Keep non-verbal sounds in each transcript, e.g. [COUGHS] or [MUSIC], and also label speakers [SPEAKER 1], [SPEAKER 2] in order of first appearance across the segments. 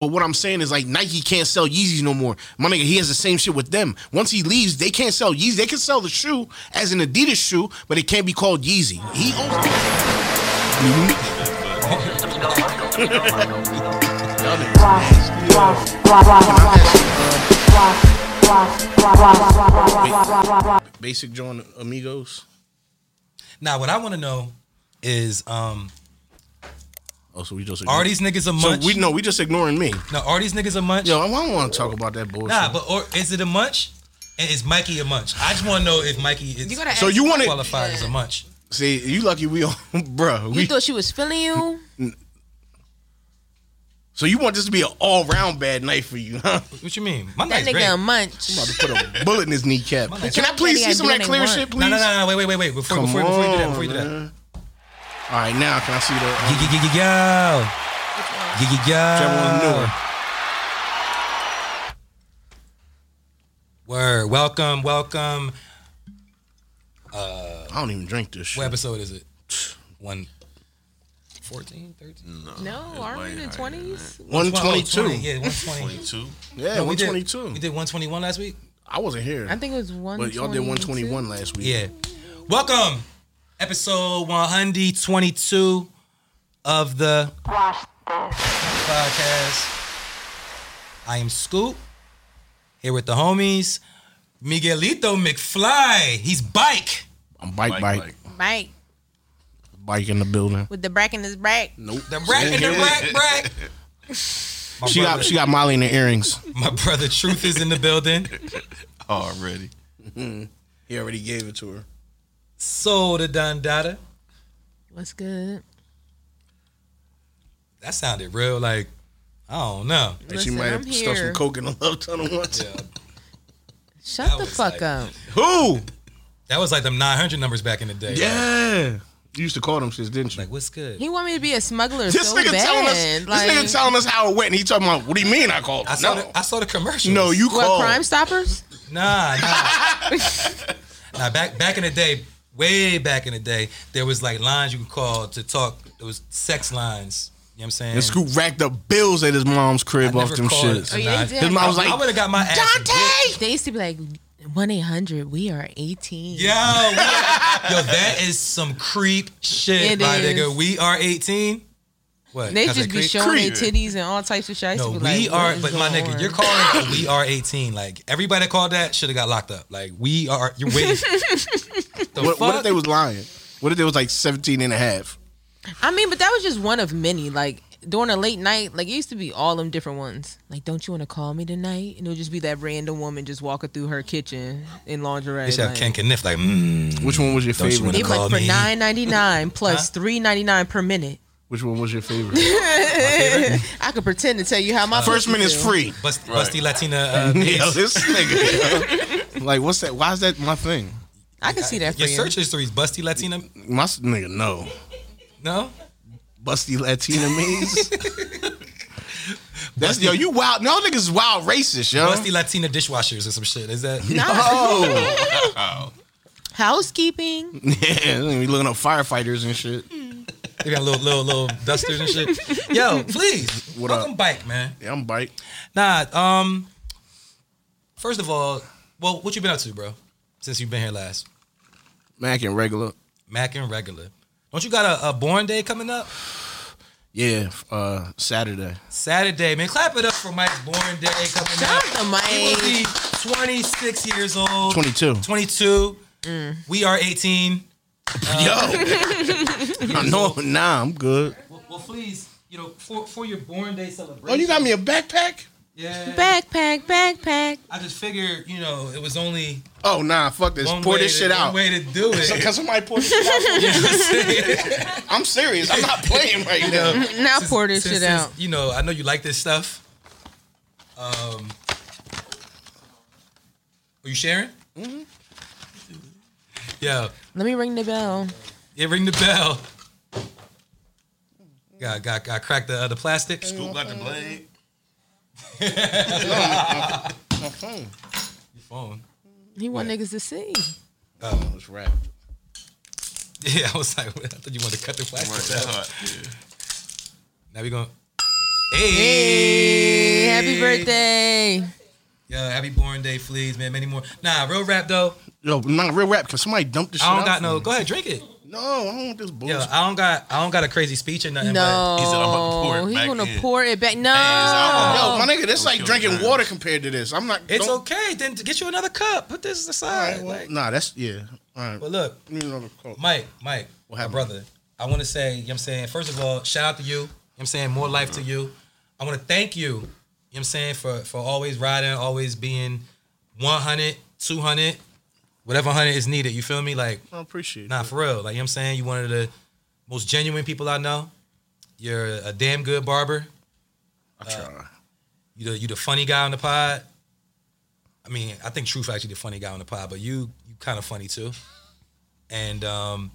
[SPEAKER 1] But what I'm saying is like Nike can't sell Yeezys no more. My nigga, he has the same shit with them. Once he leaves, they can't sell Yeezys. They can sell the shoe as an Adidas shoe, but it can't be called Yeezy. He owns [LAUGHS] Basic John Amigos.
[SPEAKER 2] Now, what I want to know is, um,
[SPEAKER 1] Oh, so we just
[SPEAKER 2] are these niggas a
[SPEAKER 1] so
[SPEAKER 2] munch?
[SPEAKER 1] we no, we just ignoring me.
[SPEAKER 2] no, are these niggas a munch?
[SPEAKER 1] Yo, I don't want to talk about that bullshit.
[SPEAKER 2] Nah, but or is it a munch? And is Mikey a munch? I just want to know if Mikey is
[SPEAKER 3] You gotta
[SPEAKER 1] so you want to
[SPEAKER 2] qualified as a munch.
[SPEAKER 1] see? You lucky we all, [LAUGHS] bruh.
[SPEAKER 3] You
[SPEAKER 1] We,
[SPEAKER 3] thought she was feeling you?
[SPEAKER 1] so you want this to be an all round bad night for you? [LAUGHS] Huh?
[SPEAKER 2] What you mean? My
[SPEAKER 3] That
[SPEAKER 2] night's great.
[SPEAKER 3] nigga a munch.
[SPEAKER 1] I'm about to put a bullet in his kneecap.
[SPEAKER 2] But
[SPEAKER 1] Can I
[SPEAKER 3] y'all
[SPEAKER 1] please
[SPEAKER 3] can't
[SPEAKER 1] see some of
[SPEAKER 3] even
[SPEAKER 1] that
[SPEAKER 3] do what
[SPEAKER 1] clear
[SPEAKER 3] they
[SPEAKER 1] shit, please?
[SPEAKER 2] No, no, no, no, wait, wait, wait, wait. Before,
[SPEAKER 1] Come
[SPEAKER 2] before, before you do that,
[SPEAKER 1] on,
[SPEAKER 2] before you do that.
[SPEAKER 1] man. All right, now can I see
[SPEAKER 2] Yo,
[SPEAKER 1] the?
[SPEAKER 2] yo, yo, yo. Yo, yo,
[SPEAKER 1] That one
[SPEAKER 2] yo.
[SPEAKER 1] new one.
[SPEAKER 2] Word. Welcome, welcome.
[SPEAKER 1] I don't even drink this shit.
[SPEAKER 2] What episode is it? One. 14, 13?
[SPEAKER 3] No, aren't we in the
[SPEAKER 4] It's way higher than that.
[SPEAKER 3] 20s?
[SPEAKER 1] One twenty
[SPEAKER 2] 120,
[SPEAKER 1] two. [LAUGHS]
[SPEAKER 2] Yeah, 120.
[SPEAKER 4] Twenty-two.
[SPEAKER 1] Yeah,
[SPEAKER 2] No, we
[SPEAKER 1] one
[SPEAKER 2] did-
[SPEAKER 1] twenty
[SPEAKER 2] We
[SPEAKER 1] two.
[SPEAKER 2] did 121 last week?
[SPEAKER 1] I wasn't
[SPEAKER 3] I
[SPEAKER 1] here,
[SPEAKER 3] think it was one.
[SPEAKER 1] but y'all did one twenty one last week.
[SPEAKER 2] Yeah. Welcome. Episode 122 of the podcast. I am Scoop. Here with the homies. Miguelito McFly. He's bike.
[SPEAKER 1] I'm bike,
[SPEAKER 4] Like,
[SPEAKER 1] bike,
[SPEAKER 4] like,
[SPEAKER 1] bike,
[SPEAKER 3] Mike
[SPEAKER 1] in the building.
[SPEAKER 3] with the brack in his brack.
[SPEAKER 1] Nope.
[SPEAKER 2] The rack and the rack,
[SPEAKER 1] [LAUGHS]
[SPEAKER 2] rack. My
[SPEAKER 1] She
[SPEAKER 2] brother,
[SPEAKER 1] got she got Molly in the earrings.
[SPEAKER 2] my brother Truth is in the building.
[SPEAKER 4] already.
[SPEAKER 1] He already gave it to her.
[SPEAKER 2] So the Dondada.
[SPEAKER 3] What's good?
[SPEAKER 2] That sounded real like, I don't know.
[SPEAKER 1] And she
[SPEAKER 3] Listen,
[SPEAKER 1] might
[SPEAKER 3] I'm
[SPEAKER 1] have stuffed some
[SPEAKER 3] here.
[SPEAKER 1] coke in the love tunnel once.
[SPEAKER 3] Shut the
[SPEAKER 2] was
[SPEAKER 3] fuck
[SPEAKER 2] like-
[SPEAKER 3] up.
[SPEAKER 1] Who?
[SPEAKER 2] That was like them 900 numbers back in the day.
[SPEAKER 1] Yeah. You used to call them shits, didn't you?
[SPEAKER 2] Like, what's good?
[SPEAKER 3] He want me to be a smuggler
[SPEAKER 1] this
[SPEAKER 3] so
[SPEAKER 1] nigga
[SPEAKER 3] bad.
[SPEAKER 1] telling us.
[SPEAKER 3] like,
[SPEAKER 1] this nigga telling us how it went, and he talking about. What do you mean I called?
[SPEAKER 2] I saw,
[SPEAKER 1] no,
[SPEAKER 2] the, I saw the commercials.
[SPEAKER 1] no, you
[SPEAKER 3] what
[SPEAKER 1] called.
[SPEAKER 3] Crime Stoppers?
[SPEAKER 2] Nah, nah. [LAUGHS] nah, back back in the day, way back in the day, there was like lines you could call to talk. It was sex lines. You know what I'm saying?
[SPEAKER 1] And Scoop racked up bills at his mom's crib
[SPEAKER 2] I
[SPEAKER 1] off
[SPEAKER 2] never
[SPEAKER 1] them
[SPEAKER 2] called
[SPEAKER 1] shits.
[SPEAKER 2] it a
[SPEAKER 3] Oh, yeah,
[SPEAKER 2] line.
[SPEAKER 3] they did. His
[SPEAKER 1] mom was
[SPEAKER 2] I- I
[SPEAKER 1] like,
[SPEAKER 2] would have got my ass.
[SPEAKER 1] Dante!
[SPEAKER 2] whipped.
[SPEAKER 3] They used to be like one eight hundred. We are eighteen.
[SPEAKER 2] Yo, we- yo, that is some creep shit.
[SPEAKER 3] It
[SPEAKER 2] my
[SPEAKER 3] is.
[SPEAKER 2] nigga, we are 18. What?
[SPEAKER 3] They
[SPEAKER 2] 'Cause
[SPEAKER 3] just
[SPEAKER 2] of
[SPEAKER 3] be
[SPEAKER 2] creep?
[SPEAKER 3] showing their
[SPEAKER 4] Creep.
[SPEAKER 3] titties and all types of shit. I used
[SPEAKER 2] No,
[SPEAKER 3] to be
[SPEAKER 2] we
[SPEAKER 3] like, what
[SPEAKER 2] are.
[SPEAKER 3] is
[SPEAKER 2] But my
[SPEAKER 3] going
[SPEAKER 2] nigga,
[SPEAKER 3] on?
[SPEAKER 2] you're calling. it we are 18. Like everybody that called that should have got locked up. Like we are. You're
[SPEAKER 3] [LAUGHS]
[SPEAKER 2] waiting. the
[SPEAKER 1] What, what
[SPEAKER 2] fuck?
[SPEAKER 1] if they was lying? What if they was like 17 and a half?
[SPEAKER 3] I mean, but that was just one of many. Like during a late night, like it used to be all them different ones. Like, don't you want to call me tonight? And it'll just be that random woman just walking through her kitchen in lingerie.
[SPEAKER 2] They should have
[SPEAKER 3] like-
[SPEAKER 2] Ken Kniff. Like, mm,
[SPEAKER 1] Which one was your
[SPEAKER 2] Don't you
[SPEAKER 1] favorite?
[SPEAKER 2] wanna-
[SPEAKER 3] They was
[SPEAKER 2] Call
[SPEAKER 3] like for
[SPEAKER 2] me.
[SPEAKER 3] nine
[SPEAKER 2] [LAUGHS]
[SPEAKER 3] ninety nine plus three ninety nine per minute.
[SPEAKER 1] Which one was your
[SPEAKER 3] [LAUGHS]
[SPEAKER 1] favorite?
[SPEAKER 3] I could pretend to tell you how my
[SPEAKER 1] First
[SPEAKER 3] pussy
[SPEAKER 1] minute's
[SPEAKER 3] feel.
[SPEAKER 1] free.
[SPEAKER 2] bust,
[SPEAKER 4] Right.
[SPEAKER 2] busty Latina.
[SPEAKER 3] [LAUGHS]
[SPEAKER 2] Uh,
[SPEAKER 1] Yo,
[SPEAKER 2] bitch.
[SPEAKER 1] this nigga. yo. like, what's that? Why is that my thing?
[SPEAKER 3] I can see that for
[SPEAKER 2] Your
[SPEAKER 3] you.
[SPEAKER 2] search history is busty Latina.
[SPEAKER 1] My s- nigga, no.
[SPEAKER 2] No,
[SPEAKER 1] Busty Latina means.
[SPEAKER 2] [LAUGHS]
[SPEAKER 1] That's yo, you wild. No niggas is wild racist, yo.
[SPEAKER 2] busty Latina dishwashers or some shit. Is that? [LAUGHS]
[SPEAKER 1] Oh,
[SPEAKER 3] [LAUGHS] Housekeeping.
[SPEAKER 1] [LAUGHS] yeah. We looking up firefighters and shit.
[SPEAKER 2] They got little little little dusters and shit. Yo, please,
[SPEAKER 1] What
[SPEAKER 2] welcome
[SPEAKER 1] up?
[SPEAKER 2] bike, man.
[SPEAKER 1] Yeah, I'm bike.
[SPEAKER 2] Nah. Um. First of all, well, what you been up to, bro? Since you've been here last,
[SPEAKER 1] Mac and regular.
[SPEAKER 2] Mac and regular. Don't you got a, a born day coming up?
[SPEAKER 1] Yeah, uh, Saturday.
[SPEAKER 2] Saturday, man. Clap it up for Mike's born day coming
[SPEAKER 3] Shout
[SPEAKER 2] up.
[SPEAKER 3] out to
[SPEAKER 2] He will
[SPEAKER 3] Mike.
[SPEAKER 2] be 26 years old. [LAUGHS]
[SPEAKER 1] 22.
[SPEAKER 2] 22.
[SPEAKER 3] Mm.
[SPEAKER 2] We are 18.
[SPEAKER 1] Yo. [LAUGHS] I know. Nah, I'm good.
[SPEAKER 2] Well, well, please, you know, for, for your born day celebration.
[SPEAKER 1] Oh, you got me a backpack?
[SPEAKER 2] Yeah.
[SPEAKER 3] Backpack, backpack.
[SPEAKER 2] I just figured, you know, it was only
[SPEAKER 1] Oh, nah, fuck this.
[SPEAKER 2] one,
[SPEAKER 1] Pour
[SPEAKER 2] way
[SPEAKER 1] this
[SPEAKER 2] to,
[SPEAKER 1] shit
[SPEAKER 2] one
[SPEAKER 1] out.
[SPEAKER 2] way to do
[SPEAKER 1] [LAUGHS]
[SPEAKER 2] it.
[SPEAKER 1] Cause somebody pour this
[SPEAKER 2] [LAUGHS]
[SPEAKER 1] shit out. I'm serious. I'm not playing [LAUGHS] right now.
[SPEAKER 3] Now pour this
[SPEAKER 2] Since-
[SPEAKER 3] shit
[SPEAKER 2] since,
[SPEAKER 3] out.
[SPEAKER 2] You know, I know you like this stuff. Um, are you sharing? Mm-hmm. Yeah.
[SPEAKER 3] Let me ring the bell.
[SPEAKER 2] Yeah, ring the bell. Got got got cracked the uh, the plastic. Your
[SPEAKER 4] Scoop got the blade.
[SPEAKER 2] phone. [LAUGHS]
[SPEAKER 3] He want niggas to see.
[SPEAKER 1] Oh, it's wrapped.
[SPEAKER 2] [LAUGHS] Yeah, I was like, I thought you wanted to cut the
[SPEAKER 4] Right,
[SPEAKER 2] plastic.
[SPEAKER 4] that's
[SPEAKER 2] out.
[SPEAKER 4] hot. Yeah.
[SPEAKER 2] Now we going.
[SPEAKER 3] Hey, happy birthday.
[SPEAKER 2] Yo, happy born day, fleas, man. Many more. Nah, real rap though.
[SPEAKER 1] Yo, not real rap. Can somebody dump this shit
[SPEAKER 2] I don't
[SPEAKER 1] out
[SPEAKER 2] got
[SPEAKER 1] for
[SPEAKER 2] no.
[SPEAKER 1] me?
[SPEAKER 2] Go ahead, drink it.
[SPEAKER 1] No, I don't want this bullshit.
[SPEAKER 2] Yo, I don't got. I don't got a crazy speech or nothing.
[SPEAKER 3] No,
[SPEAKER 4] He said, "I'm about to pour it
[SPEAKER 3] he's
[SPEAKER 4] back
[SPEAKER 3] gonna
[SPEAKER 4] in."
[SPEAKER 3] pour it back. No,
[SPEAKER 4] I'm
[SPEAKER 1] Yo,
[SPEAKER 2] Oh.
[SPEAKER 4] about
[SPEAKER 1] my nigga, this
[SPEAKER 4] Don't
[SPEAKER 1] like
[SPEAKER 4] kill
[SPEAKER 1] drinking
[SPEAKER 4] time.
[SPEAKER 1] water compared to this. I'm not.
[SPEAKER 2] But it's
[SPEAKER 1] don't-
[SPEAKER 2] okay. Then get you another cup. Put this
[SPEAKER 1] All
[SPEAKER 2] aside.
[SPEAKER 1] right, well,
[SPEAKER 2] like,
[SPEAKER 1] nah, that's yeah. All right.
[SPEAKER 2] but look,
[SPEAKER 1] Give me another Coke.
[SPEAKER 2] Mike, Mike,
[SPEAKER 1] What
[SPEAKER 2] my
[SPEAKER 1] happened?
[SPEAKER 2] brother, I want to say, you know what I'm saying, first of all, shout out to you. You know what I'm saying, more life to you. I want to thank you, you know what I'm saying, for, for always riding, always being 100, 200, whatever 100 is needed. You feel me? Like,
[SPEAKER 1] I appreciate.
[SPEAKER 2] nah,
[SPEAKER 1] Nah,
[SPEAKER 2] for real. Like, you know what I'm saying, you one of the most genuine people I know. You're a damn good barber.
[SPEAKER 1] I try.
[SPEAKER 2] You the, you the funny guy on the pod. I mean, I think Truth actually the funny guy on the pod, but you you kind of funny too. And um,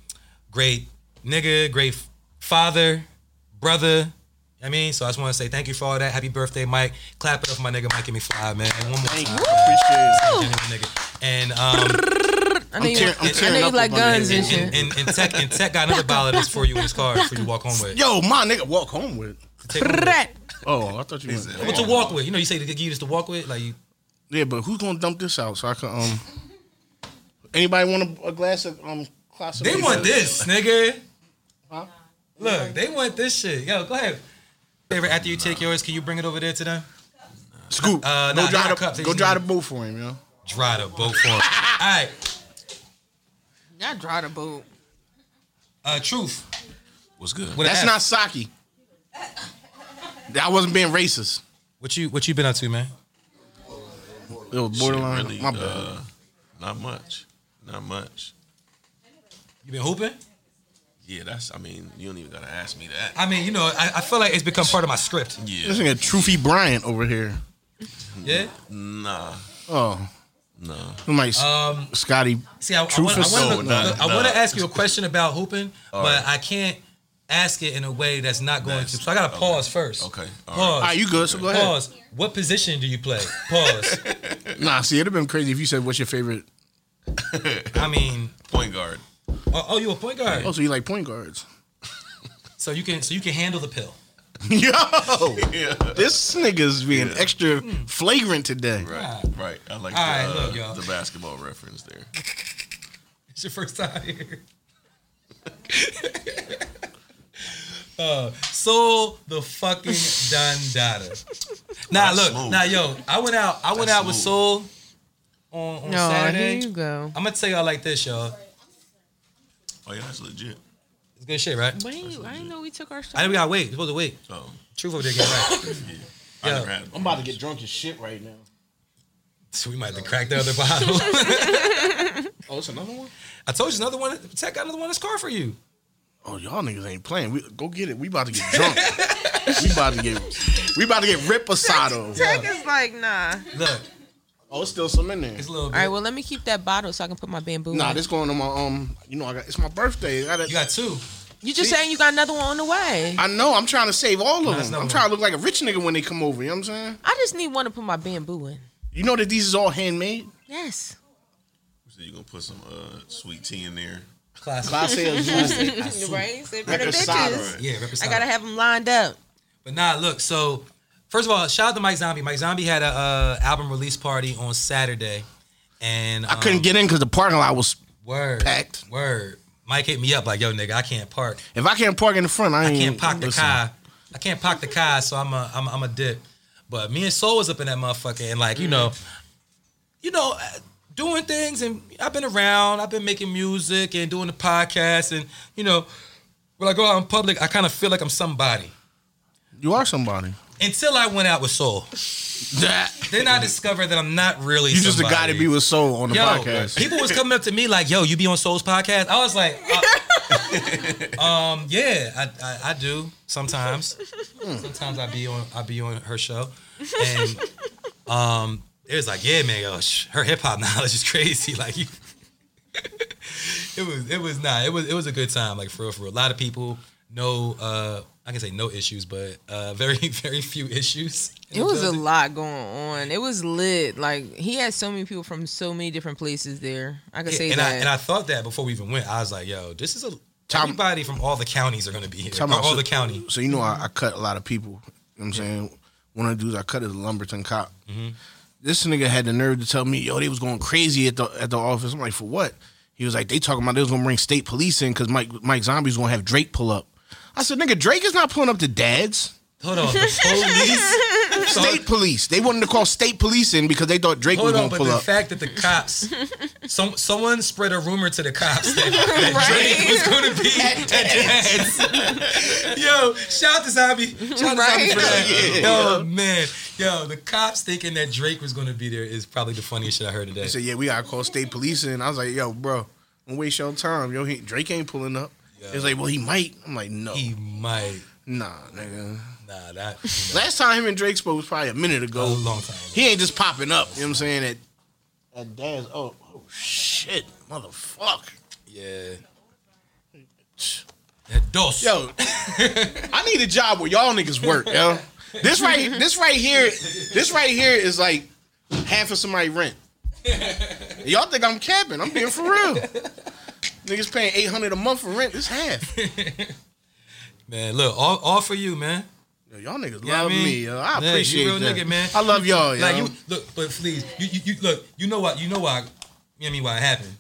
[SPEAKER 2] great nigga, great father, brother. I mean, so I just want to say thank you for all that. Happy birthday, Mike. Clap it up for my nigga, Mike. Give me five, man. One more
[SPEAKER 1] Thank
[SPEAKER 2] time.
[SPEAKER 1] you. I
[SPEAKER 3] Woo!
[SPEAKER 2] Genuine nigga. And um,
[SPEAKER 3] I know you,
[SPEAKER 1] tearing- I'm
[SPEAKER 3] I know
[SPEAKER 1] tearing
[SPEAKER 3] you
[SPEAKER 1] up
[SPEAKER 3] like
[SPEAKER 1] up under
[SPEAKER 3] guns
[SPEAKER 1] here.
[SPEAKER 3] and
[SPEAKER 2] and,
[SPEAKER 3] shit.
[SPEAKER 2] and, and, and tech and tech got another bottle of this for you in his car for you to walk home with.
[SPEAKER 1] appreciate. it. Yo, my nigga, walk home with.
[SPEAKER 2] To take home with.
[SPEAKER 3] Brrrt.
[SPEAKER 1] Oh, I thought you.
[SPEAKER 4] Is
[SPEAKER 1] meant-
[SPEAKER 4] it-
[SPEAKER 2] What to walk with? You know, you say to give you this to walk with, like you.
[SPEAKER 1] Yeah, but who's gonna dump this out so I can um? Anybody want a, a glass of um? Classic
[SPEAKER 2] They want this, nigga.
[SPEAKER 1] Huh?
[SPEAKER 2] Look, they want this shit. Yo, go ahead. Favorite, after you take yours, can you bring it over there to them?
[SPEAKER 1] Scoop.
[SPEAKER 2] Uh,
[SPEAKER 1] go
[SPEAKER 2] nah,
[SPEAKER 1] dry
[SPEAKER 2] not
[SPEAKER 1] the
[SPEAKER 2] cups. They
[SPEAKER 1] go
[SPEAKER 2] just
[SPEAKER 1] dry
[SPEAKER 2] need-
[SPEAKER 1] the boat for him, yo.
[SPEAKER 2] Dry the boat [LAUGHS] for 'em. All right,
[SPEAKER 3] Y'all draw the boat.
[SPEAKER 2] uh, truth.
[SPEAKER 4] [LAUGHS] What's good?
[SPEAKER 2] What,
[SPEAKER 1] That's
[SPEAKER 2] F.
[SPEAKER 1] not sake. I wasn't being racist.
[SPEAKER 2] what you what you been up to, man.
[SPEAKER 1] It was borderline.
[SPEAKER 4] Shit, really,
[SPEAKER 1] my bad.
[SPEAKER 4] uh, not much. Not much.
[SPEAKER 2] You been hooping?
[SPEAKER 4] Yeah, that's. I mean, you don't even gotta ask me that.
[SPEAKER 2] I mean, you know, I, I feel like it's become part of my script.
[SPEAKER 1] this
[SPEAKER 4] Yeah.
[SPEAKER 1] nigga Truthy Bryant over here.
[SPEAKER 2] Yeah.
[SPEAKER 4] Nah.
[SPEAKER 1] Oh,
[SPEAKER 4] No.
[SPEAKER 1] I'm like
[SPEAKER 2] Uh,
[SPEAKER 1] Scotty.
[SPEAKER 2] Um, See, I, I
[SPEAKER 1] Truth
[SPEAKER 2] want
[SPEAKER 1] is
[SPEAKER 4] so
[SPEAKER 2] to
[SPEAKER 4] not-
[SPEAKER 2] I want
[SPEAKER 4] nah.
[SPEAKER 2] to ask you a question about hooping, but
[SPEAKER 4] right.
[SPEAKER 2] I can't ask it in a way that's not going
[SPEAKER 4] That's-
[SPEAKER 2] to. So I got to
[SPEAKER 4] okay.
[SPEAKER 2] pause first.
[SPEAKER 4] Okay. All right.
[SPEAKER 1] All
[SPEAKER 2] Pause.
[SPEAKER 1] right, you good? So go ahead.
[SPEAKER 2] pause. What position do you play? Pause.
[SPEAKER 1] Nah, see, it'd have been crazy if you said, "What's your favorite?"
[SPEAKER 2] I mean,
[SPEAKER 4] Point guard.
[SPEAKER 2] oh, oh, you a point guard,
[SPEAKER 1] Oh, so you like point guards? [LAUGHS]
[SPEAKER 2] so you can so you can handle the pill.
[SPEAKER 1] Yo,
[SPEAKER 2] Oh.
[SPEAKER 4] [LAUGHS]
[SPEAKER 1] this nigga's being extra flagrant today.
[SPEAKER 4] Right. Right. I like
[SPEAKER 2] All right,
[SPEAKER 4] the,
[SPEAKER 2] look,
[SPEAKER 4] uh,
[SPEAKER 2] y'all.
[SPEAKER 4] the basketball reference there.
[SPEAKER 2] It's your first time here. [LAUGHS] uh, so the fucking
[SPEAKER 4] [LAUGHS]
[SPEAKER 2] Dundada. Nah,
[SPEAKER 4] That's
[SPEAKER 2] look,
[SPEAKER 4] smooth.
[SPEAKER 2] nah, yo, I went out. I went
[SPEAKER 4] That's
[SPEAKER 2] out with
[SPEAKER 4] smooth.
[SPEAKER 2] Soul on, on
[SPEAKER 3] No, here
[SPEAKER 2] Saturday.
[SPEAKER 3] you go.
[SPEAKER 2] I'm gonna tell y'all like this, y'all.
[SPEAKER 4] Oh yeah, that's legit.
[SPEAKER 2] It's good shit, right?
[SPEAKER 3] Wait, I didn't know we took our shot.
[SPEAKER 2] I think we gotta wait. we supposed to wait.
[SPEAKER 4] So
[SPEAKER 2] Truth over there getting right.
[SPEAKER 4] yeah. I
[SPEAKER 2] Yo.
[SPEAKER 4] never had.
[SPEAKER 1] I'm about to get drunk as shit right now.
[SPEAKER 2] So we might have to crack the other bottle.
[SPEAKER 1] [LAUGHS] Oh, it's another one.
[SPEAKER 2] I told you another one. Tech got another one in his car for you.
[SPEAKER 1] Oh, y'all niggas ain't playing. We go get it. We about to get drunk. we about to get we about to get rip asado.
[SPEAKER 3] Tech is like, nah. All
[SPEAKER 2] Look,
[SPEAKER 1] Oh, it's still some in there.
[SPEAKER 2] it's a little bit.
[SPEAKER 3] right, well, let me keep that bottle so I can put my bamboo.
[SPEAKER 1] Nah,
[SPEAKER 3] in.
[SPEAKER 1] this going to my um. You know, I got it's my birthday. I, gotta,
[SPEAKER 2] you got two.
[SPEAKER 3] you just saying you got another one on the way.
[SPEAKER 1] I know. I'm trying to save all of
[SPEAKER 2] that's
[SPEAKER 1] them.
[SPEAKER 2] not
[SPEAKER 1] I'm
[SPEAKER 2] one.
[SPEAKER 1] trying to look like a rich nigga when they come over. You know what I'm saying?
[SPEAKER 3] I just need one to put my bamboo in.
[SPEAKER 1] You know that these is all handmade.
[SPEAKER 3] Yes.
[SPEAKER 4] So you gonna put some uh, sweet tea in there?
[SPEAKER 2] Class.
[SPEAKER 1] Clase Azul.
[SPEAKER 3] Right? Save
[SPEAKER 1] Like
[SPEAKER 3] the
[SPEAKER 1] a
[SPEAKER 3] bitches.
[SPEAKER 1] solder.
[SPEAKER 2] Yeah, represent.
[SPEAKER 3] I gotta have them lined up.
[SPEAKER 2] But nah, look. So first of all, shout out to Mike Zombie. Mike Zombie had a uh, album release party on Saturday,
[SPEAKER 1] [LAUGHS]
[SPEAKER 2] and um,
[SPEAKER 1] I couldn't get in because the parking lot was.
[SPEAKER 2] word
[SPEAKER 1] packed.
[SPEAKER 2] Word. Mike hit me up like, "Yo, nigga, I can't park.
[SPEAKER 1] If I can't park in the front, I,
[SPEAKER 2] I
[SPEAKER 1] ain't
[SPEAKER 2] can't park the
[SPEAKER 1] listen.
[SPEAKER 2] car. I can't park the car, so I'm a I'm a, I'm a dip." But me and Soul was up in that motherfucker, and like you know,
[SPEAKER 1] Mm.
[SPEAKER 2] you know, uh, doing things, and I've been around. I've been making music and doing the podcast, and you know, when I go out in public, I kind of feel like I'm somebody.
[SPEAKER 1] You are somebody.
[SPEAKER 2] Until I went out with Soul.
[SPEAKER 1] [LAUGHS]
[SPEAKER 2] Then I discovered that I'm not really.
[SPEAKER 1] You just the guy
[SPEAKER 2] somebody.
[SPEAKER 1] to be with Soul on the
[SPEAKER 2] Yo,
[SPEAKER 1] podcast.
[SPEAKER 2] people was coming up to me like, "Yo, you be on Soul's podcast?" I was like,
[SPEAKER 3] [LAUGHS]
[SPEAKER 2] uh, "Um, yeah, I, I, I do sometimes. Sometimes I be on I be on her show, and um, it was like, yeah, man, yo, sh- her hip hop [LAUGHS] knowledge is crazy. Like, you, [LAUGHS] it was it was not it was it was a good time. Like for real, for real. a lot of people, no, uh, I can say no issues, but uh, very [LAUGHS] very few issues. in
[SPEAKER 3] It
[SPEAKER 2] the
[SPEAKER 3] was a
[SPEAKER 2] building.
[SPEAKER 3] lot going on. It was lit. Like he had so many people from so many different places there. I could
[SPEAKER 2] Yeah,
[SPEAKER 3] say
[SPEAKER 2] and
[SPEAKER 3] that.
[SPEAKER 2] I and I thought that before we even went, I was like, "Yo, this is a
[SPEAKER 1] Tom-
[SPEAKER 2] everybody from all the counties are going to be here.
[SPEAKER 1] Tom,
[SPEAKER 2] Or
[SPEAKER 1] I'm
[SPEAKER 2] all
[SPEAKER 1] so-
[SPEAKER 2] the county.
[SPEAKER 1] So you know I, I cut a lot of people You know what I'm saying? One of the dudes I cut is a Lumberton cop.
[SPEAKER 2] Mm-hmm.
[SPEAKER 1] This nigga had the nerve to tell me, yo, they was going crazy at the at the office. I'm like, for what? He was like, they talking about they was gonna bring state police in because Mike Mike Zombie's gonna have Drake pull up. I said, nigga, Drake is not pulling up to dads.
[SPEAKER 2] Hold [LAUGHS] on, the police. So-
[SPEAKER 1] State police. They wanted to call state police in because they thought Drake was
[SPEAKER 2] Hold
[SPEAKER 1] gonna
[SPEAKER 2] on, but
[SPEAKER 1] pull
[SPEAKER 2] the
[SPEAKER 1] up.
[SPEAKER 2] fact that the cops, [LAUGHS] some someone spread a rumor to the cops that, that Drake was going to [LAUGHS] be at Dad's. Yo, shout out to Zombie, shout out to Zombie for that. [LAUGHS] Yo, man, yo, the cops thinking that Drake was going to be there is probably the funniest shit I heard today.
[SPEAKER 1] They said, yeah, we gotta call state police in. I was like, yo, bro, don't waste your time. Yo, he, Drake ain't pulling up. They was like, well, he might. I'm like, no,
[SPEAKER 2] He might,
[SPEAKER 1] nah, nigga.
[SPEAKER 2] nah, [LAUGHS] that you know,
[SPEAKER 1] Last time him and Drake spoke was probably a minute
[SPEAKER 2] a
[SPEAKER 1] ago.
[SPEAKER 2] long time. ago.
[SPEAKER 1] He ain't just popping up. You know what I'm saying? At, at dad's. Oh, oh shit, motherfucker.
[SPEAKER 2] Yeah. That Dos.
[SPEAKER 1] Yo, [LAUGHS] I need a job where y'all niggas work, yo. This right, this right here, this right here is like half of somebody rent. Y'all think I'm capping? I'm being for real. Niggas paying eight hundred a month for rent. It's half.
[SPEAKER 2] man, look, all, all for you, man.
[SPEAKER 1] Yo, y'all niggas love
[SPEAKER 2] I mean?
[SPEAKER 1] me. Yo. I
[SPEAKER 2] Yeah, you
[SPEAKER 1] appreciate
[SPEAKER 2] real
[SPEAKER 1] that.
[SPEAKER 2] nigga, man.
[SPEAKER 1] I love y'all, yo.
[SPEAKER 2] Like you look, but please, you, you, you look, you know what, you know why, you know what I mean, why it happened,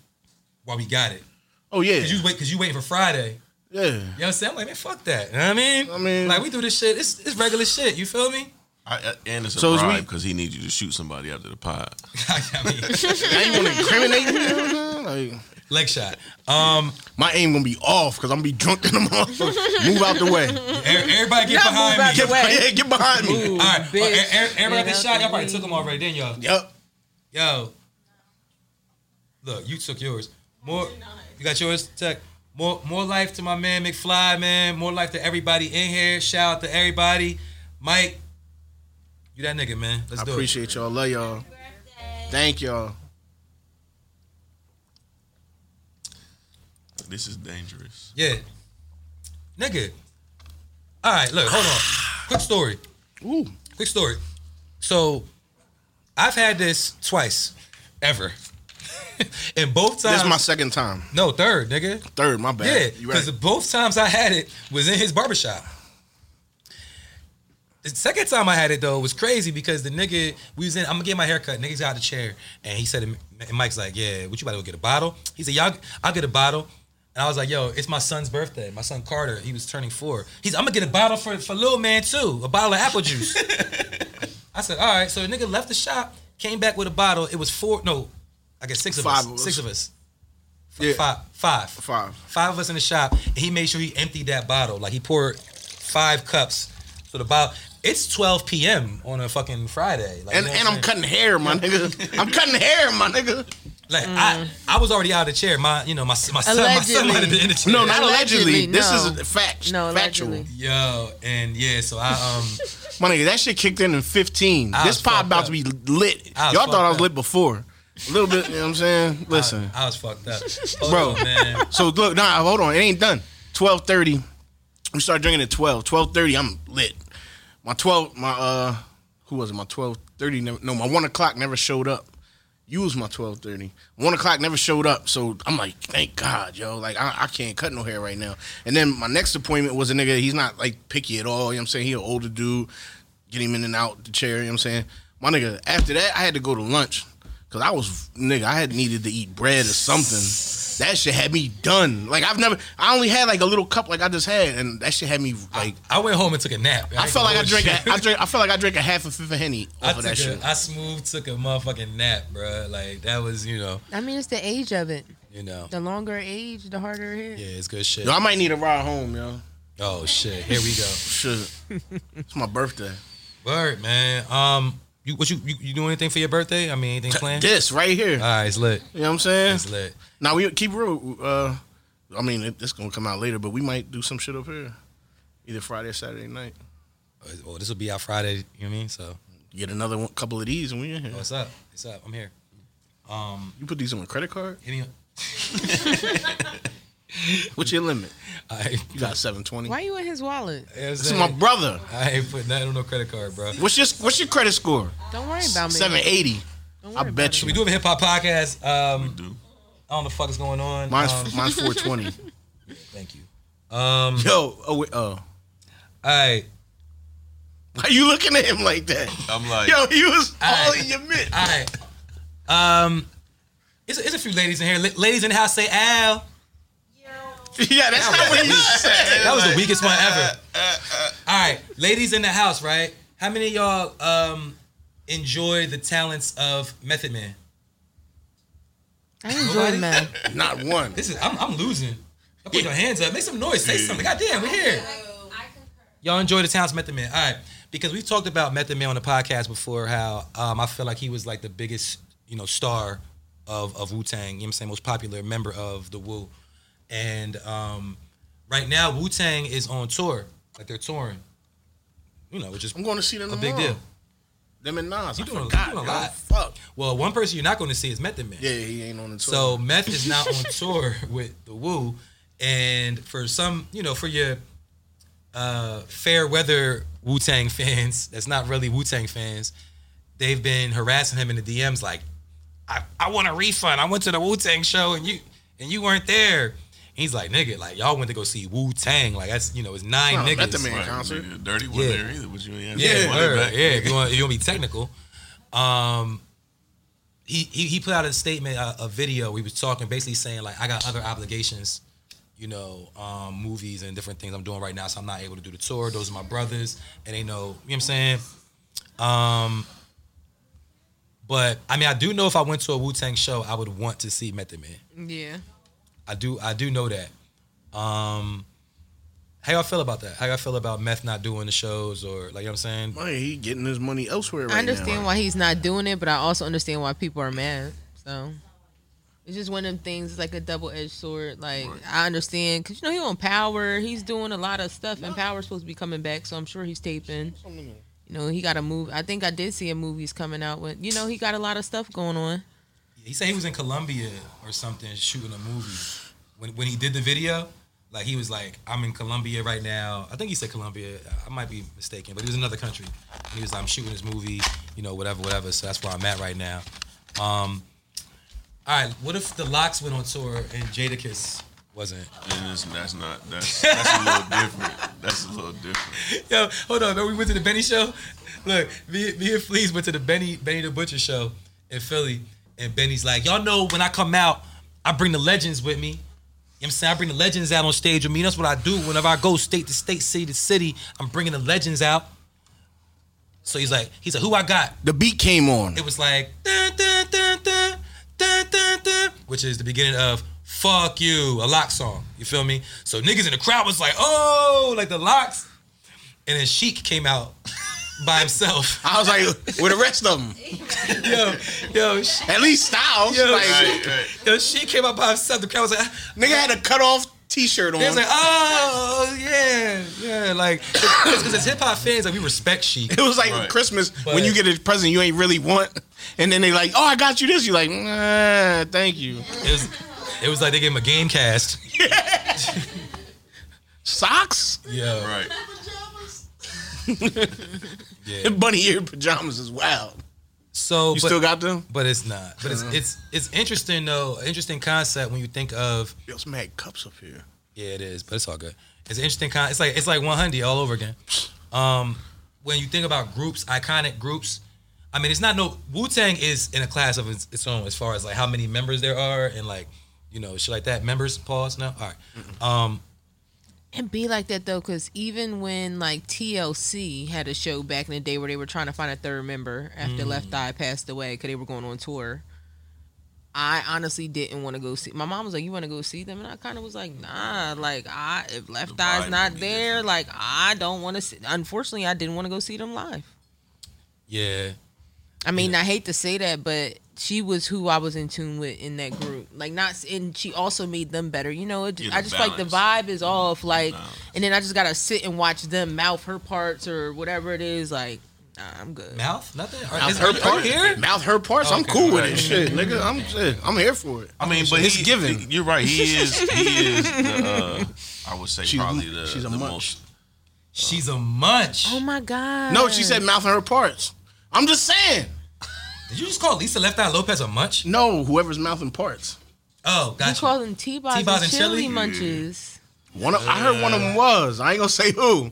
[SPEAKER 2] why we got it.
[SPEAKER 1] oh yeah,
[SPEAKER 2] Cause you wait, cause you waiting for Friday.
[SPEAKER 1] yeah.
[SPEAKER 2] You know what I'm saying? I'm like, man, fuck that. You know what I mean?
[SPEAKER 1] I mean-
[SPEAKER 2] like we do this shit. It's, it's regular shit. You feel me? [LAUGHS]
[SPEAKER 4] I, I- and it's a
[SPEAKER 1] So is we-
[SPEAKER 4] bribe because he needs you to shoot somebody after the pod.
[SPEAKER 2] I mean,
[SPEAKER 1] Now you want to incriminate me? you know what I'm saying? Like,
[SPEAKER 2] leg shot. Um,
[SPEAKER 1] my aim gonna be off because I'm gonna be drunk in the motherfucker. [LAUGHS] Move out the
[SPEAKER 2] [LAUGHS]
[SPEAKER 1] way.
[SPEAKER 2] e- everybody get
[SPEAKER 3] Y'all move out
[SPEAKER 2] behind me.
[SPEAKER 3] the
[SPEAKER 1] Get,
[SPEAKER 3] way.
[SPEAKER 1] [LAUGHS] yeah, get behind me.
[SPEAKER 2] All right,
[SPEAKER 3] Bitch.
[SPEAKER 2] Oh, e- e- everybody
[SPEAKER 3] Get
[SPEAKER 2] get
[SPEAKER 3] out
[SPEAKER 2] shot.
[SPEAKER 3] the
[SPEAKER 2] Y'all probably
[SPEAKER 3] way.
[SPEAKER 2] took them already, didn't y'all?
[SPEAKER 1] Yep.
[SPEAKER 2] Yo, look, you took yours. More, you got yours, Tech. More, more life to my man McFly, man. More life to everybody in here. Shout out to everybody, Mike. You that nigga, man. Let's
[SPEAKER 1] I
[SPEAKER 2] do
[SPEAKER 1] appreciate y'all. Love y'all. Thank y'all.
[SPEAKER 4] This is dangerous.
[SPEAKER 2] it. Yeah, nigga. All right, look, hold on. Quick story.
[SPEAKER 1] Ooh.
[SPEAKER 2] Quick story. So, I've had this twice, ever, [LAUGHS] and both
[SPEAKER 1] This
[SPEAKER 2] times.
[SPEAKER 1] is my second time.
[SPEAKER 2] no, third, nigga.
[SPEAKER 1] Third, my bad.
[SPEAKER 2] Yeah,
[SPEAKER 1] you
[SPEAKER 2] because
[SPEAKER 1] right.
[SPEAKER 2] both times I had it was in his barbershop. The second time I had it though was crazy because the nigga we was in. I'm gonna get my haircut. Niggas got out the chair and he said, and Mike's like, "Yeah, what you about to go get a bottle?" He said, "Y'all, I'll get a bottle." And I was like, "Yo, it's my son's birthday. My son Carter. He was turning four. He's I'm gonna get a bottle for for little man too. A bottle of
[SPEAKER 1] [LAUGHS]
[SPEAKER 2] apple juice." I said, "All right." So the nigga left the shop, came back with a bottle. It was four. No, I guess six of
[SPEAKER 1] Five
[SPEAKER 2] us.
[SPEAKER 1] of us.
[SPEAKER 2] Six of us. F-
[SPEAKER 1] Yeah.
[SPEAKER 2] Five. Five
[SPEAKER 1] Five.
[SPEAKER 2] five of us in the shop, and he made sure he emptied that bottle. Like he poured five cups. So the bottle. It's 12 p.m. on a fucking Friday.
[SPEAKER 1] And
[SPEAKER 2] Like, you know
[SPEAKER 1] and
[SPEAKER 2] what
[SPEAKER 1] I'm
[SPEAKER 2] saying?
[SPEAKER 1] cutting hair, my nigga. I'm cutting hair, my nigga.
[SPEAKER 2] Like I, I was already out of the chair. My, you know, my my son, my son
[SPEAKER 3] Allegedly.
[SPEAKER 2] might have been in the chair.
[SPEAKER 1] No, not allegedly.
[SPEAKER 3] Allegedly,
[SPEAKER 1] This
[SPEAKER 3] no.
[SPEAKER 1] is a fact.
[SPEAKER 3] No,
[SPEAKER 1] factual.
[SPEAKER 3] allegedly.
[SPEAKER 2] Yo, and yeah, so
[SPEAKER 1] [LAUGHS]
[SPEAKER 2] I um,
[SPEAKER 1] My nigga, that shit kicked in in 15.
[SPEAKER 2] I
[SPEAKER 1] this
[SPEAKER 2] was
[SPEAKER 1] pod
[SPEAKER 2] fucked
[SPEAKER 1] about
[SPEAKER 2] up.
[SPEAKER 1] to be lit.
[SPEAKER 2] I was
[SPEAKER 1] Y'all thought I
[SPEAKER 2] fucked
[SPEAKER 1] was
[SPEAKER 2] up.
[SPEAKER 1] lit before. A little bit, you know what I'm saying? Listen.
[SPEAKER 2] I, I was fucked up,
[SPEAKER 1] [LAUGHS]
[SPEAKER 2] Hold
[SPEAKER 1] Bro.
[SPEAKER 2] on, man.
[SPEAKER 1] So look, nah, hold on. It ain't done. Twelve thirty. We start drinking at twelve. Twelve thirty, I'm lit. My twelve, my uh, who was it? My twelve thirty. No, my one o'clock never showed up. You was my twelve thirty. One o'clock never showed up. So I'm like, thank God, yo. Like I, I can't cut no hair right now. And then my next appointment was a nigga. He's not like picky at all. You know what I'm saying? He an older dude. Get him in and out the chair. You know what I'm saying? My nigga. After that, I had to go to lunch. Cause I was nigga, I had needed to eat bread or something. That shit had me done. Like I've never, I only had like a little cup, like I just had, and that shit had me like.
[SPEAKER 2] I went home and took a nap.
[SPEAKER 1] I, felt like I drank,
[SPEAKER 2] it.
[SPEAKER 1] a, I drank, I felt like I drank a half a fifth of henny [LAUGHS] off
[SPEAKER 2] I
[SPEAKER 1] of
[SPEAKER 2] took
[SPEAKER 1] that
[SPEAKER 2] a,
[SPEAKER 1] shit.
[SPEAKER 2] I smooth took a motherfucking nap, bruh. Like that was, you know,
[SPEAKER 3] I mean, it's the age of it.
[SPEAKER 2] you know.
[SPEAKER 3] The longer age, the harder it is.
[SPEAKER 2] Yeah, it's good shit.
[SPEAKER 1] Yo, I might need a ride home, yo.
[SPEAKER 2] Oh shit, here we go.
[SPEAKER 1] Shit, it's my birthday.
[SPEAKER 2] Word, man. Um, you what you you, you do anything for your birthday? I mean, anything planned?
[SPEAKER 1] This right here,
[SPEAKER 2] All right, it's lit.
[SPEAKER 1] you know what I'm saying?
[SPEAKER 2] It's lit.
[SPEAKER 1] Now we keep real. Uh, I mean, it, it's gonna come out later, but we might do some shit up here, either Friday or Saturday night.
[SPEAKER 2] Well, Oh, this will be out Friday. You know what I mean? So
[SPEAKER 1] Get another one, couple of these, and we in here.
[SPEAKER 2] what's up? What's up? I'm here. Um,
[SPEAKER 1] You put these on a credit card?
[SPEAKER 2] hit me up.
[SPEAKER 1] What's your limit?
[SPEAKER 2] I ain't,
[SPEAKER 1] You got seven twenty.
[SPEAKER 3] Why you in his wallet?
[SPEAKER 1] This is my brother.
[SPEAKER 2] I ain't putting that on no credit card, bro.
[SPEAKER 1] What's your What's your credit score?
[SPEAKER 3] Don't worry about me.
[SPEAKER 1] Seven eighty.
[SPEAKER 3] Don't worry
[SPEAKER 1] I
[SPEAKER 3] about
[SPEAKER 1] bet
[SPEAKER 2] So we
[SPEAKER 1] you.
[SPEAKER 2] do have a hip hop podcast. Um,
[SPEAKER 4] Do
[SPEAKER 2] I don't know the fuck is going on.
[SPEAKER 1] Mine's
[SPEAKER 2] Um,
[SPEAKER 1] Mine's four twenty.
[SPEAKER 2] thank you. Um,
[SPEAKER 1] Yo, oh, wait, oh,
[SPEAKER 2] all right.
[SPEAKER 1] Why you looking at him like that?
[SPEAKER 4] I'm like,
[SPEAKER 1] Yo, he was
[SPEAKER 2] I-
[SPEAKER 1] all in your mid. [LAUGHS]
[SPEAKER 2] All right. Um, it's a, it's a few ladies in here. La- ladies in the house say Al.
[SPEAKER 1] yeah, that's not what he said.
[SPEAKER 2] That was the weakest one ever. All right, ladies in the house, right? How many of y'all um enjoy the talents of Method Man?
[SPEAKER 3] I enjoy man.
[SPEAKER 1] [LAUGHS] Not one.
[SPEAKER 2] This is I'm, I'm losing. Y'all put your hands up. Make some noise. Say something. God damn, we're here. Y'all enjoy the talents of Method Man. All right, because we've talked about Method Man on the podcast before. How um I feel like he was like the biggest you know star of of Wu Tang. You know what I'm saying most popular member of the Wu, and um right now Wu Tang is on tour. Like they're touring. You know, which is
[SPEAKER 1] I'm going to see them
[SPEAKER 2] a
[SPEAKER 1] tomorrow.
[SPEAKER 2] big deal.
[SPEAKER 1] Them and Nas.
[SPEAKER 2] You
[SPEAKER 1] I
[SPEAKER 2] doing a-
[SPEAKER 1] forgot,
[SPEAKER 2] you doing a
[SPEAKER 1] yo.
[SPEAKER 2] lot.
[SPEAKER 1] Fuck.
[SPEAKER 2] Well, one person you're not going to see is Method Man.
[SPEAKER 1] Yeah, he ain't on the tour.
[SPEAKER 2] So Meth is now on tour with the Woo, and for some, you know, for your uh, fair weather Wu Tang fans, that's not really Wu Tang fans, they've been harassing him in the DMs like, "I, I want a refund. I went to the Wu Tang show and you and you weren't there." And he's like, "Nigga, like y'all went to go see Wu Tang. Like that's you know, it's nine
[SPEAKER 1] Nah,
[SPEAKER 2] niggas."
[SPEAKER 1] Method Man
[SPEAKER 4] Right,
[SPEAKER 1] concert.
[SPEAKER 4] nigga, dirty wasn't
[SPEAKER 2] Yeah.
[SPEAKER 4] there either, but you ain't
[SPEAKER 2] Yeah,
[SPEAKER 4] yeah,
[SPEAKER 2] word.
[SPEAKER 4] back.
[SPEAKER 2] yeah. If you want, if you want to be technical, um, he, he he put out a statement, a, a video. He was talking, basically saying like, I got other obligations, you know, um, movies and different things I'm doing right now, so I'm not able to do the tour. Those are my brothers, and they know. You know what I'm saying? Um, but I mean, I do know if I went to a Wu Tang show, I would want to see Method Man.
[SPEAKER 3] Yeah.
[SPEAKER 2] I do I do know that. Um, how y'all feel about that? How y'all feel about Meth not doing the shows or like you know what I'm saying?
[SPEAKER 1] Why he getting his money elsewhere right
[SPEAKER 3] I understand
[SPEAKER 1] now.
[SPEAKER 3] why he's not doing it, but I also understand why people are mad. So it's just one of them things. It's like a double edged sword. Like I understand because you know he on power. He's doing a lot of stuff, and power's supposed to be coming back. So I'm sure he's taping. You know he got a move. I think I did see a movie's coming out with. You know he got a lot of stuff going on.
[SPEAKER 2] He said he was in Colombia or something shooting a movie. When when he did the video, like he was like, I'm in Colombia right now. I think he said Colombia. I might be mistaken, but it was another country. And he was like, I'm shooting this movie, you know, whatever, whatever. So that's where I'm at right now. Um, all right, what if the Locks went on tour and Jadakiss wasn't?
[SPEAKER 4] And it's- that's not that's that's a little different. That's a little
[SPEAKER 2] [LAUGHS]
[SPEAKER 4] different.
[SPEAKER 2] Yo, hold on. No, we went to the Benny show. Look, me, me and Fleas went to the Benny Benny the Butcher show in Philly, and Benny's like, y'all know when I come out, I bring the legends with me. You know what I'm saying? I bring the legends out on stage with me. That's what I do. Whenever I go state to state, city to city, I'm bringing the legends out. So he's like, he's like, who I got?
[SPEAKER 1] The beat came on.
[SPEAKER 2] It was like, dun, dun, dun, dun, dun, dun, dun, which is the beginning of "Fuck You," a lock song. You feel me? So niggas in the crowd was like, "Oh, like the locks," and then Sheik came out [LAUGHS] by himself.
[SPEAKER 1] I was like, where the rest of them?
[SPEAKER 2] yo, [LAUGHS] yo, Sheik-
[SPEAKER 1] At least Styles.
[SPEAKER 2] Yo,
[SPEAKER 1] like,
[SPEAKER 4] Right, right.
[SPEAKER 2] yo, Sheik came out by himself. The crowd was like. ah,
[SPEAKER 1] Nigga had a cut off T-shirt on.
[SPEAKER 2] They was like, oh yeah, yeah, like, [COUGHS] because as hip hop fans, like we respect Sheik.
[SPEAKER 1] [LAUGHS] It was like
[SPEAKER 4] Right.
[SPEAKER 1] Christmas
[SPEAKER 2] But-
[SPEAKER 1] when you get a present you ain't really want, and then they like, "Oh, I got you this." You like, nah, "Thank you."
[SPEAKER 2] It was, it was like they gave him a game cast.
[SPEAKER 1] Socks,
[SPEAKER 2] Yo,
[SPEAKER 4] Right.
[SPEAKER 2] yeah.
[SPEAKER 1] and bunny ear pajamas is wild.
[SPEAKER 2] So
[SPEAKER 1] You
[SPEAKER 2] but-
[SPEAKER 1] still got them?
[SPEAKER 2] But it's not. But it's it's it's interesting though. an Interesting concept when you think of
[SPEAKER 1] Yo, some had cups up here.
[SPEAKER 2] yeah, it is. But it's all good. It's an interesting con. It's like it's like 100 all over again. Um, when you think about groups, iconic groups. I mean, it's not no Wu Tang is in a class of its, its own as far as like how many members there are and like you know shit like that. Members pause now. All right. Um,
[SPEAKER 3] And be like that though, because even when like TLC had a show back in the day where they were trying to find a third member
[SPEAKER 4] Mm.
[SPEAKER 3] after Left Eye passed away, because they were going on tour. I honestly didn't want to go see. My mom was like, "You want to go see them?" And I kind of was like, "Nah, like I if Left
[SPEAKER 4] The
[SPEAKER 3] Eye's
[SPEAKER 4] vibe
[SPEAKER 3] not
[SPEAKER 4] would be
[SPEAKER 3] there, like I don't want to see." Unfortunately, I didn't want to go see them live.
[SPEAKER 2] yeah.
[SPEAKER 3] I mean, I hate to say that, but she was who I was in tune with in that group. Like, not, and she also made them better. You know, it,
[SPEAKER 4] Yeah,
[SPEAKER 3] I
[SPEAKER 4] the
[SPEAKER 3] just feel like the vibe is off. Like, and then I just gotta sit and watch them mouth her parts or whatever it is. Like, nah, I'm good.
[SPEAKER 2] Mouth nothing. Are,
[SPEAKER 1] Mouth
[SPEAKER 2] is,
[SPEAKER 1] her
[SPEAKER 2] are, you- are
[SPEAKER 1] parts.
[SPEAKER 2] you here?
[SPEAKER 1] Mouth her parts. I'm
[SPEAKER 2] Okay,
[SPEAKER 1] cool with
[SPEAKER 4] right.
[SPEAKER 1] it, shit, nigga. I'm shit, I'm here for it.
[SPEAKER 4] I mean, but
[SPEAKER 1] It's
[SPEAKER 4] he,
[SPEAKER 1] given.
[SPEAKER 4] he- You're right. He is. He is. The, uh, I would say
[SPEAKER 1] She's-
[SPEAKER 4] probably the,
[SPEAKER 1] she's a
[SPEAKER 4] the
[SPEAKER 1] munch.
[SPEAKER 4] most.
[SPEAKER 2] She's a munch.
[SPEAKER 3] Oh my god.
[SPEAKER 1] No, she said mouth her parts. I'm just saying.
[SPEAKER 2] Did you just call Lisa Left Eye Lopez a munch?
[SPEAKER 1] No, whoever's mouthing parts.
[SPEAKER 2] Oh,
[SPEAKER 3] You
[SPEAKER 2] gotcha.
[SPEAKER 3] call them T-Bots
[SPEAKER 2] T-Bots
[SPEAKER 3] and
[SPEAKER 2] and
[SPEAKER 3] chili
[SPEAKER 2] chili?
[SPEAKER 3] munches.
[SPEAKER 1] One, of, I heard one of them was. I ain't gonna say who.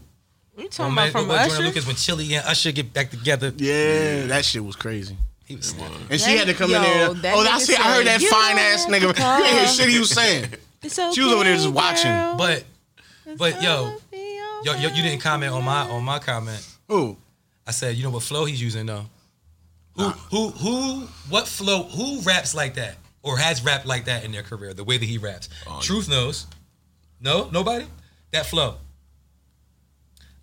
[SPEAKER 3] You talking about from
[SPEAKER 2] what about
[SPEAKER 3] Usher?
[SPEAKER 2] Jordan Lucas when Chili and Usher get back together?
[SPEAKER 1] Yeah, that shit was crazy.
[SPEAKER 2] He was snapping.
[SPEAKER 1] And she
[SPEAKER 3] That-
[SPEAKER 1] had to come in
[SPEAKER 3] yo,
[SPEAKER 1] there.
[SPEAKER 3] that
[SPEAKER 1] oh, I
[SPEAKER 3] nigga
[SPEAKER 1] see. I heard
[SPEAKER 3] said,
[SPEAKER 1] that
[SPEAKER 3] "You
[SPEAKER 1] fine
[SPEAKER 3] don't
[SPEAKER 1] ass
[SPEAKER 3] have
[SPEAKER 1] nigga. [LAUGHS]
[SPEAKER 3] to call."
[SPEAKER 1] You didn't hear shit he was saying.
[SPEAKER 3] It's okay,
[SPEAKER 1] She was over there just watching.
[SPEAKER 3] girl.
[SPEAKER 2] But but yo,
[SPEAKER 3] It's all
[SPEAKER 2] yo, yo, you didn't comment on my on my comment.
[SPEAKER 1] Who?
[SPEAKER 2] I said, you know what flow he's using though. Who who who what flow who raps like that or has rapped like that in their career the way that he raps?
[SPEAKER 1] Oh,
[SPEAKER 2] Truth knows. No, nobody. That flow.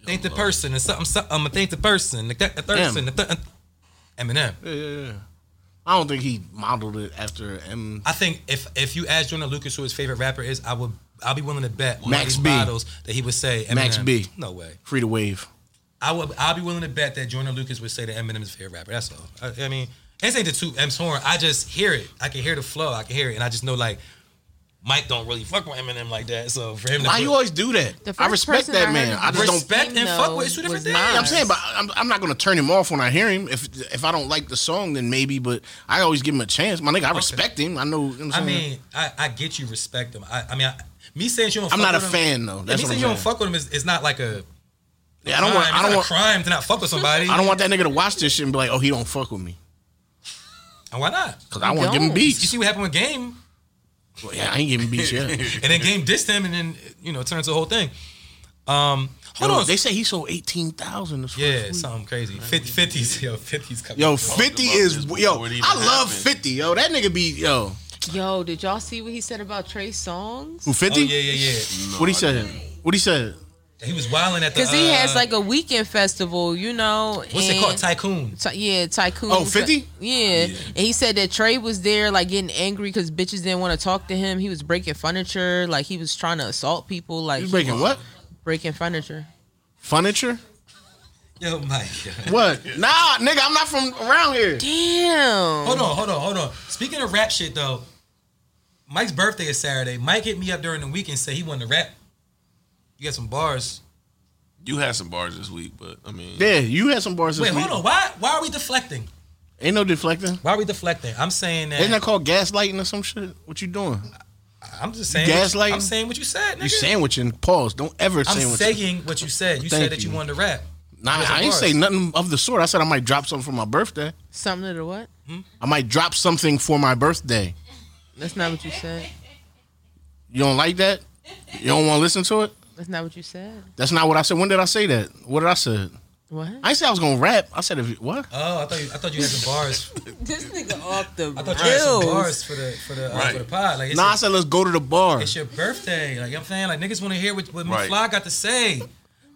[SPEAKER 2] Think the person and something. something I'm gonna think the person. The, th- the person. The th- uh, Eminem.
[SPEAKER 1] Yeah, yeah, yeah. I don't think he modeled it after M.
[SPEAKER 2] I think if if you asked Jordan Lucas who his favorite rapper is, I would I'll be willing to bet one of
[SPEAKER 1] Max
[SPEAKER 2] these
[SPEAKER 1] B.
[SPEAKER 2] bottles that he would say Eminem.
[SPEAKER 1] Max B.
[SPEAKER 2] No way.
[SPEAKER 1] Free to Wave.
[SPEAKER 2] I would. I'll be willing to bet that Jordan Lucas would say that Eminem is a favorite rapper. That's all. I, I mean, this ain't the two M's horn. I just hear it. I can hear the flow. I can hear it, and I just know like Mike don't really fuck with Eminem like that. So for him, to
[SPEAKER 1] Why
[SPEAKER 2] put-
[SPEAKER 1] you always do that?
[SPEAKER 3] The first
[SPEAKER 1] I respect
[SPEAKER 3] person
[SPEAKER 1] that
[SPEAKER 3] I
[SPEAKER 1] man.
[SPEAKER 3] heard
[SPEAKER 1] I
[SPEAKER 3] of
[SPEAKER 1] just
[SPEAKER 3] was
[SPEAKER 1] don't.
[SPEAKER 2] Respect and fuck with- it's two
[SPEAKER 3] Dino
[SPEAKER 2] different
[SPEAKER 3] was
[SPEAKER 2] things.
[SPEAKER 1] I'm
[SPEAKER 3] Nas.
[SPEAKER 1] saying, but I'm, I'm not gonna turn him off when I hear him. If if I don't like the song, then maybe. But I always give him a chance. My nigga, I respect him. I know. you know what
[SPEAKER 2] I
[SPEAKER 1] I'm saying?
[SPEAKER 2] mean, I, I get you respect him. I, I mean, I, me saying you don't.
[SPEAKER 1] I'm
[SPEAKER 2] fuck
[SPEAKER 1] not a
[SPEAKER 2] with him-
[SPEAKER 1] fan though.
[SPEAKER 2] Yeah,
[SPEAKER 1] That's
[SPEAKER 2] me
[SPEAKER 1] what I'm
[SPEAKER 2] saying you don't
[SPEAKER 1] saying.
[SPEAKER 2] fuck with him is, is not like a.
[SPEAKER 1] Yeah, I don't want.
[SPEAKER 2] crime.
[SPEAKER 1] I don't
[SPEAKER 2] It's not a
[SPEAKER 1] want.
[SPEAKER 2] crime to not fuck with
[SPEAKER 1] [LAUGHS]
[SPEAKER 2] somebody.
[SPEAKER 1] I don't want that nigga to watch this shit and be like, oh, he don't fuck with me
[SPEAKER 2] And why not?
[SPEAKER 1] because I want to give him
[SPEAKER 3] don't.
[SPEAKER 2] You
[SPEAKER 1] beats.
[SPEAKER 2] see what happened with Game,
[SPEAKER 1] Well, yeah, I ain't giving beats yet.
[SPEAKER 2] and then Game dissed him, and then you know it turns the whole thing. Um, [LAUGHS] hold
[SPEAKER 1] Yo,
[SPEAKER 2] on.
[SPEAKER 1] they say he sold eighteen thousand. this first
[SPEAKER 2] Yeah,
[SPEAKER 1] week.
[SPEAKER 2] something crazy. 50, 50s, yo, 50s coming.
[SPEAKER 1] Yo,
[SPEAKER 2] strong.
[SPEAKER 1] fifty
[SPEAKER 4] about
[SPEAKER 1] is
[SPEAKER 4] this before
[SPEAKER 1] yo.
[SPEAKER 4] it even
[SPEAKER 1] I love
[SPEAKER 4] happened.
[SPEAKER 1] fifty. Yo, that nigga be yo.
[SPEAKER 3] Yo, did y'all see what he said about Trey Songs?
[SPEAKER 1] Who
[SPEAKER 2] Oh,
[SPEAKER 1] fifty?
[SPEAKER 2] yeah, yeah, yeah.
[SPEAKER 1] What he said? What he said?
[SPEAKER 2] He was wilding at the.
[SPEAKER 3] Because he
[SPEAKER 2] uh,
[SPEAKER 3] has like a weekend festival, you know.
[SPEAKER 2] What's it
[SPEAKER 3] and-
[SPEAKER 2] called? Tycoon.
[SPEAKER 3] Ty- yeah, tycoon.
[SPEAKER 1] Oh, 50?
[SPEAKER 3] Yeah. and he said that Trey was there, like getting angry because bitches didn't want to talk to him. He was breaking furniture, like he was trying to assault people, like
[SPEAKER 1] You breaking what?
[SPEAKER 3] breaking furniture.
[SPEAKER 1] Furniture?
[SPEAKER 2] Yo, Mike.
[SPEAKER 1] What? Nah, nigga, I'm not from around here.
[SPEAKER 3] Damn.
[SPEAKER 2] Hold on, hold on, hold on. Speaking of rap shit, though, Mike's birthday is Saturday. Mike hit me up during the week and said he wanted to rap. You got some bars.
[SPEAKER 4] You had some bars this week, but I mean,
[SPEAKER 1] Yeah, you had some bars this
[SPEAKER 2] Wait,
[SPEAKER 1] week.
[SPEAKER 2] hold on. Why Why are we deflecting?
[SPEAKER 1] Ain't no deflecting.
[SPEAKER 2] Why are we deflecting? I'm saying that.
[SPEAKER 1] Isn't that called gaslighting or some shit? What you doing?
[SPEAKER 2] I'm just saying.
[SPEAKER 1] You
[SPEAKER 2] what you-
[SPEAKER 1] gaslighting?
[SPEAKER 2] I'm saying what you said, nigga.
[SPEAKER 1] You sandwiching. Pause. Don't ever
[SPEAKER 2] I'm
[SPEAKER 1] sandwich.
[SPEAKER 2] saying what you said. You
[SPEAKER 1] Thank
[SPEAKER 2] said that you
[SPEAKER 1] you.
[SPEAKER 2] wanted to rap.
[SPEAKER 1] nah,
[SPEAKER 2] Those are
[SPEAKER 1] I ain't
[SPEAKER 2] bars.
[SPEAKER 1] say nothing of the sort. I said I might drop something for my birthday.
[SPEAKER 3] Something to the what?
[SPEAKER 1] I might drop something for my birthday.
[SPEAKER 3] That's not what you said.
[SPEAKER 1] You don't like that? You don't want to listen to it?
[SPEAKER 3] That's not what you said.
[SPEAKER 1] That's not what I said. When did I say that? What did I say?
[SPEAKER 3] What?
[SPEAKER 1] I ain't say I was gonna rap. I said if you, what?
[SPEAKER 2] Oh, I thought you, I thought you had some bars.
[SPEAKER 3] [LAUGHS] this nigga off the
[SPEAKER 2] I thought you had some
[SPEAKER 3] rails.
[SPEAKER 2] bars for the for the uh,
[SPEAKER 4] Right.
[SPEAKER 2] for the pod. Like it's
[SPEAKER 1] Nah,
[SPEAKER 2] your-
[SPEAKER 1] I said let's go to the bar.
[SPEAKER 2] It's your birthday. Like I'm saying, like niggas want to hear what, what
[SPEAKER 4] Right.
[SPEAKER 2] McFly got to say.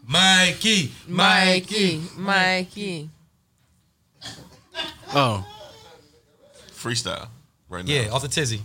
[SPEAKER 2] Mikey, Mikey.
[SPEAKER 3] Mikey, Mikey.
[SPEAKER 1] Oh,
[SPEAKER 4] freestyle right now.
[SPEAKER 2] Yeah, off
[SPEAKER 1] [LAUGHS]
[SPEAKER 2] the tizzy.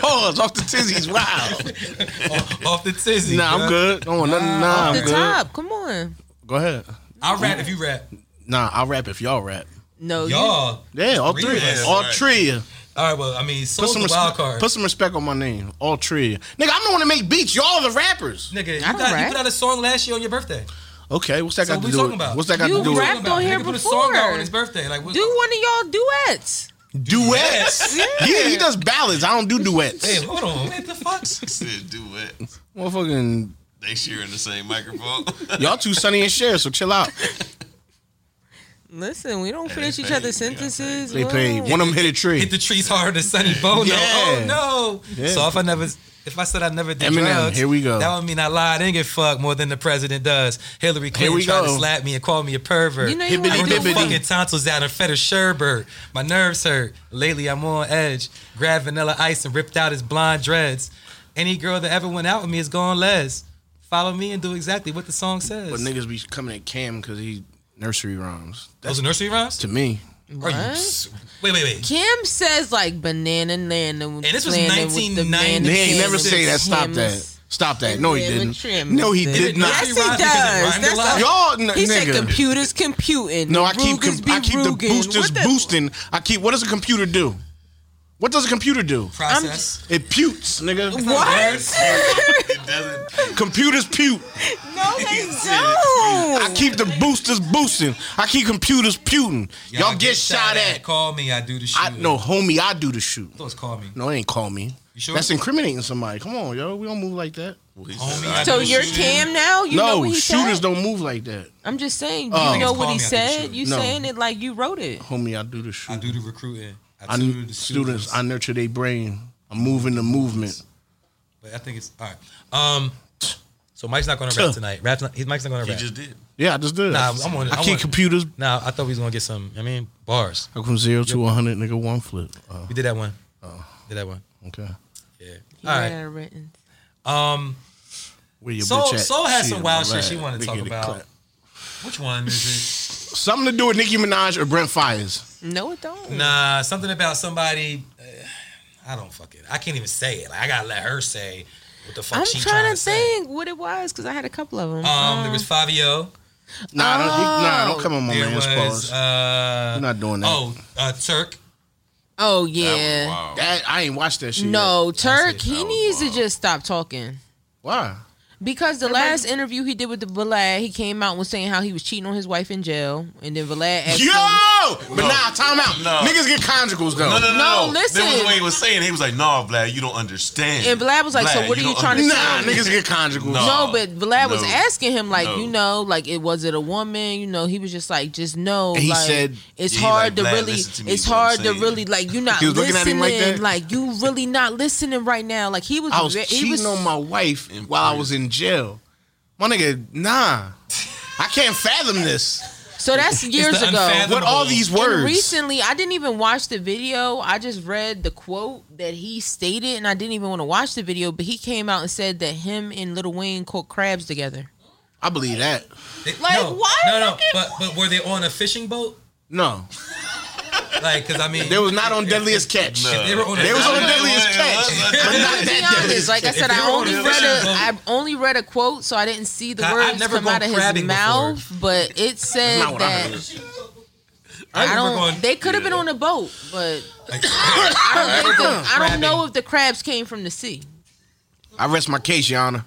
[SPEAKER 1] pause off the tizzies.
[SPEAKER 2] [LAUGHS]
[SPEAKER 1] Wow.
[SPEAKER 2] off the tizzy.
[SPEAKER 1] Nah,
[SPEAKER 2] bruh.
[SPEAKER 1] I'm good. Don't want nothing. Nah,
[SPEAKER 3] the
[SPEAKER 1] I'm good.
[SPEAKER 3] top. Come on.
[SPEAKER 1] Go ahead.
[SPEAKER 2] I'll rap if you rap.
[SPEAKER 1] Nah, I'll rap if y'all rap.
[SPEAKER 3] No, you-
[SPEAKER 2] Y'all.
[SPEAKER 1] Yeah, all
[SPEAKER 2] Three
[SPEAKER 1] three.
[SPEAKER 2] of us.
[SPEAKER 1] all
[SPEAKER 4] Right.
[SPEAKER 1] three. of you.
[SPEAKER 2] All right, well, I mean,
[SPEAKER 1] Put
[SPEAKER 2] Soul's
[SPEAKER 1] some
[SPEAKER 2] the wild
[SPEAKER 1] respect.
[SPEAKER 2] card.
[SPEAKER 1] Put some respect on my name. All three. of you. Nigga, I'm the one that make beats. Y'all are the rappers.
[SPEAKER 2] Nigga, you,
[SPEAKER 3] I don't
[SPEAKER 2] got, you
[SPEAKER 3] rap.
[SPEAKER 2] put out a song last year on your birthday.
[SPEAKER 1] Okay, what's that
[SPEAKER 2] So
[SPEAKER 1] got
[SPEAKER 2] what
[SPEAKER 1] to
[SPEAKER 2] we
[SPEAKER 1] do?
[SPEAKER 2] talking
[SPEAKER 1] with-
[SPEAKER 2] about?
[SPEAKER 1] What's that got
[SPEAKER 3] You
[SPEAKER 1] to do?
[SPEAKER 3] rapped
[SPEAKER 1] with
[SPEAKER 3] on here
[SPEAKER 2] Nigga put a song out
[SPEAKER 3] before.
[SPEAKER 2] on his birthday. Like, what,
[SPEAKER 3] do one of y'all duets.
[SPEAKER 1] Duets.
[SPEAKER 3] Yeah.
[SPEAKER 1] Yeah, he does ballads. I don't do duets.
[SPEAKER 2] Hey, hold on. What the fuck?
[SPEAKER 4] Said duet.
[SPEAKER 1] Motherfucking,
[SPEAKER 4] They sharing the same microphone. [LAUGHS]
[SPEAKER 1] y'all too sunny and share, so chill out.
[SPEAKER 3] Listen, we don't
[SPEAKER 4] Hey,
[SPEAKER 3] finish each
[SPEAKER 4] paid.
[SPEAKER 3] other's
[SPEAKER 4] They got
[SPEAKER 3] sentences.
[SPEAKER 1] They
[SPEAKER 3] Whoa.
[SPEAKER 1] played. One of them hit a
[SPEAKER 2] Hit
[SPEAKER 1] tree.
[SPEAKER 2] the trees harder than Sunny Bono.
[SPEAKER 1] Yeah.
[SPEAKER 2] Oh no!
[SPEAKER 1] Yeah.
[SPEAKER 2] So if I never, if I said I never did
[SPEAKER 1] Eminem,
[SPEAKER 2] drugs,
[SPEAKER 1] here we go.
[SPEAKER 2] That would mean I lied and get fucked more than the president does. Hillary Clinton
[SPEAKER 1] we
[SPEAKER 2] tried to
[SPEAKER 1] go.
[SPEAKER 2] slap me and call me a pervert.
[SPEAKER 3] You know
[SPEAKER 1] Hit
[SPEAKER 3] you
[SPEAKER 1] Bibbidi
[SPEAKER 2] I
[SPEAKER 3] want
[SPEAKER 2] grew
[SPEAKER 3] to
[SPEAKER 1] Dibbidi.
[SPEAKER 3] do
[SPEAKER 2] fucking
[SPEAKER 3] one.
[SPEAKER 2] tonsils out and fed a sherbert. My nerves hurt. Lately I'm on edge. Grabbed vanilla ice and ripped out his blonde dreads. Any girl that ever went out with me is gone les. Follow me and do exactly what the song says.
[SPEAKER 1] But niggas be coming at Cam because he nursery rhymes.
[SPEAKER 2] Those are nursery rhymes?
[SPEAKER 1] To me,
[SPEAKER 2] Are you
[SPEAKER 3] What?
[SPEAKER 2] s- Wait, wait, wait.
[SPEAKER 3] Kim says like banana land.
[SPEAKER 2] And this was 1990.
[SPEAKER 1] they ain't
[SPEAKER 2] Cam
[SPEAKER 1] never say that. Stop that. Stop that. No, he
[SPEAKER 3] Yeah, with
[SPEAKER 1] didn't.
[SPEAKER 3] trim.
[SPEAKER 1] No, he
[SPEAKER 3] Yes,
[SPEAKER 1] did not.
[SPEAKER 2] Nursery
[SPEAKER 3] Yes,
[SPEAKER 2] rhymes
[SPEAKER 3] he
[SPEAKER 2] because it
[SPEAKER 3] does.
[SPEAKER 2] rhymed a
[SPEAKER 3] That's
[SPEAKER 2] lot.
[SPEAKER 3] a-
[SPEAKER 1] Y'all, n-
[SPEAKER 3] He said
[SPEAKER 1] nigga.
[SPEAKER 3] computers computing.
[SPEAKER 1] No,
[SPEAKER 3] The
[SPEAKER 1] I keep
[SPEAKER 3] Rugers
[SPEAKER 1] com-
[SPEAKER 3] be
[SPEAKER 1] I keep the
[SPEAKER 3] Rugers.
[SPEAKER 1] boosters
[SPEAKER 3] What the-
[SPEAKER 1] boosting. I keep. What does a computer do? What does a computer do?
[SPEAKER 2] Process.
[SPEAKER 1] It putes, nigga.
[SPEAKER 3] [LAUGHS] What?
[SPEAKER 4] it doesn't.
[SPEAKER 1] Computers pute.
[SPEAKER 3] No, they
[SPEAKER 1] I
[SPEAKER 3] don't.
[SPEAKER 1] keep the boosters boosting. I keep computers puting. Y'all, get, shot at.
[SPEAKER 2] Call me. I do the shoot.
[SPEAKER 1] I no, homie. I do the shoot.
[SPEAKER 2] Those call me.
[SPEAKER 1] No, it ain't call me.
[SPEAKER 2] You sure?
[SPEAKER 1] That's incriminating somebody. Come on, yo. We don't move like that.
[SPEAKER 4] Well, he
[SPEAKER 2] Homie,
[SPEAKER 4] said,
[SPEAKER 2] I
[SPEAKER 4] I
[SPEAKER 3] So
[SPEAKER 4] do
[SPEAKER 3] you're
[SPEAKER 4] shoot.
[SPEAKER 3] Cam now? You know
[SPEAKER 1] no,
[SPEAKER 3] what he
[SPEAKER 1] shooters
[SPEAKER 3] said?
[SPEAKER 1] don't move like that,
[SPEAKER 3] I'm just saying. Do you
[SPEAKER 1] Oh.
[SPEAKER 3] know
[SPEAKER 2] Call
[SPEAKER 3] what
[SPEAKER 2] me,
[SPEAKER 3] he
[SPEAKER 2] I do
[SPEAKER 3] said?
[SPEAKER 2] shoot.
[SPEAKER 3] You
[SPEAKER 1] No.
[SPEAKER 3] saying it like you wrote it.
[SPEAKER 1] homie. I do the
[SPEAKER 2] I
[SPEAKER 1] shooting.
[SPEAKER 2] do the recruiting. I,
[SPEAKER 1] I
[SPEAKER 2] do
[SPEAKER 1] n-
[SPEAKER 2] the
[SPEAKER 1] students,
[SPEAKER 2] students.
[SPEAKER 1] I nurture their brain. I'm moving the movement.
[SPEAKER 2] but I think it's all right. Um, so Mike's not going to rap tonight. Rap, he's Mike's not going to
[SPEAKER 4] He
[SPEAKER 2] rap.
[SPEAKER 4] just did.
[SPEAKER 1] Yeah, I just did.
[SPEAKER 2] Nah, I'm on-
[SPEAKER 1] I
[SPEAKER 2] I'm
[SPEAKER 1] keep
[SPEAKER 2] on-
[SPEAKER 1] computers.
[SPEAKER 2] Now I thought we was going to get some. I mean, bars.
[SPEAKER 1] I from zero to 100, nigga, one flip. Oh,
[SPEAKER 2] We did that one. Did that one.
[SPEAKER 1] okay.
[SPEAKER 2] Yeah.
[SPEAKER 3] He
[SPEAKER 2] All
[SPEAKER 3] had
[SPEAKER 2] right.
[SPEAKER 3] it written.
[SPEAKER 2] Um,
[SPEAKER 1] Where your
[SPEAKER 2] Soul-
[SPEAKER 1] bitch at?
[SPEAKER 2] Soul has some wild shit
[SPEAKER 1] alright.
[SPEAKER 2] she wanna
[SPEAKER 1] Nigga,
[SPEAKER 2] talk
[SPEAKER 1] the
[SPEAKER 2] about.
[SPEAKER 1] clap.
[SPEAKER 2] which one is
[SPEAKER 1] Something to do with Nicki Minaj or Brent Fires.
[SPEAKER 3] No, it
[SPEAKER 2] it?
[SPEAKER 3] don't.
[SPEAKER 2] Nah, something about somebody. Uh, I don't fucking. I can't even say it. Like, I gotta let her say what the fuck
[SPEAKER 3] I'm
[SPEAKER 2] she
[SPEAKER 3] trying to
[SPEAKER 2] say.
[SPEAKER 3] think what it was because I had a couple of them.
[SPEAKER 2] Um, there was Fabio.
[SPEAKER 1] Nah, don't, you- nah, don't come on my
[SPEAKER 2] there
[SPEAKER 1] man's
[SPEAKER 2] was
[SPEAKER 1] pause.
[SPEAKER 2] uh,
[SPEAKER 1] We're not doing that.
[SPEAKER 2] oh uh, Turk.
[SPEAKER 3] oh
[SPEAKER 4] That was
[SPEAKER 3] yeah.
[SPEAKER 4] wild.
[SPEAKER 1] that I ain't watched that shit. yet.
[SPEAKER 3] No, Turk.
[SPEAKER 2] see.
[SPEAKER 3] He
[SPEAKER 4] That was
[SPEAKER 3] needs to
[SPEAKER 4] wild.
[SPEAKER 3] just stop talking.
[SPEAKER 1] Why?
[SPEAKER 3] Because the last interview he did with the Vlad, he came out and was saying how he was cheating on his wife in jail, and then Vlad asked
[SPEAKER 1] Yo,
[SPEAKER 3] him,
[SPEAKER 1] but nah, time out.
[SPEAKER 4] No.
[SPEAKER 1] Niggas get conjugals though.
[SPEAKER 4] No, no, no,
[SPEAKER 3] No,
[SPEAKER 4] no.
[SPEAKER 3] listen.
[SPEAKER 4] There was the way he was saying. it. He was like, "Nah, Vlad, you don't understand."
[SPEAKER 3] And Vlad was like, "So what are you
[SPEAKER 4] don't
[SPEAKER 3] trying to
[SPEAKER 4] understand."
[SPEAKER 1] Nah, niggas get conjugals.
[SPEAKER 4] No.
[SPEAKER 3] No, but Vlad was
[SPEAKER 4] No.
[SPEAKER 3] asking him like,
[SPEAKER 4] No.
[SPEAKER 3] you know, like it was it a woman? You know, he was just like, just know.
[SPEAKER 1] And he
[SPEAKER 3] like,
[SPEAKER 1] said-
[SPEAKER 3] it's
[SPEAKER 4] Yeah, he
[SPEAKER 3] hard
[SPEAKER 4] like,
[SPEAKER 3] to
[SPEAKER 4] "Vlad,
[SPEAKER 3] really,
[SPEAKER 4] listen to me,
[SPEAKER 3] it's
[SPEAKER 4] what I'm
[SPEAKER 3] hard to
[SPEAKER 4] saying."
[SPEAKER 3] really like you're not
[SPEAKER 1] He was looking at
[SPEAKER 3] listening.
[SPEAKER 1] him like
[SPEAKER 3] Like,
[SPEAKER 1] that?
[SPEAKER 3] you really not listening right now. Like he was,
[SPEAKER 1] I was
[SPEAKER 3] ve- he
[SPEAKER 1] cheating
[SPEAKER 3] was
[SPEAKER 1] on my wife
[SPEAKER 4] In
[SPEAKER 1] while I
[SPEAKER 4] prison.
[SPEAKER 1] was in jail. My nigga, nah. I can't fathom
[SPEAKER 2] [LAUGHS]
[SPEAKER 1] this.
[SPEAKER 3] so that's years
[SPEAKER 2] the
[SPEAKER 3] ago.
[SPEAKER 2] unfathom-
[SPEAKER 1] What all these
[SPEAKER 3] And
[SPEAKER 1] words?
[SPEAKER 3] recently, I didn't even watch the video. I just read the quote that he stated, and I didn't even want to watch the video. But he came out and said that him and Little Wayne caught crabs together.
[SPEAKER 1] I believe that.
[SPEAKER 2] They-
[SPEAKER 3] Like,
[SPEAKER 2] no,
[SPEAKER 3] why
[SPEAKER 2] No, no.
[SPEAKER 3] fucking-
[SPEAKER 2] But but were they on a fishing boat?
[SPEAKER 1] No,
[SPEAKER 2] Like, cause I mean,
[SPEAKER 1] they was not on Deadliest
[SPEAKER 2] [LAUGHS]
[SPEAKER 1] Catch.
[SPEAKER 4] No.
[SPEAKER 2] They were on a-
[SPEAKER 1] They was on
[SPEAKER 2] Yeah,
[SPEAKER 1] Deadliest
[SPEAKER 4] yeah,
[SPEAKER 1] Catch,
[SPEAKER 4] yeah.
[SPEAKER 1] but
[SPEAKER 3] [LAUGHS]
[SPEAKER 1] not
[SPEAKER 3] To be
[SPEAKER 1] that
[SPEAKER 3] honest,
[SPEAKER 1] Deadliest
[SPEAKER 3] like I
[SPEAKER 1] Catch.
[SPEAKER 2] If
[SPEAKER 3] said, I
[SPEAKER 2] you're on
[SPEAKER 3] only
[SPEAKER 2] the
[SPEAKER 3] read a,
[SPEAKER 2] fishing boat-
[SPEAKER 3] I only read a quote, so I didn't see the
[SPEAKER 2] I- I've
[SPEAKER 3] words
[SPEAKER 2] never
[SPEAKER 3] come out
[SPEAKER 2] gone
[SPEAKER 3] of his
[SPEAKER 2] crabbing
[SPEAKER 3] mouth. But it said
[SPEAKER 1] Not what I
[SPEAKER 3] that
[SPEAKER 1] heard.
[SPEAKER 2] I
[SPEAKER 3] I,
[SPEAKER 2] remember
[SPEAKER 3] don't.
[SPEAKER 2] going-
[SPEAKER 3] they could have
[SPEAKER 4] yeah.
[SPEAKER 3] been on a boat, but
[SPEAKER 2] Like, [COUGHS]
[SPEAKER 3] I don't, think the, I don't
[SPEAKER 2] Crabbing.
[SPEAKER 3] know if the crabs came from the sea.
[SPEAKER 1] I rest my case, Your Honor.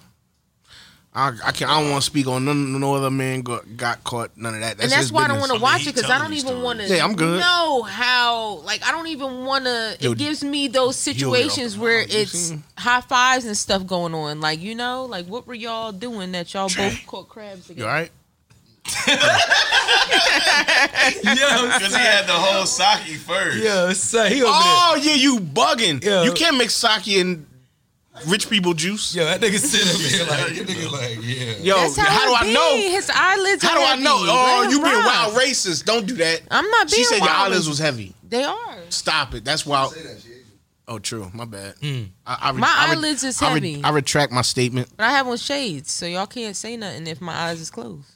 [SPEAKER 1] I, I can I don't want to speak on none. No other man got, got caught. None of that. That's
[SPEAKER 3] and that's
[SPEAKER 1] his
[SPEAKER 3] why I
[SPEAKER 1] business.
[SPEAKER 3] don't
[SPEAKER 4] I mean,
[SPEAKER 3] want to watch
[SPEAKER 4] he
[SPEAKER 3] it because I
[SPEAKER 4] telling
[SPEAKER 3] don't
[SPEAKER 4] these
[SPEAKER 3] even want to.
[SPEAKER 4] stories.
[SPEAKER 1] Yeah, I'm good.
[SPEAKER 3] Know how? Like I don't even want to.
[SPEAKER 1] Yo,
[SPEAKER 3] It gives me those
[SPEAKER 1] he'll get off
[SPEAKER 3] situations
[SPEAKER 1] the
[SPEAKER 3] where
[SPEAKER 1] ground, you
[SPEAKER 3] it's
[SPEAKER 1] seen?
[SPEAKER 3] high fives and stuff going on. Like you know, like what were y'all doing that y'all both caught crabs
[SPEAKER 1] You
[SPEAKER 3] together?
[SPEAKER 1] all right?
[SPEAKER 2] yo,
[SPEAKER 4] Because he had the whole sake first.
[SPEAKER 2] yo, son, he over
[SPEAKER 1] Oh yeah, you bugging.
[SPEAKER 2] Yeah.
[SPEAKER 1] You can't mix sake and rich people juice.
[SPEAKER 2] there. Yo, that nigga sitting up here like, that nigga like, yeah.
[SPEAKER 1] Yo,
[SPEAKER 3] That's
[SPEAKER 1] how,
[SPEAKER 3] how,
[SPEAKER 1] do
[SPEAKER 3] it
[SPEAKER 1] I
[SPEAKER 3] be.
[SPEAKER 1] know?
[SPEAKER 3] His eyelids.
[SPEAKER 1] How
[SPEAKER 3] are
[SPEAKER 1] do I
[SPEAKER 3] heavy.
[SPEAKER 1] know? Oh,
[SPEAKER 3] Let
[SPEAKER 1] you
[SPEAKER 3] him
[SPEAKER 1] being
[SPEAKER 3] ride.
[SPEAKER 1] wild racist. Don't do that.
[SPEAKER 3] I'm not being
[SPEAKER 1] She said your
[SPEAKER 3] wild.
[SPEAKER 1] eyelids was heavy.
[SPEAKER 3] They are.
[SPEAKER 1] Stop it. That's wild. Oh, true. My bad.
[SPEAKER 2] Hmm.
[SPEAKER 1] I, I re-
[SPEAKER 3] My
[SPEAKER 1] I re-
[SPEAKER 3] eyelids is
[SPEAKER 1] I re-
[SPEAKER 3] heavy.
[SPEAKER 1] I retract my statement.
[SPEAKER 3] But I have on shades, so y'all can't say nothing if my eyes
[SPEAKER 1] [LAUGHS]
[SPEAKER 3] is closed.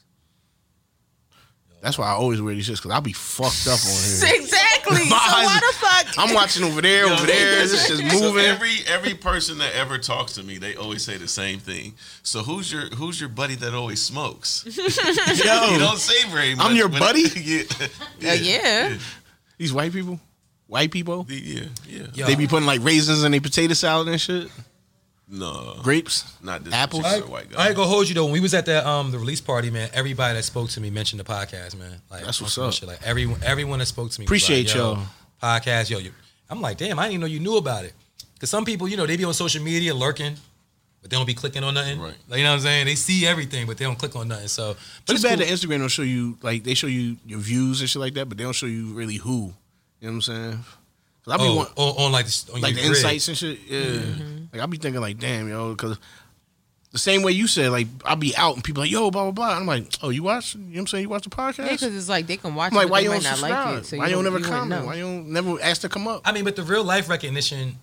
[SPEAKER 1] That's why I always wear these shits because I'll be fucked up
[SPEAKER 3] [LAUGHS]
[SPEAKER 1] on here.
[SPEAKER 3] Exactly.
[SPEAKER 1] My eyes-
[SPEAKER 3] the fuck?
[SPEAKER 1] I'm watching over there, over there. This is
[SPEAKER 4] [LAUGHS] So
[SPEAKER 1] moving.
[SPEAKER 4] every every person that ever talks to me, they always say the same thing. So who's your who's your buddy that always
[SPEAKER 3] [LAUGHS]
[SPEAKER 4] smokes? [LAUGHS] You
[SPEAKER 1] Yo,
[SPEAKER 4] don't say very much.
[SPEAKER 1] your
[SPEAKER 4] but- [LAUGHS]
[SPEAKER 1] buddy?
[SPEAKER 4] yeah.
[SPEAKER 3] [LAUGHS] Yeah, yeah.
[SPEAKER 1] these white people, white people,
[SPEAKER 4] Yeah. Yeah.
[SPEAKER 2] Yo.
[SPEAKER 3] uh,
[SPEAKER 1] they be putting like raisins in their potato salad and shit.
[SPEAKER 4] No.
[SPEAKER 1] Grapes.
[SPEAKER 4] Not this
[SPEAKER 1] Apples?
[SPEAKER 2] I,
[SPEAKER 4] particular white guy.
[SPEAKER 2] I ain't gonna hold you though. When we was at that um the release party, man, everybody that spoke to me mentioned the podcast, man. Like
[SPEAKER 1] That's what's
[SPEAKER 2] some
[SPEAKER 1] up.
[SPEAKER 2] Shit. Like everyone, everyone that spoke to me. was
[SPEAKER 1] Appreciate
[SPEAKER 2] like,
[SPEAKER 1] y'all.
[SPEAKER 2] Podcast, yo. You, I'm like, damn, I didn't even know you knew about it. Cause some people, you know, they be on social media lurking, but they don't be clicking on nothing.
[SPEAKER 4] Right.
[SPEAKER 2] Like, you know what I'm saying? They see everything, but they don't click on nothing. So, but
[SPEAKER 1] Too
[SPEAKER 2] it's
[SPEAKER 1] bad
[SPEAKER 2] cool.
[SPEAKER 1] that Instagram don't show you like they show you your views and shit like that, but they don't show you really who. You know what I'm saying? 'Cause I be
[SPEAKER 2] oh,
[SPEAKER 1] want,
[SPEAKER 2] on, on like the, on
[SPEAKER 1] like the
[SPEAKER 2] your grid.
[SPEAKER 1] insights and shit. Yeah,
[SPEAKER 3] Mm-hmm.
[SPEAKER 1] like I be thinking like, damn, yo, because the same way you said, like I'll be out and people like, yo, blah blah blah. I'm like, oh, you watch? You know what I'm saying? You watch the podcast?
[SPEAKER 3] Because it's like they can watch
[SPEAKER 1] I'm like,
[SPEAKER 3] it,
[SPEAKER 1] why
[SPEAKER 3] but
[SPEAKER 1] you
[SPEAKER 3] they
[SPEAKER 1] don't
[SPEAKER 3] might not like
[SPEAKER 1] subscribe?
[SPEAKER 3] it. So
[SPEAKER 1] why you don't
[SPEAKER 3] don't
[SPEAKER 1] ever
[SPEAKER 3] you wouldn't
[SPEAKER 1] comment?
[SPEAKER 3] know.
[SPEAKER 1] Why you don't never ask to come up?
[SPEAKER 2] I mean, but the real life recognition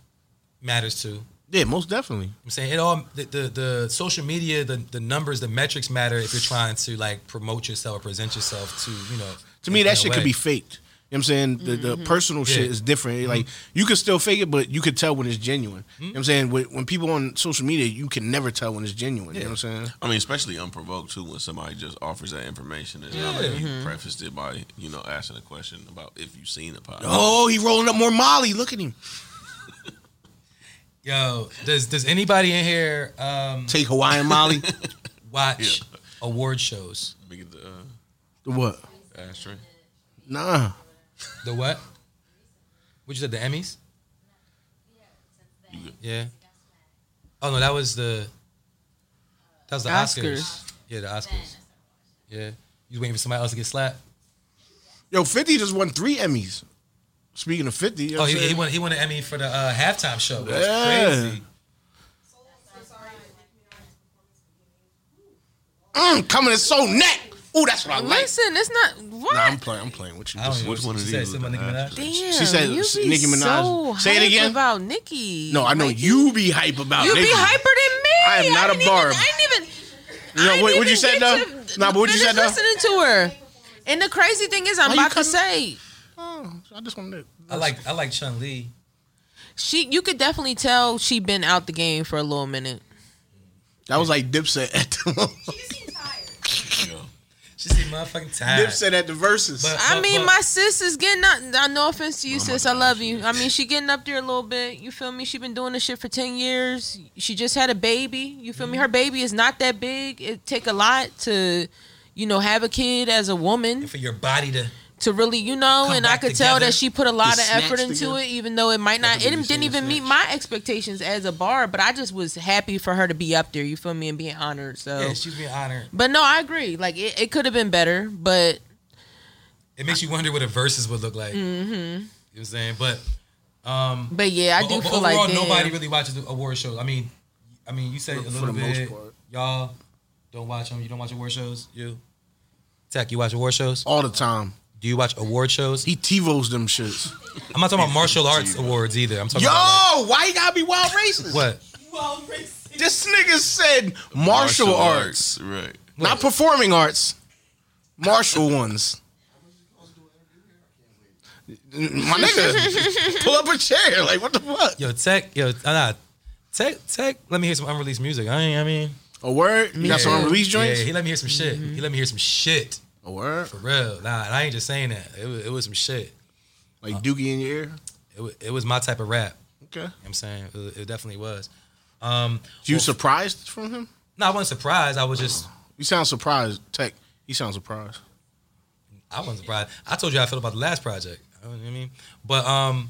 [SPEAKER 2] matters too.
[SPEAKER 1] yeah, most definitely.
[SPEAKER 2] I'm saying it all the, the the social media, the the numbers, the metrics matter if you're trying to like promote yourself or present yourself to, you know.
[SPEAKER 1] To me,
[SPEAKER 2] in
[SPEAKER 1] that
[SPEAKER 2] a
[SPEAKER 1] shit
[SPEAKER 2] way.
[SPEAKER 1] could be faked. You know what I'm saying? The, the
[SPEAKER 3] Mm-hmm.
[SPEAKER 1] personal shit
[SPEAKER 2] Yeah. Mm-hmm.
[SPEAKER 1] is different. Like, you can still fake it, but you could tell when it's genuine. You know what I'm saying? When, when people on social media, you can never tell when it's genuine. You know what I'm saying?
[SPEAKER 4] I mean, especially unprovoked too, when somebody just offers that information. It's not like you
[SPEAKER 1] Mm-hmm.
[SPEAKER 4] prefaced it by you know asking a question about if you've seen the podcast.
[SPEAKER 1] Oh, he rolling up more Molly. Look at him.
[SPEAKER 2] Yo, does does anybody in here um
[SPEAKER 1] Take Hawaiian
[SPEAKER 2] [LAUGHS]
[SPEAKER 1] Molly.
[SPEAKER 2] watch award shows?
[SPEAKER 4] Let me get the uh,
[SPEAKER 1] The what?
[SPEAKER 4] ashtray.
[SPEAKER 1] Nah.
[SPEAKER 2] The what? What you said, the Emmys?
[SPEAKER 4] You good?
[SPEAKER 2] Yeah. Oh no, that was the That was the Oscars.
[SPEAKER 3] Oscars.
[SPEAKER 2] Yeah, the Oscars. Yeah. You waiting for somebody else to get slapped?
[SPEAKER 1] Yo, 50 just won three Emmys. Speaking of 50, you know
[SPEAKER 2] Oh,
[SPEAKER 1] what I'm
[SPEAKER 2] he, he
[SPEAKER 1] saying?
[SPEAKER 2] won. He won an Emmy for the uh, halftime show. That's
[SPEAKER 1] Yeah.
[SPEAKER 2] crazy.
[SPEAKER 1] Mm, coming in so neck. Ooh, that's what I like.
[SPEAKER 3] Listen, it's not what.
[SPEAKER 1] Nah, I'm playing. I'm playing with you.
[SPEAKER 2] I don't
[SPEAKER 1] This-
[SPEAKER 2] even
[SPEAKER 4] Which
[SPEAKER 2] know
[SPEAKER 4] one
[SPEAKER 2] what
[SPEAKER 4] of
[SPEAKER 2] she
[SPEAKER 4] these?
[SPEAKER 2] said.
[SPEAKER 4] was
[SPEAKER 2] Somebody
[SPEAKER 4] the
[SPEAKER 2] Nicki
[SPEAKER 4] Oscars?
[SPEAKER 2] Minaj?
[SPEAKER 3] Damn,
[SPEAKER 1] She said
[SPEAKER 3] you be
[SPEAKER 1] Nicki Minaj.
[SPEAKER 3] So
[SPEAKER 1] Say it
[SPEAKER 3] hype
[SPEAKER 1] again.
[SPEAKER 3] About Nicki.
[SPEAKER 1] no, I know
[SPEAKER 3] Like,
[SPEAKER 1] you be hype about.
[SPEAKER 3] You be
[SPEAKER 1] Nicki.
[SPEAKER 3] hyper than me.
[SPEAKER 1] I am not a
[SPEAKER 3] didn't
[SPEAKER 1] barb.
[SPEAKER 3] Even, I didn't even.
[SPEAKER 1] You know,
[SPEAKER 3] I didn't
[SPEAKER 1] what, what you
[SPEAKER 3] even
[SPEAKER 1] said
[SPEAKER 3] get
[SPEAKER 1] though?
[SPEAKER 3] to
[SPEAKER 1] Nah, but what you
[SPEAKER 3] finish
[SPEAKER 1] said though?
[SPEAKER 3] Listening to her, and the crazy thing is, I'm
[SPEAKER 1] Why you
[SPEAKER 3] about to
[SPEAKER 1] coming-
[SPEAKER 3] say
[SPEAKER 1] Oh, I just wanted.
[SPEAKER 2] I like. I like Chun Li.
[SPEAKER 3] she. You could definitely tell she been out the game for a little minute.
[SPEAKER 1] That was like Dipset at the [LAUGHS]
[SPEAKER 4] Yeah.
[SPEAKER 2] She said motherfucking tired.
[SPEAKER 1] Dipset at the verses.
[SPEAKER 2] But-
[SPEAKER 3] I mean,
[SPEAKER 2] but-
[SPEAKER 3] my sis is getting up. I no offense to you,
[SPEAKER 4] Oh my
[SPEAKER 3] sis. I
[SPEAKER 4] God,
[SPEAKER 3] love
[SPEAKER 4] she
[SPEAKER 3] you.
[SPEAKER 4] is.
[SPEAKER 3] I mean, she getting up there a little bit. You feel me? She been doing this shit for ten years. She just had a baby. You feel me?
[SPEAKER 2] Mm-hmm.
[SPEAKER 3] Her baby is not that big. It take a lot to, you know, have a kid as a woman.
[SPEAKER 2] for your body to.
[SPEAKER 3] to really, you know,
[SPEAKER 2] Come
[SPEAKER 3] and I
[SPEAKER 2] back
[SPEAKER 3] could
[SPEAKER 2] together.
[SPEAKER 3] tell that she put a lot
[SPEAKER 1] The
[SPEAKER 3] of effort
[SPEAKER 1] snatch
[SPEAKER 3] into
[SPEAKER 1] together.
[SPEAKER 3] it, even though it might not,
[SPEAKER 4] That's what
[SPEAKER 3] it
[SPEAKER 4] they
[SPEAKER 3] didn't
[SPEAKER 4] say,
[SPEAKER 3] even
[SPEAKER 4] the
[SPEAKER 3] meet my expectations as a bar, but I just was happy for her to be up there, you feel me, and being honored. So,
[SPEAKER 2] Yeah, she's being honored.
[SPEAKER 3] but no, I agree. Like, it, it could have been better, but
[SPEAKER 2] It makes you wonder what a versus would look like. You know what I'm saying? But
[SPEAKER 3] but yeah, Mm-hmm. I
[SPEAKER 2] but-
[SPEAKER 3] do
[SPEAKER 2] but
[SPEAKER 3] feel
[SPEAKER 2] overall,
[SPEAKER 3] like damn,
[SPEAKER 2] nobody really watches the award shows. I mean, I mean, you say a
[SPEAKER 1] For
[SPEAKER 2] little
[SPEAKER 1] the most
[SPEAKER 2] bit.
[SPEAKER 1] part.
[SPEAKER 2] Y'all don't watch them. You don't watch award shows. You, Tech, you watch award shows.
[SPEAKER 1] all the time.
[SPEAKER 2] Do you watch award shows?
[SPEAKER 1] He TiVos them shits.
[SPEAKER 2] I'm not talking about martial arts awards either. I'm talking
[SPEAKER 1] Yo,
[SPEAKER 2] about
[SPEAKER 1] why you gotta be wild racist?
[SPEAKER 2] like, what?
[SPEAKER 1] This nigga said martial, arts,
[SPEAKER 4] Right.
[SPEAKER 1] not performing arts. Martial ones. [LAUGHS] My nigga, pull up a chair. Like what the fuck?
[SPEAKER 2] Yo, Tech. Yo, uh, nah, Tech. Tech. Let me hear some unreleased music. I mean, I mean,
[SPEAKER 1] A word? You got some
[SPEAKER 3] Yeah.
[SPEAKER 1] unreleased joints?
[SPEAKER 2] yeah. He let me hear some shit. He let me hear some shit.
[SPEAKER 1] A word?
[SPEAKER 2] For real. Nah, and I ain't just saying that. It was, it was some shit.
[SPEAKER 1] Like Doogie in your ear?
[SPEAKER 2] It was, it was my type of rap.
[SPEAKER 1] Okay.
[SPEAKER 2] You know what I'm saying it, was- it definitely was. Um,
[SPEAKER 1] You surprised from him?
[SPEAKER 2] no, I wasn't surprised. I was just
[SPEAKER 1] You sound surprised, Tech. You sound surprised.
[SPEAKER 2] I wasn't surprised. I told you how I felt about the last project. You know what I mean, but um,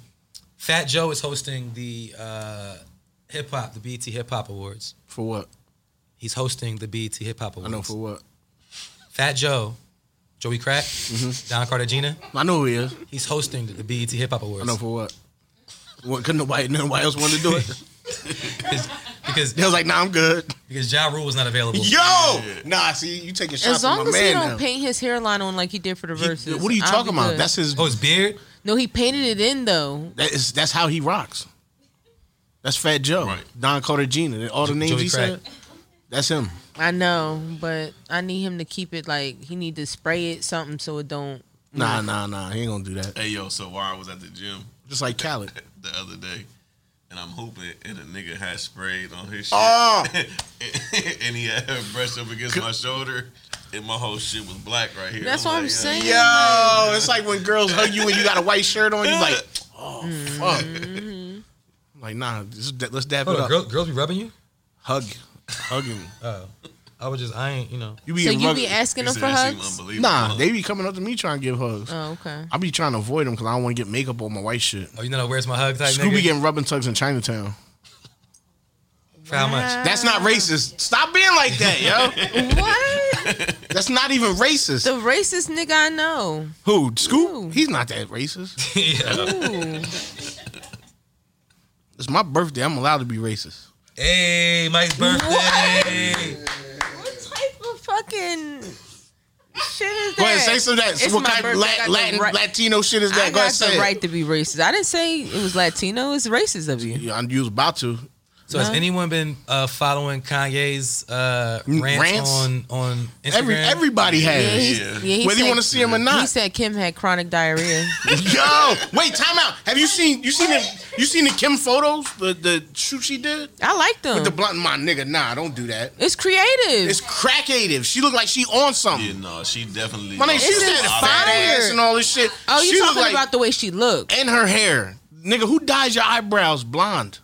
[SPEAKER 2] Fat Joe is hosting the uh, hip hop, the BET Hip Hop Awards.
[SPEAKER 1] For what?
[SPEAKER 2] He's hosting the BET Hip Hop
[SPEAKER 1] I
[SPEAKER 2] Awards.
[SPEAKER 1] know for what.
[SPEAKER 2] Fat Joe, Joey Crack,
[SPEAKER 1] Mm-hmm.
[SPEAKER 2] Don Cartagena.
[SPEAKER 1] I know who he is.
[SPEAKER 2] He's hosting the BET Hip Hop
[SPEAKER 1] I
[SPEAKER 2] Awards.
[SPEAKER 1] know for what. What? Cause nobody, nobody else wanted to do [LAUGHS] it.
[SPEAKER 2] because because
[SPEAKER 1] they was like, Nah, I'm good.
[SPEAKER 2] because Ja Rule was not available.
[SPEAKER 1] Yo, nah. See, you taking shots
[SPEAKER 3] as long
[SPEAKER 1] at my
[SPEAKER 3] as he
[SPEAKER 1] man
[SPEAKER 3] don't
[SPEAKER 1] now.
[SPEAKER 3] paint his hairline on like he did for the
[SPEAKER 1] He-
[SPEAKER 3] verses.
[SPEAKER 1] what are you
[SPEAKER 3] I'll
[SPEAKER 1] talking
[SPEAKER 3] be
[SPEAKER 1] about?
[SPEAKER 3] good.
[SPEAKER 1] That's his.
[SPEAKER 2] Oh, his beard.
[SPEAKER 3] no, he painted it in though.
[SPEAKER 1] That is. That's how he rocks. That's Fat Joe,
[SPEAKER 4] Right.
[SPEAKER 1] Don Cartagena, all the names
[SPEAKER 2] Joey
[SPEAKER 1] he
[SPEAKER 2] Crack.
[SPEAKER 1] said. That's him.
[SPEAKER 3] I know, but I need him to keep it like he need to spray it something so it don't.
[SPEAKER 1] Nah, nah, nah. He ain't gonna do that.
[SPEAKER 4] Hey yo, so while I was at the gym
[SPEAKER 1] Just like Khaled.
[SPEAKER 4] the other day, and I'm hooping, and a nigga had sprayed on his shit,
[SPEAKER 1] Oh.
[SPEAKER 4] [LAUGHS] and he had her brushed up against my shoulder, and my whole shit was black right here.
[SPEAKER 3] That's what I'm
[SPEAKER 4] like, yeah.
[SPEAKER 3] saying.
[SPEAKER 1] Yo, it's like when girls hug you and you got a white shirt on. You like, oh fuck.
[SPEAKER 3] Mm-hmm.
[SPEAKER 1] I'm Like nah, just, da- let's dab
[SPEAKER 2] Hold
[SPEAKER 1] it
[SPEAKER 2] on,
[SPEAKER 1] up.
[SPEAKER 2] girl, girls be rubbing you.
[SPEAKER 1] Hug, hugging.
[SPEAKER 2] Oh, I was just I ain't you know.
[SPEAKER 1] You be
[SPEAKER 3] So
[SPEAKER 1] in
[SPEAKER 3] you
[SPEAKER 1] rug-
[SPEAKER 3] be asking
[SPEAKER 4] He
[SPEAKER 3] him
[SPEAKER 4] said
[SPEAKER 3] for
[SPEAKER 4] that shit
[SPEAKER 3] hugs?
[SPEAKER 4] was unbelievable.
[SPEAKER 1] Nah, they be coming up to me trying to give hugs.
[SPEAKER 3] Oh, okay.
[SPEAKER 1] I be trying to avoid them because I don't want to get makeup on my white shit.
[SPEAKER 2] Oh, you know where's my hug type
[SPEAKER 1] Scooby
[SPEAKER 2] nigga?
[SPEAKER 1] getting rubbing tugs in Chinatown.
[SPEAKER 2] For how much?
[SPEAKER 1] That's not racist. Stop being like that,
[SPEAKER 3] [LAUGHS]
[SPEAKER 1] yo.
[SPEAKER 3] What?
[SPEAKER 1] That's not even racist.
[SPEAKER 3] [LAUGHS] the racist nigga I know.
[SPEAKER 1] Who?
[SPEAKER 3] Who?
[SPEAKER 1] Scoop? He's not that racist. [LAUGHS]
[SPEAKER 2] [LAUGHS] Yeah.
[SPEAKER 3] Ooh.
[SPEAKER 1] It's my birthday. I'm allowed to be racist.
[SPEAKER 2] Hey, Mike's birthday.
[SPEAKER 3] what type of fucking shit is that?
[SPEAKER 1] Go ahead, say some of that.
[SPEAKER 3] It's
[SPEAKER 1] what
[SPEAKER 3] my
[SPEAKER 1] kind of
[SPEAKER 3] birthday. I
[SPEAKER 1] Latin,
[SPEAKER 3] got the
[SPEAKER 1] Latin
[SPEAKER 3] right-
[SPEAKER 1] Latino shit is that?
[SPEAKER 3] I
[SPEAKER 1] Go ahead,
[SPEAKER 3] got
[SPEAKER 1] say
[SPEAKER 3] the
[SPEAKER 1] it.
[SPEAKER 3] right to be racist. I didn't say it was Latino. It's racist of you.
[SPEAKER 1] Yeah, I- you was about to.
[SPEAKER 2] So has
[SPEAKER 3] No.
[SPEAKER 2] anyone been uh, following Kanye's uh, rants,
[SPEAKER 1] Rants?
[SPEAKER 2] on on Instagram?
[SPEAKER 1] Every everybody has.
[SPEAKER 3] he's-
[SPEAKER 4] Yeah.
[SPEAKER 3] he
[SPEAKER 1] Whether you
[SPEAKER 3] said-
[SPEAKER 1] want to see him or
[SPEAKER 3] He
[SPEAKER 1] not.
[SPEAKER 3] said Kim had chronic diarrhea.
[SPEAKER 1] [LAUGHS] Yo, wait, time out. Have you seen you seen the you seen the Kim photos? The the shoot she did
[SPEAKER 3] I like
[SPEAKER 1] with the
[SPEAKER 3] them.
[SPEAKER 1] blunt. My nigga, nah, don't do that.
[SPEAKER 3] It's creative.
[SPEAKER 1] It's crackative. She looked like she on something.
[SPEAKER 4] Yeah, no, she definitely.
[SPEAKER 1] My nigga, she
[SPEAKER 3] It's
[SPEAKER 1] was had a fat
[SPEAKER 3] inspired.
[SPEAKER 1] ass and all this shit.
[SPEAKER 3] oh,
[SPEAKER 1] she
[SPEAKER 3] you
[SPEAKER 1] looked
[SPEAKER 3] talking
[SPEAKER 1] like,
[SPEAKER 3] about the way she looked?
[SPEAKER 1] and her hair, nigga. Who dyes your eyebrows blonde?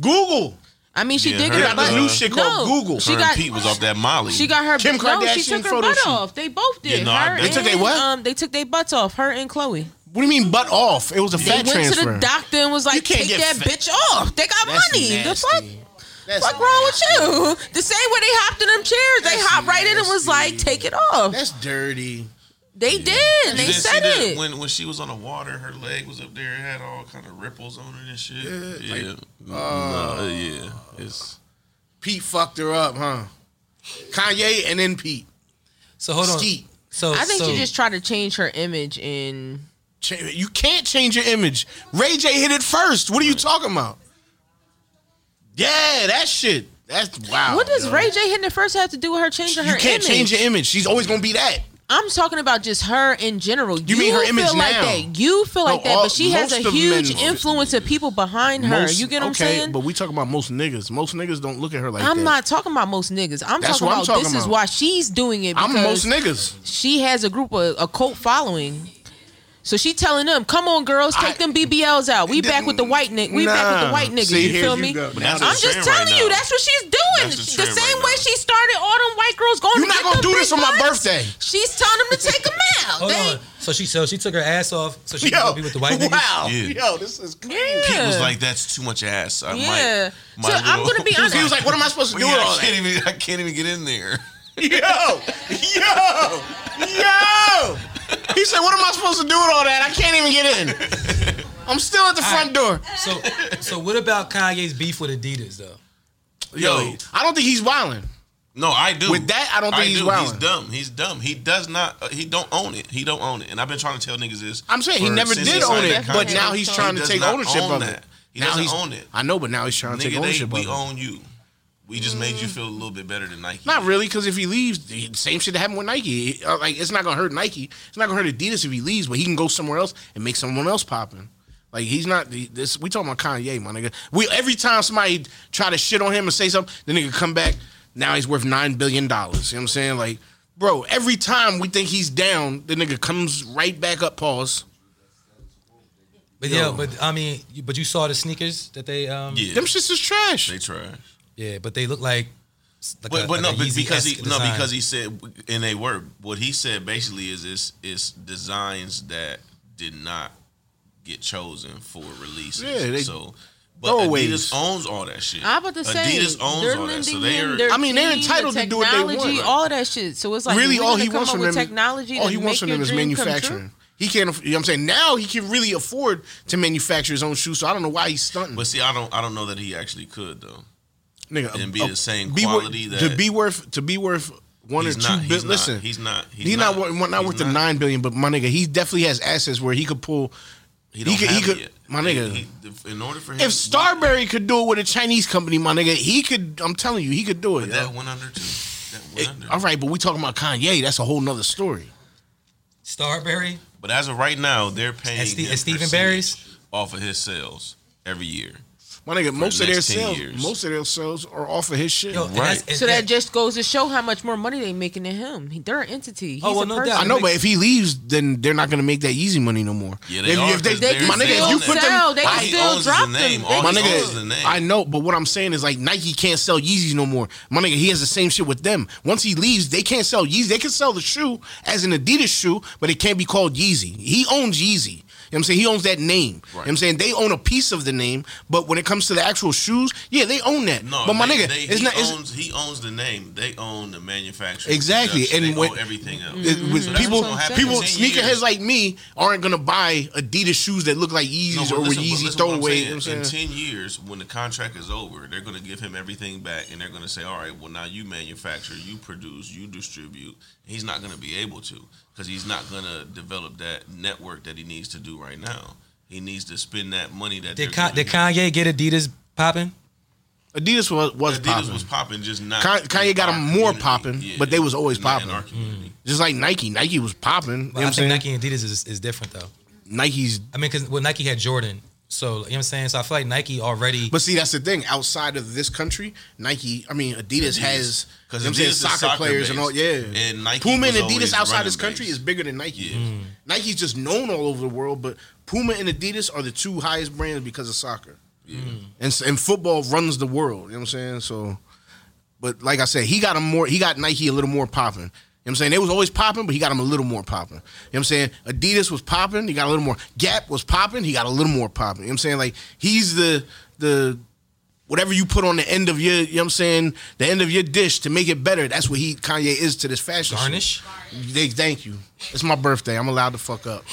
[SPEAKER 1] Google.
[SPEAKER 3] I mean, she
[SPEAKER 4] Yeah,
[SPEAKER 3] did
[SPEAKER 4] her-
[SPEAKER 3] get
[SPEAKER 4] Yeah,
[SPEAKER 3] her
[SPEAKER 1] Got this
[SPEAKER 3] butt.
[SPEAKER 1] new shit called
[SPEAKER 3] no,
[SPEAKER 1] Google.
[SPEAKER 3] She
[SPEAKER 4] Her
[SPEAKER 3] got-
[SPEAKER 4] and Pete was off that Molly.
[SPEAKER 3] She got her.
[SPEAKER 1] Kim
[SPEAKER 3] no, she
[SPEAKER 1] Kardashian
[SPEAKER 3] took her
[SPEAKER 1] photo
[SPEAKER 3] butt
[SPEAKER 1] shoot.
[SPEAKER 3] off. They both did.
[SPEAKER 4] Yeah, no, I
[SPEAKER 3] her
[SPEAKER 4] bet. They
[SPEAKER 1] took they
[SPEAKER 3] and,
[SPEAKER 1] what?
[SPEAKER 3] Um, they took their butts off. Her and Chloe.
[SPEAKER 1] What do you mean butt off? It was a
[SPEAKER 3] They
[SPEAKER 1] fat
[SPEAKER 3] went
[SPEAKER 1] transfer.
[SPEAKER 3] to the doctor and was like,
[SPEAKER 1] can't
[SPEAKER 3] "Take
[SPEAKER 1] get
[SPEAKER 3] that
[SPEAKER 1] fat-
[SPEAKER 3] bitch off." They got
[SPEAKER 1] That's
[SPEAKER 3] money. The
[SPEAKER 1] nasty.
[SPEAKER 3] fuck?
[SPEAKER 1] That's-
[SPEAKER 3] Fuck wrong with you? The same way they hopped in them chairs, they
[SPEAKER 1] That's
[SPEAKER 3] hopped right in and was like,
[SPEAKER 1] nasty.
[SPEAKER 3] "Take it off."
[SPEAKER 1] That's dirty.
[SPEAKER 3] They did.
[SPEAKER 4] You
[SPEAKER 3] They
[SPEAKER 4] didn't see
[SPEAKER 3] said
[SPEAKER 4] that?
[SPEAKER 3] it.
[SPEAKER 4] when when she was on the water, her leg was up there. It had all kind of ripples on it and shit. Yeah, yeah,
[SPEAKER 1] uh,
[SPEAKER 4] No, yeah. It's
[SPEAKER 1] Pete fucked her up, huh? Kanye and then Pete.
[SPEAKER 2] So hold on.
[SPEAKER 1] Skeet.
[SPEAKER 2] So
[SPEAKER 3] I think
[SPEAKER 2] so,
[SPEAKER 3] she just tried to change her image and
[SPEAKER 1] Cha- You can't change your image. Ray J hit it first. What are you talking about? Yeah, that shit. That's wow.
[SPEAKER 3] what does
[SPEAKER 1] yo.
[SPEAKER 3] Ray J hitting it first have to do with her changing her
[SPEAKER 1] You can't
[SPEAKER 3] image?
[SPEAKER 1] change your image. She's always gonna be that.
[SPEAKER 3] I'm talking about just her in general. You,
[SPEAKER 1] mean her image
[SPEAKER 3] feel like
[SPEAKER 1] now.
[SPEAKER 3] that. You feel like that,
[SPEAKER 1] all-
[SPEAKER 3] but she has
[SPEAKER 1] most
[SPEAKER 3] a
[SPEAKER 1] of
[SPEAKER 3] huge
[SPEAKER 1] men-
[SPEAKER 3] influence of people behind her.
[SPEAKER 1] Most-
[SPEAKER 3] you get what I'm
[SPEAKER 1] okay,
[SPEAKER 3] saying?
[SPEAKER 1] But we talking about most niggas. Most niggas don't look at her like
[SPEAKER 3] I'm
[SPEAKER 1] that.
[SPEAKER 3] not talking about most niggas. I'm
[SPEAKER 1] That's
[SPEAKER 3] talking
[SPEAKER 1] what
[SPEAKER 3] about
[SPEAKER 1] I'm talking
[SPEAKER 3] this is
[SPEAKER 1] about.
[SPEAKER 3] why she's doing it
[SPEAKER 1] I'm most
[SPEAKER 3] because
[SPEAKER 1] niggas.
[SPEAKER 3] she has a group of a cult following. So she telling them, "Come on, girls, take
[SPEAKER 1] I-
[SPEAKER 3] them BBLs out. We back with the white nigga. We back with the
[SPEAKER 1] Nah.
[SPEAKER 3] white niggas.
[SPEAKER 1] See,
[SPEAKER 3] you
[SPEAKER 1] here
[SPEAKER 3] feel
[SPEAKER 1] you
[SPEAKER 3] me?
[SPEAKER 1] go.
[SPEAKER 4] But that's
[SPEAKER 3] I'm
[SPEAKER 4] the
[SPEAKER 3] just
[SPEAKER 4] trend
[SPEAKER 3] telling
[SPEAKER 4] right
[SPEAKER 3] you,
[SPEAKER 4] now.
[SPEAKER 3] that's what she's doing.
[SPEAKER 4] That's the
[SPEAKER 3] the
[SPEAKER 4] trend
[SPEAKER 3] same
[SPEAKER 4] right
[SPEAKER 3] way
[SPEAKER 4] now.
[SPEAKER 3] she started all them white girls going.
[SPEAKER 1] You're
[SPEAKER 3] to
[SPEAKER 1] not
[SPEAKER 3] get
[SPEAKER 1] gonna
[SPEAKER 3] them
[SPEAKER 1] do this
[SPEAKER 3] big
[SPEAKER 1] on my
[SPEAKER 3] guns.
[SPEAKER 1] birthday.
[SPEAKER 3] She's telling them to take them out.
[SPEAKER 2] Hold
[SPEAKER 3] They-
[SPEAKER 2] on. So she so she took her ass off so she could
[SPEAKER 1] Yo,
[SPEAKER 2] be with the white
[SPEAKER 1] [LAUGHS]
[SPEAKER 2] niggas.
[SPEAKER 1] wow.
[SPEAKER 4] Yeah.
[SPEAKER 1] Yo, this is crazy.
[SPEAKER 4] Pete was
[SPEAKER 3] Yeah.
[SPEAKER 4] like, "That's too much ass." I
[SPEAKER 3] Yeah.
[SPEAKER 4] might,
[SPEAKER 3] So
[SPEAKER 4] might
[SPEAKER 3] I'm gonna
[SPEAKER 4] [LAUGHS]
[SPEAKER 3] be honest.
[SPEAKER 1] He was like, "What am I supposed to do
[SPEAKER 4] Yeah,
[SPEAKER 1] with
[SPEAKER 4] I
[SPEAKER 1] all that?"
[SPEAKER 4] can't even. I can't even get in there. [LAUGHS]
[SPEAKER 1] Yo, yo, yo. He said, "What am I supposed to do with all that? I can't even get in. I'm still at the front door."
[SPEAKER 2] So so what about Kanye's beef with Adidas though?
[SPEAKER 1] Yo, I don't think he's wilding.
[SPEAKER 4] No, I do.
[SPEAKER 1] With that, I don't think he's
[SPEAKER 4] do.
[SPEAKER 1] wildin'.
[SPEAKER 4] He's dumb. He's dumb. He does not. Uh, he don't own it. He don't own it. And I've been trying to tell niggas this.
[SPEAKER 1] I'm saying he
[SPEAKER 4] for-
[SPEAKER 1] never
[SPEAKER 4] since
[SPEAKER 1] did
[SPEAKER 4] he
[SPEAKER 1] own
[SPEAKER 4] signed
[SPEAKER 1] it,
[SPEAKER 4] that
[SPEAKER 1] but
[SPEAKER 4] contract.
[SPEAKER 1] now he's
[SPEAKER 3] He
[SPEAKER 1] trying to
[SPEAKER 4] does
[SPEAKER 1] take
[SPEAKER 4] not
[SPEAKER 1] ownership
[SPEAKER 4] own
[SPEAKER 1] of it.
[SPEAKER 4] that. He
[SPEAKER 1] now
[SPEAKER 4] doesn't
[SPEAKER 1] he's
[SPEAKER 4] own it.
[SPEAKER 1] I know, but now he's trying to take
[SPEAKER 4] Nigga, they,
[SPEAKER 1] ownership
[SPEAKER 4] we
[SPEAKER 1] of it.
[SPEAKER 4] own you. We just made you feel a little bit better than Nike.
[SPEAKER 1] Not really, because if he leaves, the same shit that happened with Nike. Uh, Like it's not gonna hurt Nike. It's not gonna hurt Adidas if he leaves, but he can go somewhere else and make someone else popping. Like he's not the- this. We talking about Kanye, my nigga. We every time somebody try to shit on him and say something, the nigga come back. Now he's worth nine billion dollars. You know what I'm saying? Like, bro, every time we think he's down, the nigga comes right back up. Pause.
[SPEAKER 2] But
[SPEAKER 1] Yo.
[SPEAKER 2] yeah, but I mean, you- but you saw the sneakers that they um yeah,
[SPEAKER 4] Yeah,
[SPEAKER 1] Them shits is trash.
[SPEAKER 4] they trash.
[SPEAKER 2] but they look like, like
[SPEAKER 4] But,
[SPEAKER 2] a-
[SPEAKER 4] but
[SPEAKER 2] like
[SPEAKER 4] no,
[SPEAKER 2] a
[SPEAKER 4] but because he
[SPEAKER 2] Yeezy-esque
[SPEAKER 4] no
[SPEAKER 2] design.
[SPEAKER 4] because he said and they were what he said basically is is is designs that did not get chosen for releases.
[SPEAKER 1] Yeah, they-
[SPEAKER 4] so but
[SPEAKER 1] throwaways.
[SPEAKER 4] Adidas owns all that shit.
[SPEAKER 3] I'm about to say
[SPEAKER 4] Adidas owns
[SPEAKER 3] they're
[SPEAKER 4] all that.
[SPEAKER 3] lending
[SPEAKER 4] So
[SPEAKER 3] in
[SPEAKER 4] they're
[SPEAKER 3] their
[SPEAKER 1] I mean, they're
[SPEAKER 3] team, the
[SPEAKER 1] entitled to do what they want.
[SPEAKER 3] technology, All that shit. So it's like
[SPEAKER 1] really,
[SPEAKER 3] you're
[SPEAKER 1] all
[SPEAKER 3] gonna
[SPEAKER 1] he
[SPEAKER 3] come
[SPEAKER 1] wants
[SPEAKER 3] up
[SPEAKER 1] from
[SPEAKER 3] with
[SPEAKER 1] them,
[SPEAKER 3] technology.
[SPEAKER 1] all
[SPEAKER 3] to
[SPEAKER 1] he
[SPEAKER 3] make
[SPEAKER 1] wants from
[SPEAKER 3] your
[SPEAKER 1] them is
[SPEAKER 3] dream come true?
[SPEAKER 1] manufacturing. He can't. aff- You know what I'm saying? Now he can really afford to manufacture his own shoes. So I don't know why he's stunting.
[SPEAKER 4] but see I don't I don't know that he actually could though.
[SPEAKER 1] nigga, uh,
[SPEAKER 4] and be the same
[SPEAKER 1] be wor-
[SPEAKER 4] quality that-
[SPEAKER 1] to be worth to be worth one or
[SPEAKER 4] He's
[SPEAKER 1] two.
[SPEAKER 4] not,
[SPEAKER 1] bi-
[SPEAKER 4] he's
[SPEAKER 1] listen,
[SPEAKER 4] not, he's not
[SPEAKER 1] he's, not, wor- not,
[SPEAKER 4] he's
[SPEAKER 1] worth the nine billion, but my nigga, he definitely has assets where he could pull.
[SPEAKER 4] He don't
[SPEAKER 1] could- he
[SPEAKER 4] have it
[SPEAKER 1] could-
[SPEAKER 4] yet.
[SPEAKER 1] my
[SPEAKER 4] He-
[SPEAKER 1] nigga.
[SPEAKER 4] he- in order for him
[SPEAKER 1] If Starberry could do it with a Chinese company, my nigga, he could. I'm telling you, he could do it.
[SPEAKER 4] that went under too. That went under.
[SPEAKER 1] all right, but we talking about Kanye. That's a whole nother story.
[SPEAKER 2] Starberry.
[SPEAKER 4] But as of right now, they're paying
[SPEAKER 2] At Ste-
[SPEAKER 4] him
[SPEAKER 2] at Stephen
[SPEAKER 4] percentage
[SPEAKER 2] Barry's?
[SPEAKER 4] off of his sales every year.
[SPEAKER 1] My nigga, most of their
[SPEAKER 4] next 10
[SPEAKER 1] sales,
[SPEAKER 4] years.
[SPEAKER 1] most of their sales are off of his shit.
[SPEAKER 2] Yo, and
[SPEAKER 4] Right.
[SPEAKER 2] that's- and
[SPEAKER 3] So that just goes to show how much more money they making than him. He- They're an entity. He's
[SPEAKER 2] Oh, well,
[SPEAKER 3] a
[SPEAKER 2] no
[SPEAKER 3] person.
[SPEAKER 2] doubt.
[SPEAKER 1] I know, but if he leaves, then they're not gonna make that easy money no more.
[SPEAKER 4] Yeah, they
[SPEAKER 1] if,
[SPEAKER 4] are,
[SPEAKER 1] if they,
[SPEAKER 4] 'cause they're-
[SPEAKER 1] my nigga, if you
[SPEAKER 4] they
[SPEAKER 1] put
[SPEAKER 3] sell,
[SPEAKER 1] them,
[SPEAKER 3] they
[SPEAKER 1] I-
[SPEAKER 3] can
[SPEAKER 4] he
[SPEAKER 3] still
[SPEAKER 4] owns is
[SPEAKER 3] drop
[SPEAKER 4] the name.
[SPEAKER 3] them.
[SPEAKER 4] All
[SPEAKER 3] They
[SPEAKER 1] my
[SPEAKER 4] he
[SPEAKER 3] can
[SPEAKER 4] owns
[SPEAKER 3] still-
[SPEAKER 4] is the name.
[SPEAKER 1] nigga, I know, but what I'm saying is like Nike can't sell Yeezys no more. My nigga, he has the same shit with them. Once he leaves, they can't sell Yeezys. They can sell the shoe as an Adidas shoe, but it can't be called Yeezy. He owns Yeezy. You know what I'm saying? He owns that name. You know what I'm
[SPEAKER 4] Right.
[SPEAKER 1] saying? They own a piece of the name, but when it comes to the actual shoes, yeah, they own that.
[SPEAKER 4] No,
[SPEAKER 1] but my
[SPEAKER 4] they-
[SPEAKER 1] nigga,
[SPEAKER 4] they-
[SPEAKER 1] it's
[SPEAKER 4] he
[SPEAKER 1] not. It's,
[SPEAKER 4] owns, he owns the name. They own the manufacturing.
[SPEAKER 1] Exactly,
[SPEAKER 4] production.
[SPEAKER 1] and
[SPEAKER 4] they
[SPEAKER 1] when-
[SPEAKER 4] own everything
[SPEAKER 1] it-
[SPEAKER 4] else.
[SPEAKER 1] with
[SPEAKER 4] So Mm-hmm. that's
[SPEAKER 1] people,
[SPEAKER 4] what's gonna happen
[SPEAKER 1] people,
[SPEAKER 4] in 10 years.
[SPEAKER 1] sneakerheads like me aren't gonna buy Adidas shoes that look like Yeezys
[SPEAKER 4] but
[SPEAKER 1] or were
[SPEAKER 4] listen- but
[SPEAKER 1] Yeezy
[SPEAKER 4] listen what I'm
[SPEAKER 1] throwaway.
[SPEAKER 4] saying.
[SPEAKER 1] You know what I'm
[SPEAKER 4] In
[SPEAKER 1] saying?
[SPEAKER 4] ten years, when the contract is over, they're going to give him everything back, and they're going to say, "All right, well now you manufacture, you produce, you distribute." He's not going to be able to because he's not going to develop that network that he needs to do right now. He needs to spend that money
[SPEAKER 2] did,
[SPEAKER 4] that they're
[SPEAKER 2] Con-
[SPEAKER 4] giving
[SPEAKER 2] did
[SPEAKER 4] him.
[SPEAKER 2] Kanye get Adidas popping?
[SPEAKER 1] Adidas was, was
[SPEAKER 4] Adidas
[SPEAKER 1] popping.
[SPEAKER 4] was popping, just not
[SPEAKER 1] Kan- Kanye got
[SPEAKER 4] in our
[SPEAKER 1] 'em more
[SPEAKER 4] community.
[SPEAKER 1] popping, but they was always
[SPEAKER 4] not in
[SPEAKER 1] popping.
[SPEAKER 4] our community.
[SPEAKER 1] Just like Nike. Nike was popping. You know
[SPEAKER 2] But
[SPEAKER 1] what
[SPEAKER 2] I
[SPEAKER 1] I'm
[SPEAKER 2] think
[SPEAKER 1] saying?
[SPEAKER 2] Nike and Adidas is, is different though.
[SPEAKER 1] Nike's
[SPEAKER 2] I mean, because well, Nike had Jordan, so you know what I'm saying. So I feel like Nike already.
[SPEAKER 1] But see, that's the thing. Outside of this country, Nike, I mean, Adidas, has because I'm
[SPEAKER 4] Adidas
[SPEAKER 1] saying
[SPEAKER 4] is
[SPEAKER 1] soccer,
[SPEAKER 4] soccer
[SPEAKER 1] players and all.
[SPEAKER 4] based,
[SPEAKER 1] Yeah,
[SPEAKER 4] and Nike
[SPEAKER 1] Puma and
[SPEAKER 4] was always
[SPEAKER 1] Adidas outside this
[SPEAKER 4] running
[SPEAKER 1] country
[SPEAKER 4] based.
[SPEAKER 1] is bigger than Nike. is. Nike's just known all over the world, but Puma and Adidas are the two highest brands because of soccer. Mm. And s- and football runs the world. You know what I'm saying? So, but like I said, he got him more. He got Nike a little more popping. You know what I'm saying? They was always popping, but he got him a little more popping. You know what I'm saying? Adidas was popping, he got a little more. Gap was popping, he got a little more popping. You know what I'm saying? Like he's the the whatever you put on the end of your, you know what I'm saying, the end of your dish to make it better. That's what he Kanye is to this fashion. shit.
[SPEAKER 2] Garnish?
[SPEAKER 1] They, thank you. It's my birthday. I'm allowed to fuck
[SPEAKER 4] [LAUGHS]
[SPEAKER 1] up.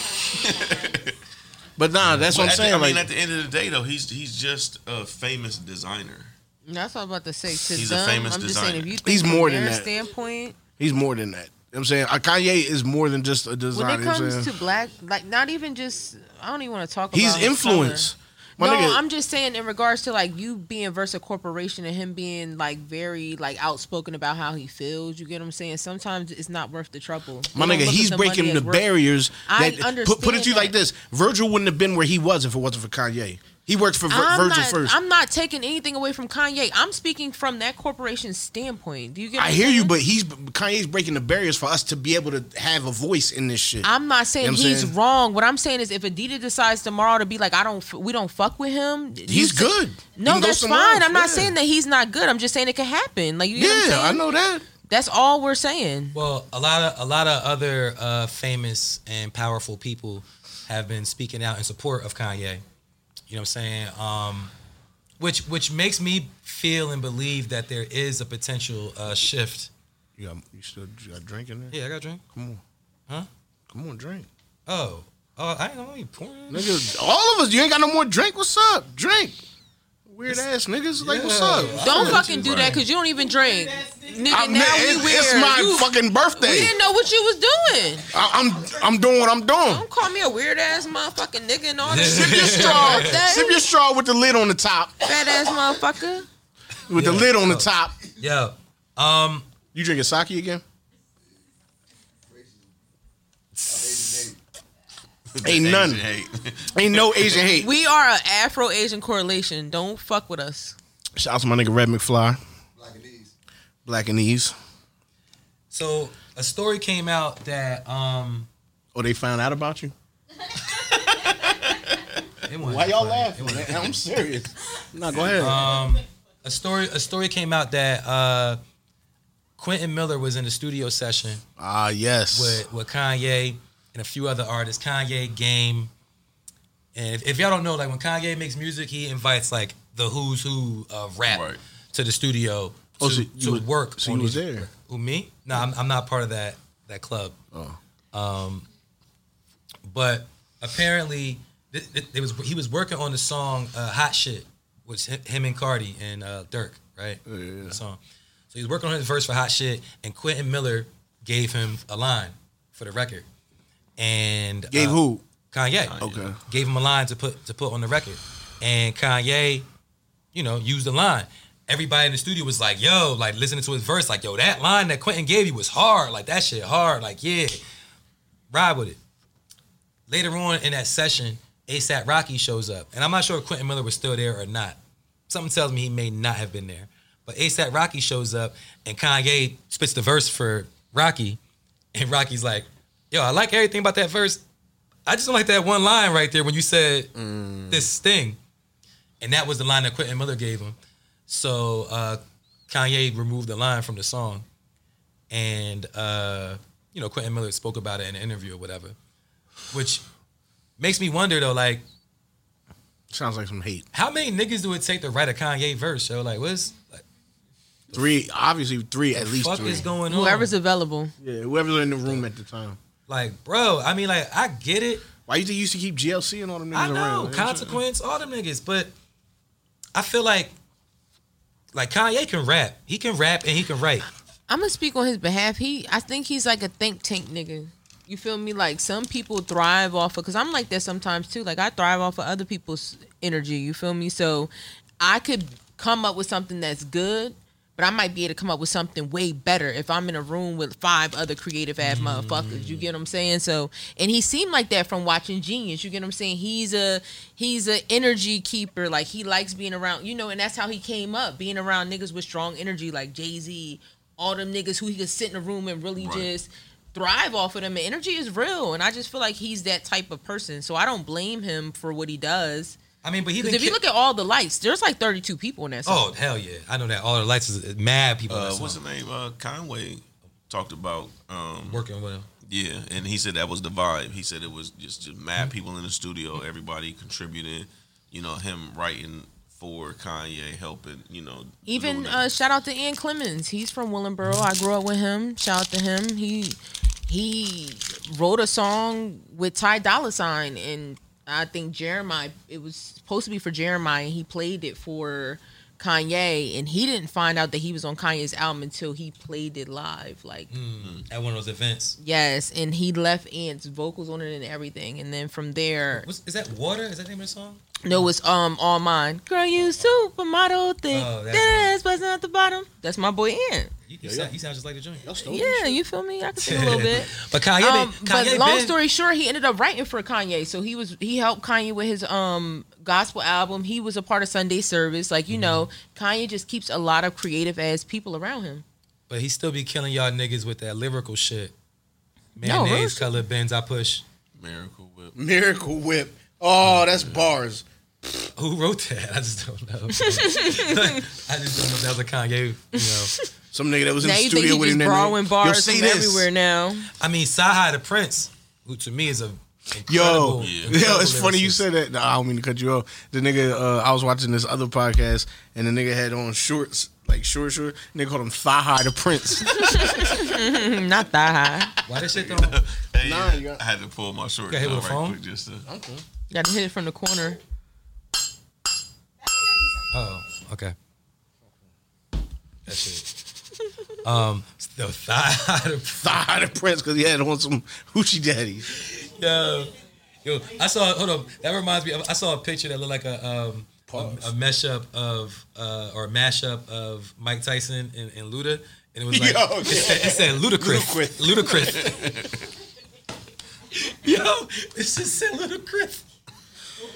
[SPEAKER 1] but nah, that's what I'm
[SPEAKER 4] At the-
[SPEAKER 1] saying.
[SPEAKER 4] I mean,
[SPEAKER 1] like,
[SPEAKER 4] at the end of the day, though, he's he's just a famous designer.
[SPEAKER 3] That's what I'm about to say. To
[SPEAKER 4] He's a
[SPEAKER 3] them,
[SPEAKER 4] famous
[SPEAKER 3] I'm just saying,
[SPEAKER 4] designer.
[SPEAKER 3] if you think
[SPEAKER 1] He's
[SPEAKER 3] from
[SPEAKER 1] more
[SPEAKER 3] their
[SPEAKER 1] than that.
[SPEAKER 3] standpoint,
[SPEAKER 1] he's more than that. You know what I'm saying Uh, Kanye is more than just a designer.
[SPEAKER 3] when it
[SPEAKER 1] you know what I'm saying?
[SPEAKER 3] comes to black, like not even just, I don't even want to talk about.
[SPEAKER 1] He's
[SPEAKER 3] his
[SPEAKER 1] influence. My
[SPEAKER 3] color. No,
[SPEAKER 1] nigga,
[SPEAKER 3] I'm just saying in regards to like you being versus a corporation and him being like very like outspoken about how he feels. You get what I'm saying? Sometimes it's not worth the trouble.
[SPEAKER 1] my
[SPEAKER 3] We don't
[SPEAKER 1] nigga,
[SPEAKER 3] look at
[SPEAKER 1] he's
[SPEAKER 3] the money
[SPEAKER 1] breaking the
[SPEAKER 3] as worth-
[SPEAKER 1] barriers.
[SPEAKER 3] I
[SPEAKER 1] That, Put, put it to you
[SPEAKER 3] understand
[SPEAKER 1] like
[SPEAKER 3] that.
[SPEAKER 1] this: Virgil wouldn't have been where he was if it wasn't for Kanye. He worked for Vir-
[SPEAKER 3] I'm
[SPEAKER 1] Virgil
[SPEAKER 3] not,
[SPEAKER 1] first.
[SPEAKER 3] I'm not taking anything away from Kanye. I'm speaking from that corporation's standpoint. Do you get? What
[SPEAKER 1] I
[SPEAKER 3] I'm
[SPEAKER 1] hear you,
[SPEAKER 3] saying?
[SPEAKER 1] but he's Kanye's breaking the barriers for us to be able to have a voice in this shit.
[SPEAKER 3] I'm not saying
[SPEAKER 1] You know what I'm
[SPEAKER 3] he's
[SPEAKER 1] saying?
[SPEAKER 3] wrong. What I'm saying is, if Adidas decides tomorrow to be like, I don't, f- we don't fuck with him. you
[SPEAKER 1] he's
[SPEAKER 3] say-
[SPEAKER 1] good. He
[SPEAKER 3] No,
[SPEAKER 1] can go
[SPEAKER 3] that's fine.
[SPEAKER 1] somewhere else,
[SPEAKER 3] I'm not
[SPEAKER 1] yeah.
[SPEAKER 3] saying that he's not good. I'm just saying it can happen. Like you, get what I'm
[SPEAKER 1] Yeah, I
[SPEAKER 3] saying?
[SPEAKER 1] know that.
[SPEAKER 3] That's all we're saying.
[SPEAKER 2] Well, a lot of a lot of other uh, famous and powerful people have been speaking out in support of Kanye. You know what I'm saying? Um, which which makes me feel and believe that there is a potential uh, shift.
[SPEAKER 1] You got you still you got drink in there?
[SPEAKER 2] Yeah, I got a drink.
[SPEAKER 1] Come on,
[SPEAKER 2] Huh?
[SPEAKER 1] come on, drink.
[SPEAKER 2] Oh, oh, I ain't gonna be pouring. it.
[SPEAKER 1] Nigga, all of us. You ain't got no more drink. What's up? Drink. Weird ass niggas. Like, what's up?
[SPEAKER 2] Yeah.
[SPEAKER 3] Don't
[SPEAKER 2] I'm
[SPEAKER 3] fucking
[SPEAKER 2] with
[SPEAKER 3] do
[SPEAKER 2] you,
[SPEAKER 3] that
[SPEAKER 2] bro.
[SPEAKER 3] because you don't even drink, nigga.
[SPEAKER 1] I
[SPEAKER 3] now
[SPEAKER 1] mean,
[SPEAKER 3] we
[SPEAKER 1] it-
[SPEAKER 3] weird.
[SPEAKER 1] it's my
[SPEAKER 3] You-
[SPEAKER 1] fucking birthday.
[SPEAKER 3] we didn't know what you was doing.
[SPEAKER 1] I, am I'm doing what I'm doing.
[SPEAKER 3] Don't call me a weird ass motherfucking nigga and all this
[SPEAKER 1] Sip your [LAUGHS] straw. Sip your straw with the lid on the top.
[SPEAKER 3] fat ass motherfucker.
[SPEAKER 1] With the
[SPEAKER 2] Yeah.
[SPEAKER 1] lid on the top.
[SPEAKER 2] Yo, um,
[SPEAKER 1] You drinking sake again? Ain't
[SPEAKER 4] Asian
[SPEAKER 1] none.
[SPEAKER 4] hate.
[SPEAKER 1] Ain't no Asian
[SPEAKER 2] [LAUGHS]
[SPEAKER 1] hate.
[SPEAKER 3] We are an Afro Asian correlation. Don't fuck with us.
[SPEAKER 1] Shout out to my nigga Red McFly,
[SPEAKER 5] Black and these.
[SPEAKER 1] Black and Ease.
[SPEAKER 2] so a story came out that um,
[SPEAKER 1] Oh, they found out about you?
[SPEAKER 2] it wasn't
[SPEAKER 1] Why y'all
[SPEAKER 2] funny.
[SPEAKER 1] laughing? [LAUGHS] man? I'm serious. No, go ahead.
[SPEAKER 2] Uh, a story a story came out that uh Quentin Miller was in a studio session
[SPEAKER 1] Ah, yes.
[SPEAKER 2] with with Kanye and a few other artists. Kanye Game, and if, if y'all don't know, like when Kanye makes music, he invites like the who's who of rap
[SPEAKER 4] Right.
[SPEAKER 2] to the studio
[SPEAKER 1] Oh,
[SPEAKER 2] to,
[SPEAKER 1] so you
[SPEAKER 2] to
[SPEAKER 1] was-
[SPEAKER 2] work.
[SPEAKER 1] so
[SPEAKER 2] on
[SPEAKER 1] you was
[SPEAKER 2] these-
[SPEAKER 1] there?
[SPEAKER 2] Who me? No, I'm, I'm not part of that that club. Oh. Um, but apparently, th- th- it was he was working on the song uh, "Hot Shit," which hi- him and Cardi and uh, Dirk, right?
[SPEAKER 1] Oh, yeah.
[SPEAKER 2] The song. So he was working on his verse for "Hot Shit," and Quentin Miller gave him a line for the record, and
[SPEAKER 1] Gave
[SPEAKER 2] uh,
[SPEAKER 1] who?
[SPEAKER 2] Kanye.
[SPEAKER 1] Okay.
[SPEAKER 2] Gave him a line to put to put on the record, and Kanye, you know, used the line. Everybody in the studio was like, "Yo," like listening to his verse, like, "Yo, that line that Quentin gave you was hard. Like that shit hard. Like, yeah, ride with it." Later on in that session, ASAP Rocky shows up, and I'm not sure if Quentin Miller was still there or not. Something tells me he may not have been there, but ASAP Rocky shows up, and Kanye spits the verse for Rocky, and Rocky's like, "Yo, I like everything about that verse. I just don't like that one line right there when you said
[SPEAKER 1] Mm.
[SPEAKER 2] this thing. And that was the line that Quentin Miller gave him. So uh, Kanye removed the line from the song. And, uh, you know, Quentin Miller spoke about it in an interview or whatever, which makes me wonder, though, like,
[SPEAKER 1] Sounds like some hate.
[SPEAKER 2] how many niggas do it take to write a Kanye verse? So, like, what's like,
[SPEAKER 1] Three, obviously three, at least
[SPEAKER 2] fuck
[SPEAKER 1] three.
[SPEAKER 2] is going on?
[SPEAKER 1] Oh.
[SPEAKER 3] Whoever's available.
[SPEAKER 1] yeah, whoever's in the room at the time.
[SPEAKER 2] like, bro, I mean, like, I get it.
[SPEAKER 1] Why you think you used to keep GLC and all them niggas
[SPEAKER 2] I know
[SPEAKER 1] around? You what I'm saying?
[SPEAKER 2] consequence, all them niggas, but I feel like like Kanye can rap. He can rap and he can write.
[SPEAKER 3] I'm gonna speak on his behalf. He, I think he's like a think tank nigga. You feel me? Like some people thrive off of, cause I'm like that sometimes too. Like I thrive off of other people's energy. You feel me? So I could come up with something that's good, but I might be able to come up with something way better if I'm in a room with five other creative ass motherfuckers. You get what I'm saying? So, and he seemed like that from watching Genius. You get what I'm saying? He's a he's a energy keeper. Like he likes being around, you know, and that's how he came up, being around niggas with strong energy, like Jay Z, all them niggas who he could sit in a room and really
[SPEAKER 4] Right.
[SPEAKER 3] just thrive off of them. And energy is real, and I just feel like he's that type of person. So I don't blame him for what he does.
[SPEAKER 2] I mean, but he
[SPEAKER 3] 'Cause
[SPEAKER 2] didn't.
[SPEAKER 3] if you look at all the lights, there's like 32 people in that. Song.
[SPEAKER 2] oh hell yeah, I know that all the lights is mad people.
[SPEAKER 4] Uh,
[SPEAKER 2] Uh,
[SPEAKER 4] what's the name? Uh, Conway talked about. Um,
[SPEAKER 2] working with him?
[SPEAKER 4] yeah, and he said that was the vibe. He said it was just, just mad people in the studio, everybody contributing. You know, him writing for Kanye helping, you know.
[SPEAKER 3] Even
[SPEAKER 4] doing
[SPEAKER 3] uh,
[SPEAKER 4] that.
[SPEAKER 3] shout out to Ian Clemens. He's from Willenboro. I grew up with him. Shout out to him. He he wrote a song with Ty Dolla Sign, and I think Jeremiah. It was supposed to be for Jeremiah, and he played it for Kanye, and he didn't find out that he was on Kanye's album until he played it live. Like
[SPEAKER 2] Mm. Hmm,
[SPEAKER 1] Hmm.
[SPEAKER 2] at one of those events.
[SPEAKER 3] yes, and he left Ian's vocals on it and everything, and then from there,
[SPEAKER 2] What's, is that Water? Is that the name of the song?
[SPEAKER 3] no, it's um all mine. Girl, you supermodel thing.
[SPEAKER 2] Oh, that's
[SPEAKER 3] That's busting at the bottom. That's my boy Ian.
[SPEAKER 2] You, you,
[SPEAKER 1] Yeah,
[SPEAKER 2] sound,
[SPEAKER 1] yeah.
[SPEAKER 2] you sound just like the joint.
[SPEAKER 1] Y'all
[SPEAKER 3] [LAUGHS]
[SPEAKER 1] stole this
[SPEAKER 3] Yeah,
[SPEAKER 1] shit.
[SPEAKER 3] you feel me? I can
[SPEAKER 2] [LAUGHS]
[SPEAKER 3] sing a little bit.
[SPEAKER 2] But Kanye,
[SPEAKER 3] Um,
[SPEAKER 2] been, Kanye
[SPEAKER 3] but long
[SPEAKER 2] been-
[SPEAKER 3] story short, he ended up writing for Kanye. So he was he helped Kanye with his um gospel album. He was a part of Sunday service. Like you know, Kanye just keeps a lot of creative ass people around him.
[SPEAKER 2] But he still be killing y'all niggas with that lyrical shit.
[SPEAKER 3] No,
[SPEAKER 2] Mayonnaise,
[SPEAKER 3] really?
[SPEAKER 2] color, bends, I push.
[SPEAKER 4] Miracle Whip.
[SPEAKER 1] Miracle Whip. Oh, that's bars.
[SPEAKER 2] Who wrote that? [LAUGHS] I just don't know. I just don't know if that was a Kanye. You know,
[SPEAKER 1] Some nigga that was in
[SPEAKER 3] now
[SPEAKER 1] the
[SPEAKER 3] you think
[SPEAKER 1] studio
[SPEAKER 3] he
[SPEAKER 1] with
[SPEAKER 3] just
[SPEAKER 1] him. that
[SPEAKER 3] borrowing
[SPEAKER 1] night.
[SPEAKER 3] bars
[SPEAKER 1] Yo, say
[SPEAKER 3] from
[SPEAKER 1] this.
[SPEAKER 3] everywhere now? [LAUGHS]
[SPEAKER 2] I mean, Sahai the Prince, who to me is a
[SPEAKER 1] Yo, [LAUGHS]
[SPEAKER 2] incredible-
[SPEAKER 1] yo,
[SPEAKER 2] incredible
[SPEAKER 1] it's funny you
[SPEAKER 2] lyricist.
[SPEAKER 1] said that. Nah, I don't mean to cut you off. The nigga, uh, I was watching this other podcast, and the nigga had on shorts, like short, short. Nigga called him Thigh High the Prince. [LAUGHS]
[SPEAKER 3] Not that high.
[SPEAKER 2] Why that shit don't?
[SPEAKER 4] Hey,
[SPEAKER 1] Nah,
[SPEAKER 4] yeah,
[SPEAKER 1] you got-
[SPEAKER 4] I had to pull my short
[SPEAKER 2] Got hit
[SPEAKER 4] down
[SPEAKER 2] with a
[SPEAKER 4] right
[SPEAKER 2] phone?
[SPEAKER 4] quick just to.
[SPEAKER 3] You got to hit it from the corner.
[SPEAKER 2] Oh, okay. That shit. Um, the thigh, the
[SPEAKER 1] Thigh High the Prince, because he had on some hoochie daddies.
[SPEAKER 2] Yo, yo, I saw. Hold on, that reminds me. I saw a picture that looked like a um a,
[SPEAKER 1] Pause.
[SPEAKER 2] a mesh up of uh or a mashup of Mike Tyson and, and Luda, and it was
[SPEAKER 1] [LAUGHS]
[SPEAKER 2] like
[SPEAKER 1] Yo,
[SPEAKER 2] it, said, it said ludicrous, ludicrous.
[SPEAKER 1] [LAUGHS]
[SPEAKER 2] yo, this just said ludicrous.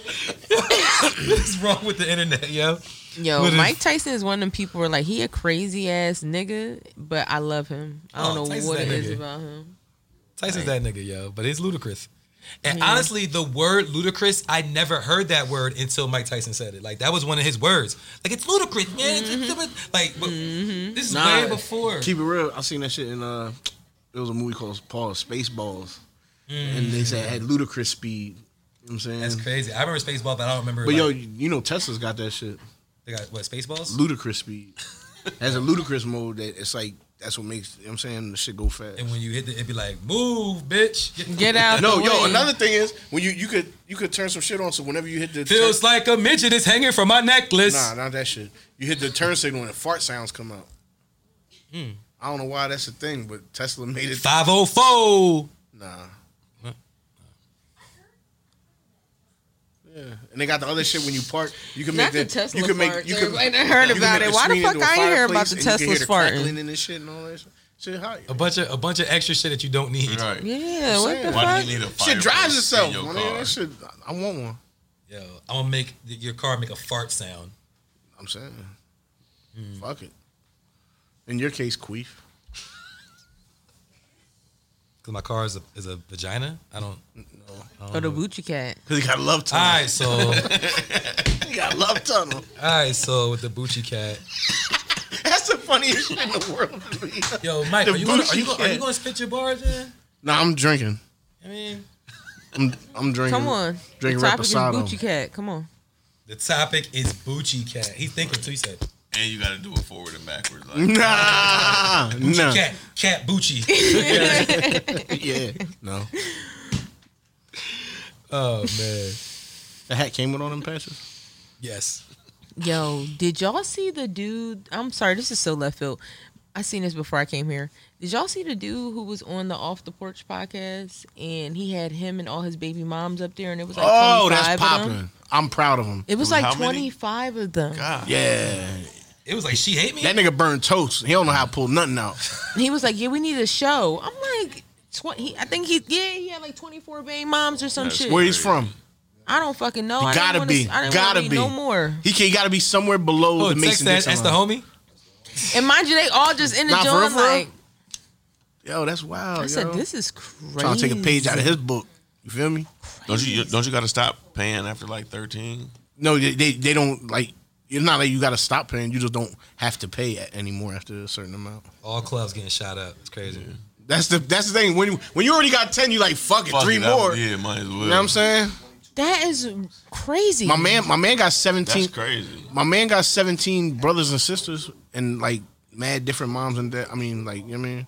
[SPEAKER 2] [LAUGHS] what is wrong with the internet, yo?
[SPEAKER 3] Yo,
[SPEAKER 2] What is-
[SPEAKER 3] Mike Tyson is one of them people where like he a crazy ass nigga, but I love him. I don't
[SPEAKER 2] Oh,
[SPEAKER 3] know
[SPEAKER 2] Tyson's
[SPEAKER 3] what
[SPEAKER 2] that
[SPEAKER 3] it is
[SPEAKER 2] nigga.
[SPEAKER 3] about him.
[SPEAKER 2] Tyson's that nigga, yo, but it's ludicrous. And honestly, the word ludicrous, I never heard that word until Mike Tyson said it. Like that was one of his words. Like it's ludicrous, man. It's- it's- Like but this is
[SPEAKER 1] Nah,
[SPEAKER 2] way before.
[SPEAKER 1] Keep it real. I seen that shit in uh, it was a movie called Pause Spaceballs,
[SPEAKER 3] Mm.
[SPEAKER 1] and they said it had ludicrous speed. You know what I'm saying?
[SPEAKER 2] That's crazy. I remember Spaceball, but I don't remember.
[SPEAKER 1] But yo,
[SPEAKER 2] like,
[SPEAKER 1] you you know Tesla's got that shit.
[SPEAKER 2] they got what Spaceballs?
[SPEAKER 1] Ludicrous
[SPEAKER 2] [LAUGHS]
[SPEAKER 1] speed. Has a ludicrous mode that it's like that's what makes you know what I'm saying the shit go fast.
[SPEAKER 2] and when you hit it, it'd be like move, bitch.
[SPEAKER 3] Get out.
[SPEAKER 1] No,
[SPEAKER 3] the
[SPEAKER 1] yo,
[SPEAKER 3] way.
[SPEAKER 1] another thing is when you you could you could turn some shit on. So whenever you hit the
[SPEAKER 2] [LAUGHS] Feels like a midget is hanging from my necklace.
[SPEAKER 1] nah, not that shit. You hit the turn signal and the fart sounds come out.
[SPEAKER 2] Hmm.
[SPEAKER 1] I don't know why that's a thing, but Tesla made it.
[SPEAKER 2] Five oh four.
[SPEAKER 1] Nah. Yeah, and they got the other shit when you park. You can
[SPEAKER 3] Not
[SPEAKER 1] make
[SPEAKER 3] the
[SPEAKER 1] the,
[SPEAKER 3] Tesla
[SPEAKER 1] you can make
[SPEAKER 3] farts.
[SPEAKER 1] you can,
[SPEAKER 3] Everybody done heard
[SPEAKER 1] you can
[SPEAKER 3] about
[SPEAKER 1] make
[SPEAKER 3] it.
[SPEAKER 1] a
[SPEAKER 3] Why the
[SPEAKER 1] screen
[SPEAKER 3] fuck
[SPEAKER 1] into a
[SPEAKER 3] I ain't hear about
[SPEAKER 1] fireplace
[SPEAKER 3] the
[SPEAKER 1] and you can hear
[SPEAKER 3] Teslas
[SPEAKER 1] the
[SPEAKER 3] farting?
[SPEAKER 1] crackling and this shit and all that shit. Shit, hot.
[SPEAKER 2] A bunch of a bunch of extra shit that you don't need.
[SPEAKER 4] Right.
[SPEAKER 3] Yeah, what
[SPEAKER 1] saying.
[SPEAKER 3] the
[SPEAKER 4] Why
[SPEAKER 3] fuck?
[SPEAKER 4] do you need a
[SPEAKER 1] Shit
[SPEAKER 4] fireplace
[SPEAKER 1] drives
[SPEAKER 4] in
[SPEAKER 1] itself.
[SPEAKER 4] your
[SPEAKER 1] my nigga.
[SPEAKER 4] car?
[SPEAKER 1] That shit, I I want one.
[SPEAKER 2] Yo, I'm gonna make th- your car make a fart sound.
[SPEAKER 1] I'm saying, fuck it. In your case, [LAUGHS] queef.
[SPEAKER 2] Cause my car is a is a vagina. I don't.
[SPEAKER 3] Or the Gucci cat.
[SPEAKER 1] Cause he got a love tunnel.
[SPEAKER 2] All right, so all
[SPEAKER 1] He got a love [LAUGHS] tunnel.
[SPEAKER 2] right, so with the Bucci cat,
[SPEAKER 1] That's the funniest shit in the world. to me.
[SPEAKER 2] yo, Mike,
[SPEAKER 1] The
[SPEAKER 2] are you, gonna, are,
[SPEAKER 1] Bucci
[SPEAKER 2] you gonna, are
[SPEAKER 1] cat.
[SPEAKER 2] you gonna spit your bars in?
[SPEAKER 1] nah, I'm drinking.
[SPEAKER 2] I mean,
[SPEAKER 1] I'm, I'm drinking.
[SPEAKER 3] Come on. The
[SPEAKER 1] Drinking
[SPEAKER 3] topic is
[SPEAKER 1] Reposado.
[SPEAKER 3] Gucci cat. Come on.
[SPEAKER 2] the topic is Bucci cat. He's thinking too. He said,
[SPEAKER 4] And you got to do it forward and backwards.
[SPEAKER 3] [LAUGHS]
[SPEAKER 4] Like,
[SPEAKER 1] Nah, nah.
[SPEAKER 2] "Cat,
[SPEAKER 1] [LAUGHS]
[SPEAKER 2] cat, Bucci."
[SPEAKER 1] yeah, no.
[SPEAKER 2] oh man,
[SPEAKER 1] The hat came with all them patches.
[SPEAKER 2] yes.
[SPEAKER 3] Yo, did y'all see the dude? I'm sorry, this is so left field. I seen this before I came here. Did y'all see the dude who was on the Off the Porch podcast and he had him and all his baby moms up there and it was like
[SPEAKER 1] Oh,
[SPEAKER 3] 25
[SPEAKER 1] that's
[SPEAKER 3] of them?
[SPEAKER 1] popping. I'm proud of him.
[SPEAKER 3] It was
[SPEAKER 4] It was
[SPEAKER 3] like
[SPEAKER 4] how many?
[SPEAKER 3] 25 of them.
[SPEAKER 4] God.
[SPEAKER 1] Yeah,
[SPEAKER 2] It was like she hate me.
[SPEAKER 1] that nigga burned toast. He don't know how to pull nothing out.
[SPEAKER 3] He was like, "Yeah, we need a show." I'm like, "Twen- he- I think he yeah, he had like 24 baby moms or some
[SPEAKER 4] That's
[SPEAKER 1] [LAUGHS]
[SPEAKER 3] shit.
[SPEAKER 1] Where he's from?
[SPEAKER 3] I don't fucking know.
[SPEAKER 1] He
[SPEAKER 3] I didn't
[SPEAKER 1] gotta
[SPEAKER 3] wanna-
[SPEAKER 1] be.
[SPEAKER 3] I didn't wanna
[SPEAKER 1] Gotta
[SPEAKER 3] read
[SPEAKER 1] be.
[SPEAKER 3] no more.
[SPEAKER 1] He can, he got to be somewhere below
[SPEAKER 2] oh,
[SPEAKER 1] the
[SPEAKER 2] text
[SPEAKER 1] Mason
[SPEAKER 2] that.
[SPEAKER 1] Dixon
[SPEAKER 2] That's the
[SPEAKER 1] line.
[SPEAKER 2] homie.
[SPEAKER 3] And mind you, they all just in the
[SPEAKER 1] Nah, for real,
[SPEAKER 3] joint
[SPEAKER 1] for real?
[SPEAKER 3] like
[SPEAKER 1] Yo, that's wild.
[SPEAKER 3] I said,
[SPEAKER 1] yo.
[SPEAKER 3] "This is crazy."
[SPEAKER 1] trying to take a page out of his book. You feel me?
[SPEAKER 4] Don't you don't you got to stop paying after like thirteen?
[SPEAKER 1] No, they they, they don't like. It's not like you got to stop paying. You just don't have to pay a- anymore after a certain amount.
[SPEAKER 2] All clubs getting shot up. It's crazy.
[SPEAKER 1] That's the that's the thing. When you, when you already got ten, you like fuck it,
[SPEAKER 4] Fuck
[SPEAKER 1] three
[SPEAKER 4] it, I-
[SPEAKER 1] more.
[SPEAKER 4] Yeah, might as well.
[SPEAKER 1] You know what I'm saying?
[SPEAKER 3] That is crazy.
[SPEAKER 1] My man, my man got seventeen.
[SPEAKER 4] That's crazy.
[SPEAKER 1] My man got seventeen brothers and sisters, and like mad different moms and that. I mean, like you know what I mean,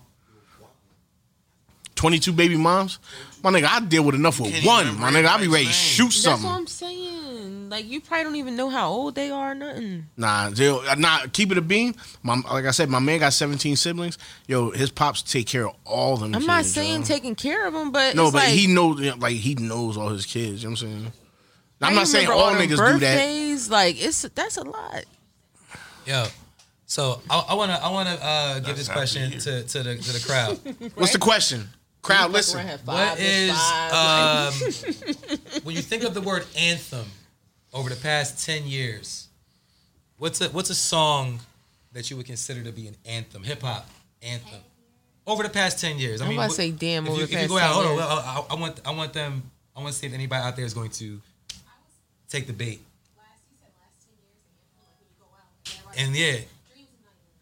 [SPEAKER 1] twenty-two baby moms. My nigga, I deal with enough with
[SPEAKER 4] can't even
[SPEAKER 1] one.
[SPEAKER 4] remember
[SPEAKER 1] My nigga, I be ready
[SPEAKER 4] everybody's
[SPEAKER 1] to
[SPEAKER 4] name.
[SPEAKER 1] shoot
[SPEAKER 3] That's
[SPEAKER 1] something.
[SPEAKER 3] what I'm saying. Like you probably don't even know how old they are. Or nothing.
[SPEAKER 1] Nah, zero, nah. Keep it a beam. My, like I said, my man got seventeen siblings. Yo, his pops take care of all them.
[SPEAKER 3] I'm not
[SPEAKER 1] kids,
[SPEAKER 3] saying
[SPEAKER 1] yo.
[SPEAKER 3] taking care of them, but
[SPEAKER 1] no,
[SPEAKER 3] it's
[SPEAKER 1] but
[SPEAKER 3] like,
[SPEAKER 1] he knows. you know, Like he knows all his kids. You know what I'm saying.
[SPEAKER 3] I
[SPEAKER 1] I'm not saying
[SPEAKER 3] remember
[SPEAKER 1] all
[SPEAKER 3] them
[SPEAKER 1] niggas do that.
[SPEAKER 3] birthdays, Like it's that's a lot.
[SPEAKER 2] Yo. So I, I wanna I wanna uh, give this
[SPEAKER 4] happy
[SPEAKER 2] question
[SPEAKER 4] here.
[SPEAKER 2] to, to the to the crowd.
[SPEAKER 1] What's the question? Crowd, listen.
[SPEAKER 2] What is um,
[SPEAKER 3] [LAUGHS]
[SPEAKER 2] when you think of the word anthem over the past ten years? What's a what's a song that you would consider to be an anthem, hip hop anthem, over the past ten years? I
[SPEAKER 3] I'm
[SPEAKER 2] mean,
[SPEAKER 3] about to
[SPEAKER 2] what-
[SPEAKER 3] say damn
[SPEAKER 2] If
[SPEAKER 3] over
[SPEAKER 2] you,
[SPEAKER 3] the
[SPEAKER 2] if you
[SPEAKER 3] past
[SPEAKER 2] go out,
[SPEAKER 3] 10
[SPEAKER 2] hold on.
[SPEAKER 3] years.
[SPEAKER 2] well, I, I want I want them. I want to see if anybody out there is going to take the bait. And yeah,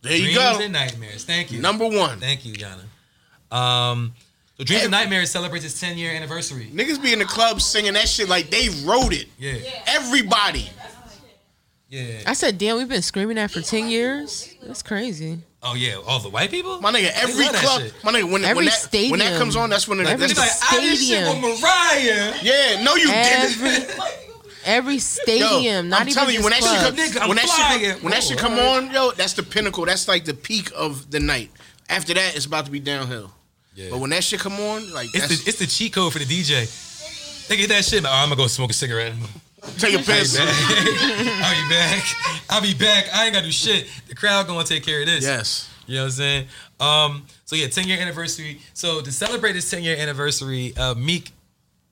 [SPEAKER 1] There you
[SPEAKER 2] dreams
[SPEAKER 1] go.
[SPEAKER 2] and nightmares. Thank you.
[SPEAKER 1] Number one.
[SPEAKER 2] Thank you, Yana. Um, so Dreams and Nightmares celebrates its 10 year anniversary.
[SPEAKER 1] Niggas be in the club singing that shit like they wrote it.
[SPEAKER 2] Yeah.
[SPEAKER 1] Everybody.
[SPEAKER 2] Yeah.
[SPEAKER 3] I said, damn, we've been screaming that for ten years. That's crazy.
[SPEAKER 2] Oh, yeah. All the white people?
[SPEAKER 1] My nigga, every
[SPEAKER 2] love that
[SPEAKER 1] club.
[SPEAKER 2] shit.
[SPEAKER 1] My nigga, when, when,
[SPEAKER 3] Every
[SPEAKER 1] that, when that
[SPEAKER 3] stadium.
[SPEAKER 1] comes on, that's when the,
[SPEAKER 2] Like,
[SPEAKER 1] that's
[SPEAKER 2] they be like,
[SPEAKER 1] the
[SPEAKER 2] I did shit with
[SPEAKER 3] stadium.
[SPEAKER 2] Mariah.
[SPEAKER 1] Yeah, no, you didn't.
[SPEAKER 3] Every every
[SPEAKER 1] Yo,
[SPEAKER 3] stadium, not
[SPEAKER 1] I'm
[SPEAKER 3] even
[SPEAKER 1] telling you, when
[SPEAKER 3] just
[SPEAKER 1] that
[SPEAKER 3] clubs.
[SPEAKER 1] shit
[SPEAKER 2] Nigga,
[SPEAKER 1] come,
[SPEAKER 2] I'm
[SPEAKER 1] when that shit,
[SPEAKER 2] flying.
[SPEAKER 1] come- when that shit
[SPEAKER 2] Whoa.
[SPEAKER 1] come on, yo, that's the pinnacle. That's like the peak of the night. After that, it's about to be downhill.
[SPEAKER 2] Yeah.
[SPEAKER 1] But when that shit come on, like
[SPEAKER 2] It's
[SPEAKER 1] that's,
[SPEAKER 2] the, it's the cheat code for the DJ. They get that shit. Like, oh, I'm going to go smoke a cigarette. [LAUGHS]
[SPEAKER 1] take a piss.
[SPEAKER 2] I'll be back. I'll be back. I ain't got to do shit. The crowd going to take care of this.
[SPEAKER 1] Yes.
[SPEAKER 2] You know what I'm saying? Um, so yeah, 10 year anniversary. So to celebrate this 10 year anniversary, uh, Meek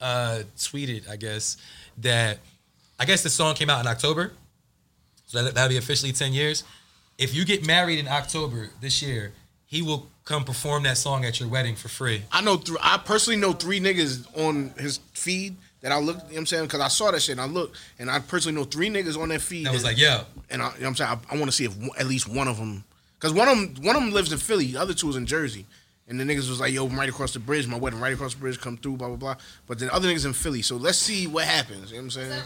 [SPEAKER 2] uh, tweeted, I guess, that I guess the song came out in October. So that, that'll be officially 10 years. If you get married in October this year, he will come perform that song at your wedding for free.
[SPEAKER 1] I know. Th- I personally know three niggas on his feed that I looked. You know what I'm saying because I saw that shit and I looked, and I personally know three niggas on that feed.
[SPEAKER 2] That was
[SPEAKER 1] that-
[SPEAKER 2] like, yo,
[SPEAKER 1] and I, you know what I'm saying I, I want to see if one, at least one of them, because one of them one of them lives in Philly, the other two is in Jersey, and the niggas was like, "Yo, I'm right across the bridge, my wedding right across the bridge, come through, blah blah blah." But the other niggas in Philly, so let's see what happens. You know what I'm saying?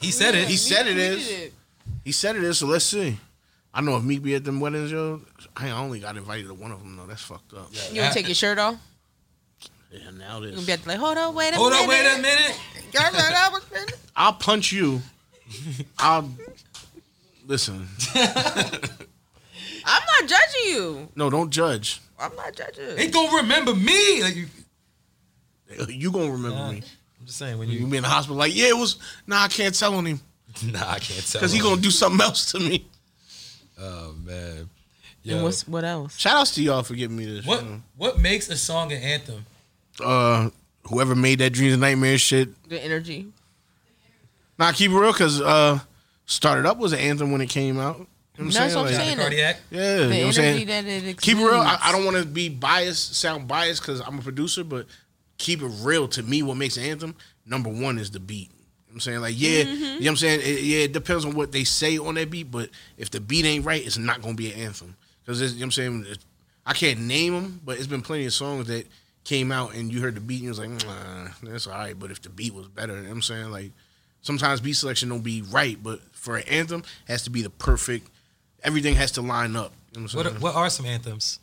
[SPEAKER 2] he said it.
[SPEAKER 1] He
[SPEAKER 2] He's,
[SPEAKER 1] said it is. He said it is. So let's see. I know if Meek be at them weddings, yo, I only got invited to one of them though. That's fucked up. Yeah,
[SPEAKER 3] You gonna take your shirt off?
[SPEAKER 1] now
[SPEAKER 3] You gonna
[SPEAKER 1] this.
[SPEAKER 3] be like, hold on, wait a
[SPEAKER 2] Hold
[SPEAKER 3] minute.
[SPEAKER 2] on, wait a minute.
[SPEAKER 3] [LAUGHS] Y'all right, I was finna-
[SPEAKER 1] I'll punch you. [LAUGHS] I'll listen.
[SPEAKER 3] I'm not judging you.
[SPEAKER 1] No, don't judge.
[SPEAKER 3] I'm not judging.
[SPEAKER 2] They gonna remember me. Like, you,
[SPEAKER 1] You gonna remember me?
[SPEAKER 2] I'm just saying when
[SPEAKER 1] You
[SPEAKER 2] you.
[SPEAKER 1] be in the hospital like, yeah, it was. Nah, I can't tell on him.
[SPEAKER 2] Nah, I can't tell.
[SPEAKER 1] Cause he
[SPEAKER 2] him.
[SPEAKER 1] gonna do something else to me.
[SPEAKER 2] Oh man.
[SPEAKER 3] And
[SPEAKER 2] Yo.
[SPEAKER 3] what's what else?
[SPEAKER 1] Shout outs to y'all for giving me this.
[SPEAKER 2] What
[SPEAKER 1] you
[SPEAKER 2] what makes a song an anthem?
[SPEAKER 1] know. Uh, whoever made that dreams and nightmares shit.
[SPEAKER 3] The energy.
[SPEAKER 1] Nah, keep it real. Cause uh, started up was an anthem when it came out. You know what
[SPEAKER 3] That's what I'm
[SPEAKER 1] Like,
[SPEAKER 3] saying.
[SPEAKER 2] Cardiac.
[SPEAKER 1] Yeah, you know
[SPEAKER 3] The
[SPEAKER 1] what I'm
[SPEAKER 3] energy
[SPEAKER 1] saying.
[SPEAKER 3] that it
[SPEAKER 1] keep it real. I,
[SPEAKER 3] exudes.
[SPEAKER 1] I don't want to be biased, sound biased, cause I'm a producer. But keep it real. To me, what makes an anthem number one is the beat. You know what I'm saying like yeah, you know what I'm saying It- yeah. It depends on what they say on that beat, but if the beat ain't right, it's not gonna be an anthem. Cause it's, you know what I'm saying It's- I can't name them, but it's been plenty of songs that came out and you heard the beat and you was like, "Mm, nah, that's all right. But if the beat was better, you know what I'm saying like sometimes beat selection don't be right, but for an anthem, it has to be the perfect. Everything has to line up. You know what I'm saying?
[SPEAKER 2] What what are some anthems?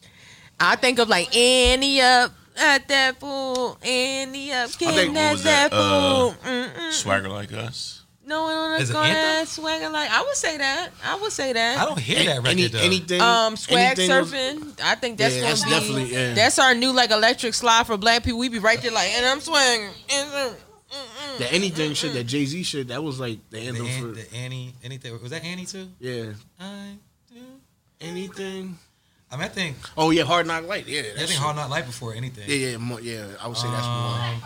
[SPEAKER 3] I think of like Annie up at that pool, Annie up,
[SPEAKER 4] think-
[SPEAKER 3] kicking
[SPEAKER 4] what
[SPEAKER 3] at
[SPEAKER 4] was
[SPEAKER 3] that
[SPEAKER 4] that?
[SPEAKER 3] pool.
[SPEAKER 1] uh,
[SPEAKER 3] Mm-mm.
[SPEAKER 4] Swagger like us.
[SPEAKER 3] No one on
[SPEAKER 2] As
[SPEAKER 3] us
[SPEAKER 2] an
[SPEAKER 3] gonna
[SPEAKER 2] anthem?
[SPEAKER 3] swagger like I would say that. I would say that.
[SPEAKER 2] I don't hear that record
[SPEAKER 1] Any,
[SPEAKER 2] though.
[SPEAKER 1] anything,
[SPEAKER 3] um, swag
[SPEAKER 1] anything was-
[SPEAKER 3] surfing. I think that's
[SPEAKER 1] Yeah,
[SPEAKER 3] gonna
[SPEAKER 1] that's
[SPEAKER 3] be
[SPEAKER 1] definitely, yeah.
[SPEAKER 3] that's our new like electric slide for black people. We be right there like, and I'm swinging. and, uh, mm-mm.
[SPEAKER 1] the anything shit, that Jay Z shit, that was like the
[SPEAKER 2] the,
[SPEAKER 1] anthem
[SPEAKER 2] An-
[SPEAKER 1] for
[SPEAKER 2] the Annie anything was that Annie too?
[SPEAKER 1] yeah.
[SPEAKER 2] I do.
[SPEAKER 1] Anything?
[SPEAKER 2] I mean I think
[SPEAKER 1] Oh yeah, Hard Knock Light. Yeah,
[SPEAKER 2] I
[SPEAKER 1] that
[SPEAKER 2] think
[SPEAKER 1] shit.
[SPEAKER 2] Hard Not Life before anything.
[SPEAKER 1] Yeah, yeah, mo- yeah. I would say that's
[SPEAKER 2] Um,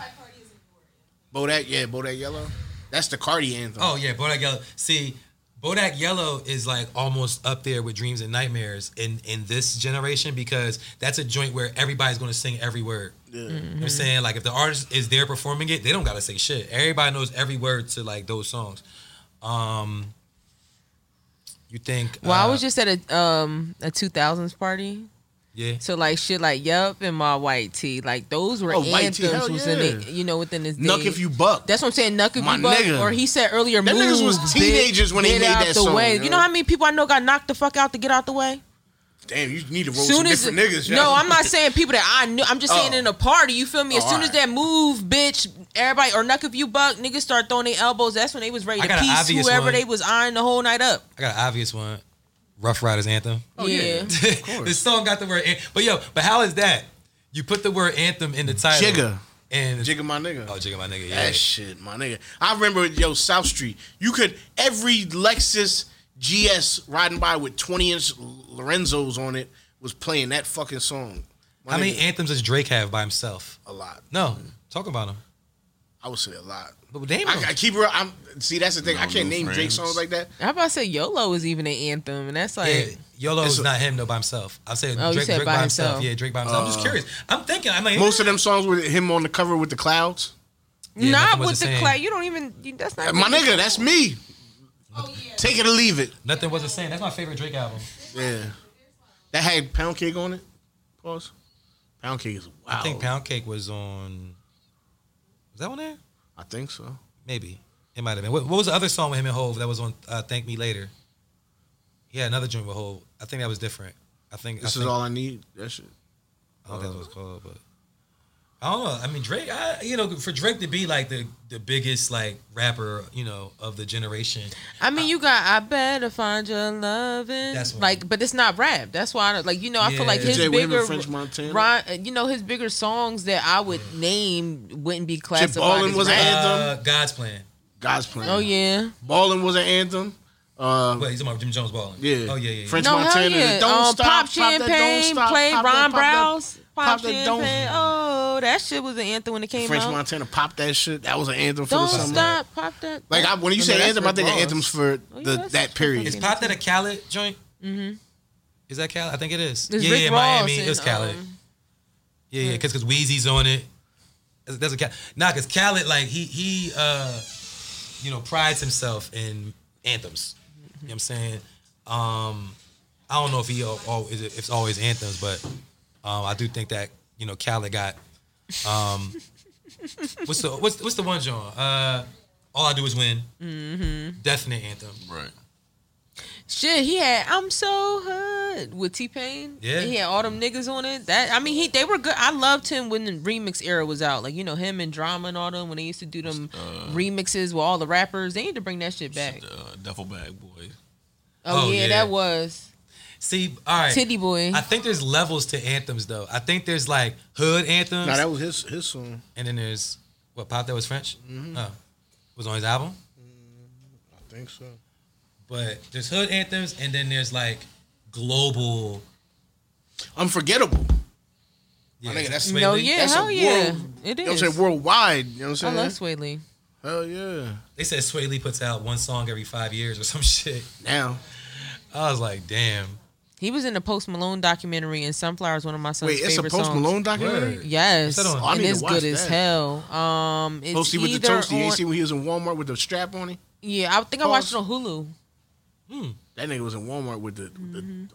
[SPEAKER 1] more. Bodak, yeah, Bodak Yellow. That's the Cardi anthem.
[SPEAKER 2] oh yeah, Bodak Yellow. See, Bodak Yellow is like almost up there with Dreams and Nightmares in in this generation because that's a joint where everybody's gonna sing every word.
[SPEAKER 1] yeah.
[SPEAKER 2] You
[SPEAKER 3] Mm-hmm.
[SPEAKER 2] know what I'm saying? Like if the artist is there performing it, they don't gotta say shit. Everybody knows every word to like those songs. Um you think
[SPEAKER 3] Well, I
[SPEAKER 2] uh,
[SPEAKER 3] was just at a um a two thousands party,
[SPEAKER 2] Yeah.
[SPEAKER 3] So like shit like Yup and my white tee, like those were
[SPEAKER 1] Oh, White
[SPEAKER 3] anthems
[SPEAKER 1] Tee, hell
[SPEAKER 3] was
[SPEAKER 1] yeah.
[SPEAKER 3] in the, you know within this day.
[SPEAKER 1] Nuck if you buck.
[SPEAKER 3] That's what I'm saying. Nuck if
[SPEAKER 1] My
[SPEAKER 3] you buck,
[SPEAKER 1] nigga.
[SPEAKER 3] or he said earlier,
[SPEAKER 1] Them niggas
[SPEAKER 3] moves,
[SPEAKER 1] was
[SPEAKER 3] bitch,
[SPEAKER 1] teenagers when they
[SPEAKER 3] get
[SPEAKER 1] made
[SPEAKER 3] out
[SPEAKER 1] that
[SPEAKER 3] the
[SPEAKER 1] song,
[SPEAKER 3] way.
[SPEAKER 1] yo.
[SPEAKER 3] You know how many people I know got knocked the fuck out to get out the way.
[SPEAKER 1] Damn, you need to roll some different niggas. yo.
[SPEAKER 3] no, I'm not saying people that I knew. I'm just saying
[SPEAKER 1] Oh.
[SPEAKER 3] in a party. You feel me? As
[SPEAKER 1] Oh,
[SPEAKER 3] soon as
[SPEAKER 1] alright.
[SPEAKER 3] that move, bitch, everybody or knuck if you buck, niggas start throwing their elbows. That's when they was ready
[SPEAKER 2] I
[SPEAKER 3] to
[SPEAKER 2] got an
[SPEAKER 3] piece
[SPEAKER 2] obvious
[SPEAKER 3] whoever
[SPEAKER 2] one.
[SPEAKER 3] they was eyeing the whole night up.
[SPEAKER 2] I got an obvious one. Rough Riders anthem.
[SPEAKER 1] Oh, yeah.
[SPEAKER 3] yeah.
[SPEAKER 2] [LAUGHS] the song got the word, an- but yo, but how is that? You put the word anthem in the title.
[SPEAKER 1] Jigga.
[SPEAKER 2] and
[SPEAKER 1] Jigga my nigga.
[SPEAKER 2] Oh, Jigga, my nigga. Yeah.
[SPEAKER 1] That shit, my nigga. I remember yo South Street. You could every Lexus GS riding by with twenty inch Lorenzos on it was playing that fucking song. My
[SPEAKER 2] how many
[SPEAKER 1] nigga,
[SPEAKER 2] anthems does Drake have by himself?
[SPEAKER 1] a lot.
[SPEAKER 2] No, talk about him.
[SPEAKER 1] I would say a lot.
[SPEAKER 2] But damn,
[SPEAKER 1] I, I keep real. I'm see. That's the thing. I
[SPEAKER 4] No
[SPEAKER 1] can't
[SPEAKER 4] new
[SPEAKER 1] name Drake
[SPEAKER 4] friends.
[SPEAKER 1] songs like that.
[SPEAKER 3] [LAUGHS] How about I say YOLO is even an anthem, and that's like.
[SPEAKER 2] yeah, YOLO
[SPEAKER 1] It's
[SPEAKER 2] is
[SPEAKER 1] a-
[SPEAKER 2] not him though by himself. I said
[SPEAKER 3] Oh, you
[SPEAKER 2] Drake,
[SPEAKER 3] said
[SPEAKER 2] Drake
[SPEAKER 3] by
[SPEAKER 2] by, himself.
[SPEAKER 3] himself.
[SPEAKER 2] Yeah, Drake by himself. I'm just curious. I'm thinking. I'm like
[SPEAKER 1] Uh, Most of them songs with him on the cover with the clouds.
[SPEAKER 2] Yeah,
[SPEAKER 3] not
[SPEAKER 2] nothing was
[SPEAKER 3] with
[SPEAKER 2] the
[SPEAKER 3] the
[SPEAKER 2] same.
[SPEAKER 3] clay. You don't even. You, that's not.
[SPEAKER 1] My nigga, that's me.
[SPEAKER 3] Oh,
[SPEAKER 1] Take it or leave it.
[SPEAKER 2] nothing was the same. That's my favorite Drake album.
[SPEAKER 1] Yeah. That had pound cake on it. Pause. Pound cake is wow.
[SPEAKER 2] I think Pound Cake was on. Was that one there?
[SPEAKER 1] I think so.
[SPEAKER 2] Maybe it might have been. What, what was the other song with him and Hove that was on uh, "Thank Me Later"? Yeah, another joint with Hove. I think that was different. I think
[SPEAKER 1] This
[SPEAKER 2] I
[SPEAKER 1] is
[SPEAKER 2] think-
[SPEAKER 1] all uh, I need. That shit.
[SPEAKER 2] I don't think that's what it's called, but I don't know. I mean, Drake. I you know for Drake to be like the the biggest like rapper you know of the generation.
[SPEAKER 3] I mean, you got. I better find your loving.
[SPEAKER 2] That's one.
[SPEAKER 3] like, but it's not rap. That's why, I don't, like, you know, I
[SPEAKER 2] Yeah.
[SPEAKER 3] feel like his
[SPEAKER 1] DJ Wavin,
[SPEAKER 3] bigger,
[SPEAKER 1] French Montana.
[SPEAKER 3] Ron, you know, his bigger songs that I would name wouldn't be classified.
[SPEAKER 1] Ballin
[SPEAKER 3] As
[SPEAKER 1] was an
[SPEAKER 3] rap.
[SPEAKER 2] Uh,
[SPEAKER 1] Anthem?
[SPEAKER 2] God's plan.
[SPEAKER 1] God's plan.
[SPEAKER 3] Oh yeah.
[SPEAKER 1] Ballin was an anthem. Uh,
[SPEAKER 2] Wait, he's talking about Jim Jones balling.
[SPEAKER 1] Yeah.
[SPEAKER 2] Oh yeah, yeah.
[SPEAKER 1] French
[SPEAKER 3] no
[SPEAKER 1] Montana.
[SPEAKER 3] hell yeah.
[SPEAKER 1] Don't
[SPEAKER 3] um,
[SPEAKER 1] stop.
[SPEAKER 3] pop
[SPEAKER 1] Pop that, don't
[SPEAKER 3] champagne.
[SPEAKER 1] stop.
[SPEAKER 3] played
[SPEAKER 1] Pop that, pop
[SPEAKER 3] Ron
[SPEAKER 1] that.
[SPEAKER 3] Browse. Pop,
[SPEAKER 1] Pop that,
[SPEAKER 3] champagne.
[SPEAKER 1] don't-
[SPEAKER 3] Oh, that shit was an anthem when it came
[SPEAKER 1] French
[SPEAKER 3] out.
[SPEAKER 1] Montana popped that shit. That was an anthem for
[SPEAKER 3] Don't
[SPEAKER 1] the summer.
[SPEAKER 3] stop. Pop that.
[SPEAKER 1] Like I, when you
[SPEAKER 3] No,
[SPEAKER 1] say
[SPEAKER 3] that's
[SPEAKER 1] anthem, I
[SPEAKER 3] Rick
[SPEAKER 1] think of
[SPEAKER 3] Ross.
[SPEAKER 1] anthems for
[SPEAKER 3] Oh, yeah,
[SPEAKER 1] the
[SPEAKER 3] that's
[SPEAKER 1] that
[SPEAKER 3] Rick
[SPEAKER 1] period.
[SPEAKER 2] Is
[SPEAKER 3] Ross.
[SPEAKER 2] Pop that a Khaled joint? Mm-hmm. Is that Khaled? I think it is.
[SPEAKER 3] It's
[SPEAKER 2] yeah,
[SPEAKER 3] Rick
[SPEAKER 2] yeah,
[SPEAKER 3] Ross
[SPEAKER 2] Miami.
[SPEAKER 3] and,
[SPEAKER 2] it was Khaled.
[SPEAKER 3] um,
[SPEAKER 2] yeah, yeah, because because Wheezy's on it. That's that's a Khaled. Nah, because Khaled like he he uh you know prides himself in anthems. You know what I'm saying? Um I don't know if he al- al- is it- if it's always anthems, but um I do think that you know Khaled got um what's the what's what's the one John? Uh all I do is win.
[SPEAKER 3] Mm-hmm.
[SPEAKER 2] Definite anthem.
[SPEAKER 4] Right.
[SPEAKER 3] Shit, he had I'm so hood with T Pain.
[SPEAKER 2] Yeah.
[SPEAKER 3] he had all them niggas on it. That I mean, he they were good. I loved him when the remix era was out. Like you know him and Drama and all them when they used to do them
[SPEAKER 2] Uh,
[SPEAKER 3] remixes with all the rappers. They need to bring that shit back.
[SPEAKER 4] Uh, duffel bag boy.
[SPEAKER 3] Oh,
[SPEAKER 2] Oh,
[SPEAKER 3] yeah,
[SPEAKER 2] yeah.
[SPEAKER 3] that was
[SPEAKER 2] See, all right.
[SPEAKER 3] Titty Boy.
[SPEAKER 2] I think there's levels to anthems though. I think there's like hood anthems,
[SPEAKER 1] Nah, that was his his song.
[SPEAKER 2] and then there's what pop that was French.
[SPEAKER 1] Mm-hmm.
[SPEAKER 2] Oh, was on his album.
[SPEAKER 1] I think so.
[SPEAKER 2] But there's hood anthems, and then there's like global.
[SPEAKER 1] Unforgettable.
[SPEAKER 2] Yeah,
[SPEAKER 1] My nigga, that's
[SPEAKER 3] no,
[SPEAKER 2] Lee.
[SPEAKER 3] yeah,
[SPEAKER 1] That's a
[SPEAKER 3] hell yeah,
[SPEAKER 1] world-
[SPEAKER 3] it
[SPEAKER 1] You know
[SPEAKER 3] is.
[SPEAKER 1] what I'm saying? Worldwide. You know what
[SPEAKER 3] I
[SPEAKER 1] I'm
[SPEAKER 3] love
[SPEAKER 1] saying?
[SPEAKER 3] Sway Lee.
[SPEAKER 1] Hell yeah.
[SPEAKER 2] They said Sway Lee puts out one song every five years or [LAUGHS] some shit.
[SPEAKER 1] Now.
[SPEAKER 2] I was like, damn.
[SPEAKER 3] He was in the Post Malone documentary, and Sunflower is one of my son's
[SPEAKER 1] Wait, it's a
[SPEAKER 3] favorite
[SPEAKER 1] Post
[SPEAKER 3] songs.
[SPEAKER 1] Malone documentary?
[SPEAKER 2] Word.
[SPEAKER 3] Yes,
[SPEAKER 2] What's that on?
[SPEAKER 1] Oh, I
[SPEAKER 3] and
[SPEAKER 1] need to
[SPEAKER 3] it's
[SPEAKER 1] watch
[SPEAKER 3] good as
[SPEAKER 1] that.
[SPEAKER 3] hell. Um, it's
[SPEAKER 1] Toasty with the
[SPEAKER 3] either
[SPEAKER 1] toasty. You ain't
[SPEAKER 3] on-
[SPEAKER 1] see when he was in Walmart with the strap on him?
[SPEAKER 3] yeah, I think I watched it on
[SPEAKER 1] Pause.
[SPEAKER 3] Hulu.
[SPEAKER 1] That nigga was in Walmart with the, the, the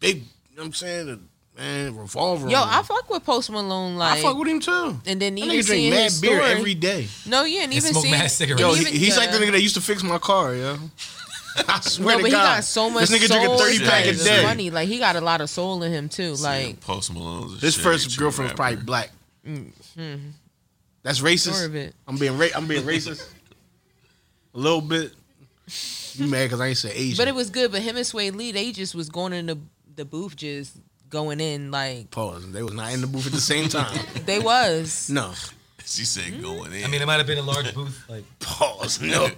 [SPEAKER 1] big, you know what I'm saying? The, man, revolver.
[SPEAKER 3] Yo,
[SPEAKER 1] on him.
[SPEAKER 3] I fuck with Post Malone. Like,
[SPEAKER 1] I fuck with him too.
[SPEAKER 3] and then
[SPEAKER 1] That
[SPEAKER 3] even
[SPEAKER 1] nigga
[SPEAKER 3] seeing
[SPEAKER 1] drink mad
[SPEAKER 3] his
[SPEAKER 1] beer
[SPEAKER 3] story.
[SPEAKER 1] every day.
[SPEAKER 3] no, yeah, and even
[SPEAKER 2] smoke
[SPEAKER 3] seeing
[SPEAKER 2] mad cigarettes.
[SPEAKER 3] and
[SPEAKER 1] Yo, he,
[SPEAKER 3] even-
[SPEAKER 1] he's like
[SPEAKER 3] yeah.
[SPEAKER 1] the nigga that used to fix my car, yo. [LAUGHS] I swear
[SPEAKER 3] no,
[SPEAKER 1] to
[SPEAKER 3] but he
[SPEAKER 1] God.
[SPEAKER 3] got so much
[SPEAKER 1] This nigga
[SPEAKER 3] soul
[SPEAKER 1] drink a 30 pack a
[SPEAKER 3] it's
[SPEAKER 1] day.
[SPEAKER 3] Funny, like he got a lot of soul in him too. Like,
[SPEAKER 4] Damn, Post Malone's. a
[SPEAKER 1] His
[SPEAKER 4] shitty
[SPEAKER 1] first
[SPEAKER 4] true
[SPEAKER 1] girlfriend was probably
[SPEAKER 4] rapper.
[SPEAKER 1] black. That's racist.
[SPEAKER 3] Mm-hmm. more of it.
[SPEAKER 1] I'm being ra- I'm being
[SPEAKER 3] [LAUGHS]
[SPEAKER 1] racist. a little bit. You mad because I ain't say Asian.
[SPEAKER 3] But it was good. But him and Sway Lee, they just was going in the the booth, just going in like
[SPEAKER 1] Pause. They was not in the booth at the same
[SPEAKER 3] [LAUGHS]
[SPEAKER 1] time.
[SPEAKER 3] they was.
[SPEAKER 1] No.
[SPEAKER 4] She
[SPEAKER 1] Mm-hmm.
[SPEAKER 4] said going in.
[SPEAKER 2] I mean, it might have been
[SPEAKER 1] [LAUGHS]
[SPEAKER 2] a large booth. Like,
[SPEAKER 1] Pause. No.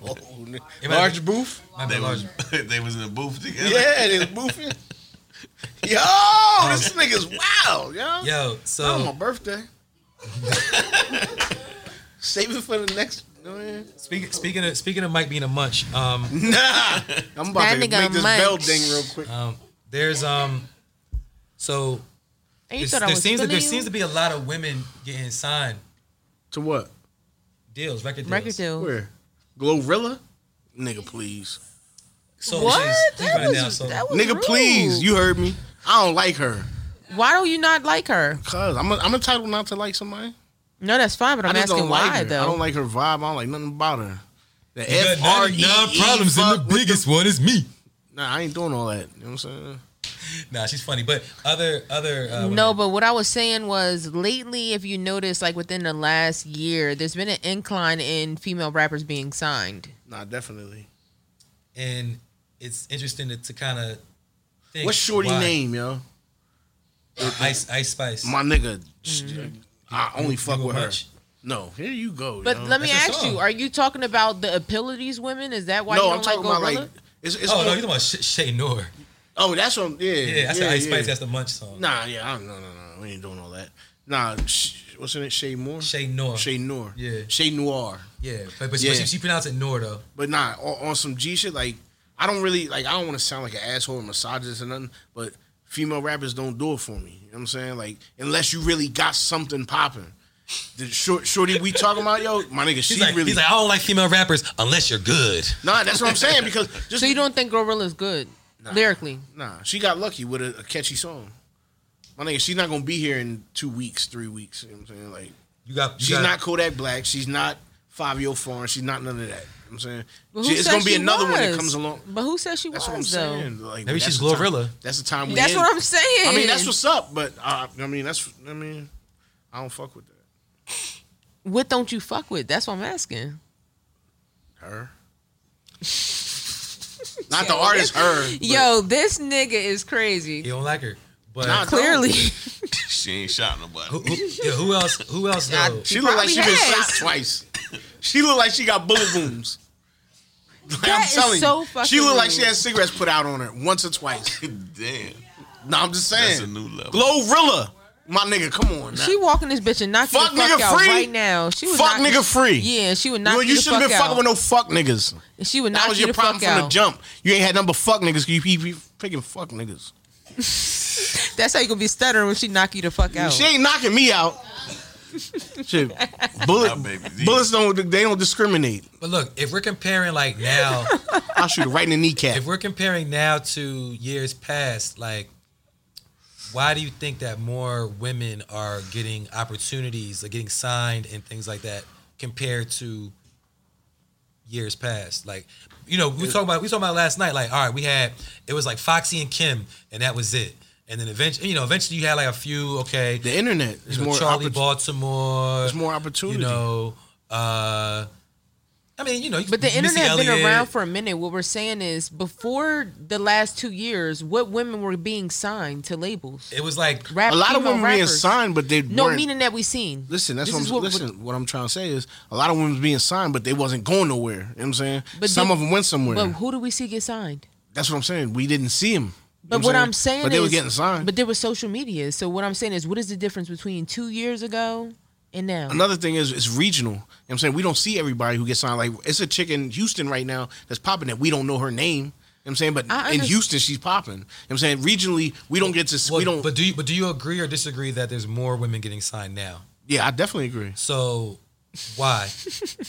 [SPEAKER 1] Large booth?
[SPEAKER 2] might have
[SPEAKER 4] they
[SPEAKER 2] been large.
[SPEAKER 4] was [LAUGHS] they was in a booth together.
[SPEAKER 1] Yeah, they was boofing. Yo, this nigga's wild, yo.
[SPEAKER 2] Yo,
[SPEAKER 1] Not on my
[SPEAKER 2] so
[SPEAKER 1] birthday. [LAUGHS] Save it for the next. Go ahead.
[SPEAKER 2] speaking speaking of speaking of Mike being a munch, um,
[SPEAKER 1] Nah, I'm about
[SPEAKER 3] That
[SPEAKER 1] to
[SPEAKER 3] nigga
[SPEAKER 1] make this
[SPEAKER 3] munch.
[SPEAKER 1] bell ding real quick.
[SPEAKER 2] um, there's um, so
[SPEAKER 3] And you
[SPEAKER 2] there's,
[SPEAKER 3] thought I
[SPEAKER 2] there
[SPEAKER 3] was
[SPEAKER 2] seems to, there
[SPEAKER 3] feeling you?
[SPEAKER 2] seems to be a lot of women getting signed
[SPEAKER 1] To what?
[SPEAKER 2] deals, record deals.
[SPEAKER 3] record deal.
[SPEAKER 1] Where? Glorilla? Nigga, please.
[SPEAKER 2] So
[SPEAKER 3] What?
[SPEAKER 2] she's- she's
[SPEAKER 3] That
[SPEAKER 2] right now,
[SPEAKER 3] was-
[SPEAKER 2] so-
[SPEAKER 3] that was
[SPEAKER 1] Nigga,
[SPEAKER 3] rude.
[SPEAKER 1] please. You heard me. I don't like her.
[SPEAKER 3] Why don't you not like her?
[SPEAKER 1] Cause I'm I'm entitled not to like somebody.
[SPEAKER 3] No, that's fine, but I'm
[SPEAKER 1] I just
[SPEAKER 3] asking
[SPEAKER 1] don't like
[SPEAKER 3] why
[SPEAKER 1] her.
[SPEAKER 3] though.
[SPEAKER 1] I don't like her vibe. I don't like nothing about her. The
[SPEAKER 2] You got
[SPEAKER 1] F R E
[SPEAKER 2] 99
[SPEAKER 1] E
[SPEAKER 2] problems, and
[SPEAKER 1] fuck
[SPEAKER 2] the
[SPEAKER 1] with
[SPEAKER 2] biggest one is me.
[SPEAKER 1] Nah, I ain't doing all that. You know what I'm saying?
[SPEAKER 2] Nah, she's funny, but other other uh,
[SPEAKER 3] No, but what I was saying was lately, if you notice, like within the last year, there's been an incline in female rappers being signed.
[SPEAKER 1] Nah, definitely.
[SPEAKER 2] and it's interesting to, to kind of. think
[SPEAKER 1] What's shorty
[SPEAKER 2] why.
[SPEAKER 1] name, yo?
[SPEAKER 2] Ice Ice Spice.
[SPEAKER 1] My nigga. sh- uh, I only fuck
[SPEAKER 2] Mm-hmm. You a
[SPEAKER 1] with her.
[SPEAKER 2] much.
[SPEAKER 1] No, here you go.
[SPEAKER 3] But
[SPEAKER 1] yo.
[SPEAKER 3] let me
[SPEAKER 2] That's a
[SPEAKER 3] ask
[SPEAKER 2] song.
[SPEAKER 3] you: Are you talking about the appeal of these women? Is that why you
[SPEAKER 1] no,
[SPEAKER 3] don't
[SPEAKER 1] I'm talking
[SPEAKER 3] like
[SPEAKER 1] about
[SPEAKER 3] Gorilla?
[SPEAKER 1] like. It's, it's
[SPEAKER 2] Oh no,
[SPEAKER 1] on-
[SPEAKER 2] you're talking about Sh- Shay Noor.
[SPEAKER 1] oh, that's what. I'm- Yeah,
[SPEAKER 2] Yeah, that's the Ice
[SPEAKER 1] yeah.
[SPEAKER 2] Spice. That's the Munch song.
[SPEAKER 1] Nah, yeah, I don't, no, no, no, we ain't doing all that. Nah, sh- what's in it? Shay Moore.
[SPEAKER 2] Shay Noor.
[SPEAKER 1] Shay Noor.
[SPEAKER 2] Yeah.
[SPEAKER 1] Shay Noir.
[SPEAKER 2] Yeah, but, but
[SPEAKER 1] Yeah.
[SPEAKER 2] She, she pronounced it Noor though.
[SPEAKER 1] But nah, on, on some G shit, like I don't really like. I don't want to sound like an asshole or misogynist or nothing, but female rappers don't do it for me. You know what I'm saying? Like unless you really got something popping. The short shorty we talking about, yo, my nigga, she
[SPEAKER 2] He's like,
[SPEAKER 1] really.
[SPEAKER 2] he's like, I don't like female rappers unless you're good.
[SPEAKER 1] nah, that's what I'm saying because just
[SPEAKER 3] so you don't think Gorilla is good lyrically?
[SPEAKER 1] nah, she got lucky with a, a catchy song. My nigga, she's not gonna be here in two weeks, three weeks. You know what I'm saying? Like
[SPEAKER 2] You got. You
[SPEAKER 1] she's
[SPEAKER 2] got,
[SPEAKER 1] not Kodak Black. She's not Fabio Foreign. She's not none of that. You know what I'm saying
[SPEAKER 3] But
[SPEAKER 1] She-
[SPEAKER 3] who
[SPEAKER 1] it's
[SPEAKER 3] said
[SPEAKER 1] gonna be
[SPEAKER 3] she
[SPEAKER 1] another one that
[SPEAKER 3] was?
[SPEAKER 1] comes along.
[SPEAKER 3] But who says she
[SPEAKER 1] That's
[SPEAKER 3] was
[SPEAKER 1] what I'm
[SPEAKER 3] though?
[SPEAKER 1] saying. Like,
[SPEAKER 2] Maybe
[SPEAKER 1] that's
[SPEAKER 2] she's
[SPEAKER 1] the time-
[SPEAKER 2] Glorilla.
[SPEAKER 1] That's the time. We
[SPEAKER 3] That's
[SPEAKER 1] in.
[SPEAKER 3] what I'm saying.
[SPEAKER 1] I mean, that's what's up. But uh, I mean, that's. I mean, I don't fuck with that.
[SPEAKER 3] What don't you fuck with? That's what I'm asking.
[SPEAKER 1] Her. Not the artist. Her. but-
[SPEAKER 3] [LAUGHS] Yo, this nigga is crazy.
[SPEAKER 2] You don't like her, but
[SPEAKER 1] Nah,
[SPEAKER 3] Clearly,
[SPEAKER 4] She ain't shot
[SPEAKER 2] who,
[SPEAKER 4] nobody.
[SPEAKER 2] who, yeah, who else? Who else
[SPEAKER 3] I-
[SPEAKER 2] though?
[SPEAKER 1] she look like
[SPEAKER 3] probably
[SPEAKER 1] she been
[SPEAKER 3] has.
[SPEAKER 1] shot twice. She look like she got bullet wounds. [LAUGHS] Like,
[SPEAKER 3] That
[SPEAKER 1] I'm
[SPEAKER 3] is
[SPEAKER 1] telling
[SPEAKER 3] so
[SPEAKER 1] you, she
[SPEAKER 3] fucking
[SPEAKER 1] look like she
[SPEAKER 3] rude.
[SPEAKER 1] had cigarettes put out on her once or twice.
[SPEAKER 4] [LAUGHS] Damn,
[SPEAKER 1] No, I'm just
[SPEAKER 4] that's a
[SPEAKER 1] saying.
[SPEAKER 4] new level.
[SPEAKER 1] Glorilla, my nigga, come on. Now.
[SPEAKER 3] [LAUGHS] she walking this bitch and knock
[SPEAKER 1] Fuck
[SPEAKER 3] you the fuck
[SPEAKER 1] nigga
[SPEAKER 3] out
[SPEAKER 1] free.
[SPEAKER 3] right now. She was
[SPEAKER 1] Fuck
[SPEAKER 3] knock-
[SPEAKER 1] nigga free.
[SPEAKER 3] Yeah, she would knock
[SPEAKER 1] Well,
[SPEAKER 3] you,
[SPEAKER 1] you
[SPEAKER 3] the
[SPEAKER 1] shouldn't
[SPEAKER 3] fuck
[SPEAKER 1] have been
[SPEAKER 3] out.
[SPEAKER 1] fucking with no fuck niggas.
[SPEAKER 3] she would knock
[SPEAKER 1] That was
[SPEAKER 3] you
[SPEAKER 1] your
[SPEAKER 3] the
[SPEAKER 1] problem
[SPEAKER 3] fuck
[SPEAKER 1] from
[SPEAKER 3] out.
[SPEAKER 1] the jump. You ain't had nothing but fuck niggas. 'cause You keep keep picking fuck niggas.
[SPEAKER 3] That's how you gonna be stuttering when she knock you the fuck out.
[SPEAKER 1] She ain't knocking me out. Shit, bullet,
[SPEAKER 4] Nah, baby, these-
[SPEAKER 1] bullets don't they don't discriminate.
[SPEAKER 2] But look, if we're comparing like now,
[SPEAKER 1] I shoot her right in the kneecap.
[SPEAKER 2] if we're comparing now to years past, like, why do you think that more women are getting opportunities, are getting signed and things like that compared to years past? Like, you know, we talked about we talked about last night. Like, all right, we had it was like Foxy and Kim, and that was it. And then eventually, you know, eventually you had like a few. Okay,
[SPEAKER 1] The internet is
[SPEAKER 2] you know,
[SPEAKER 1] more
[SPEAKER 2] Charlie
[SPEAKER 1] oppor-
[SPEAKER 2] Baltimore.
[SPEAKER 1] There's more opportunity.
[SPEAKER 2] You know, uh, I mean, you know, you
[SPEAKER 3] But the
[SPEAKER 2] Missy
[SPEAKER 3] internet been
[SPEAKER 2] Elliott.
[SPEAKER 3] around for a minute. What we're saying is, before the last two years, what women were being signed to labels?
[SPEAKER 2] It was like
[SPEAKER 3] Rap,
[SPEAKER 1] a lot of
[SPEAKER 3] female
[SPEAKER 1] women being
[SPEAKER 3] rappers.
[SPEAKER 1] signed, but they
[SPEAKER 3] No,
[SPEAKER 1] weren't.
[SPEAKER 3] meaning that we seen.
[SPEAKER 1] listen, that's
[SPEAKER 3] This
[SPEAKER 1] what
[SPEAKER 3] is
[SPEAKER 1] I'm listen. What I'm trying to say is a lot of women being signed, but they wasn't going nowhere. You know what I'm saying?
[SPEAKER 3] But
[SPEAKER 1] Some
[SPEAKER 3] did-
[SPEAKER 1] of them went somewhere.
[SPEAKER 3] But who do we see get signed?
[SPEAKER 1] that's what I'm saying. We didn't see them.
[SPEAKER 3] But what I'm saying
[SPEAKER 1] but they were
[SPEAKER 3] is-
[SPEAKER 1] getting signed.
[SPEAKER 3] But there was social media. So what I'm saying is, what is the difference between two years ago and now?
[SPEAKER 1] Another thing is it's regional. You know what I'm saying we don't see everybody who gets signed. Like it's a chick in Houston right now that's popping that we don't know her name. You know what I'm saying, but
[SPEAKER 3] I
[SPEAKER 1] in
[SPEAKER 3] underst-
[SPEAKER 1] Houston she's popping. You know what I'm saying regionally we don't get to s
[SPEAKER 2] Well,
[SPEAKER 1] we don't.
[SPEAKER 2] But do you but do you agree or disagree that there's more women getting signed now?
[SPEAKER 1] yeah, I definitely agree.
[SPEAKER 2] So
[SPEAKER 3] [LAUGHS]
[SPEAKER 2] why?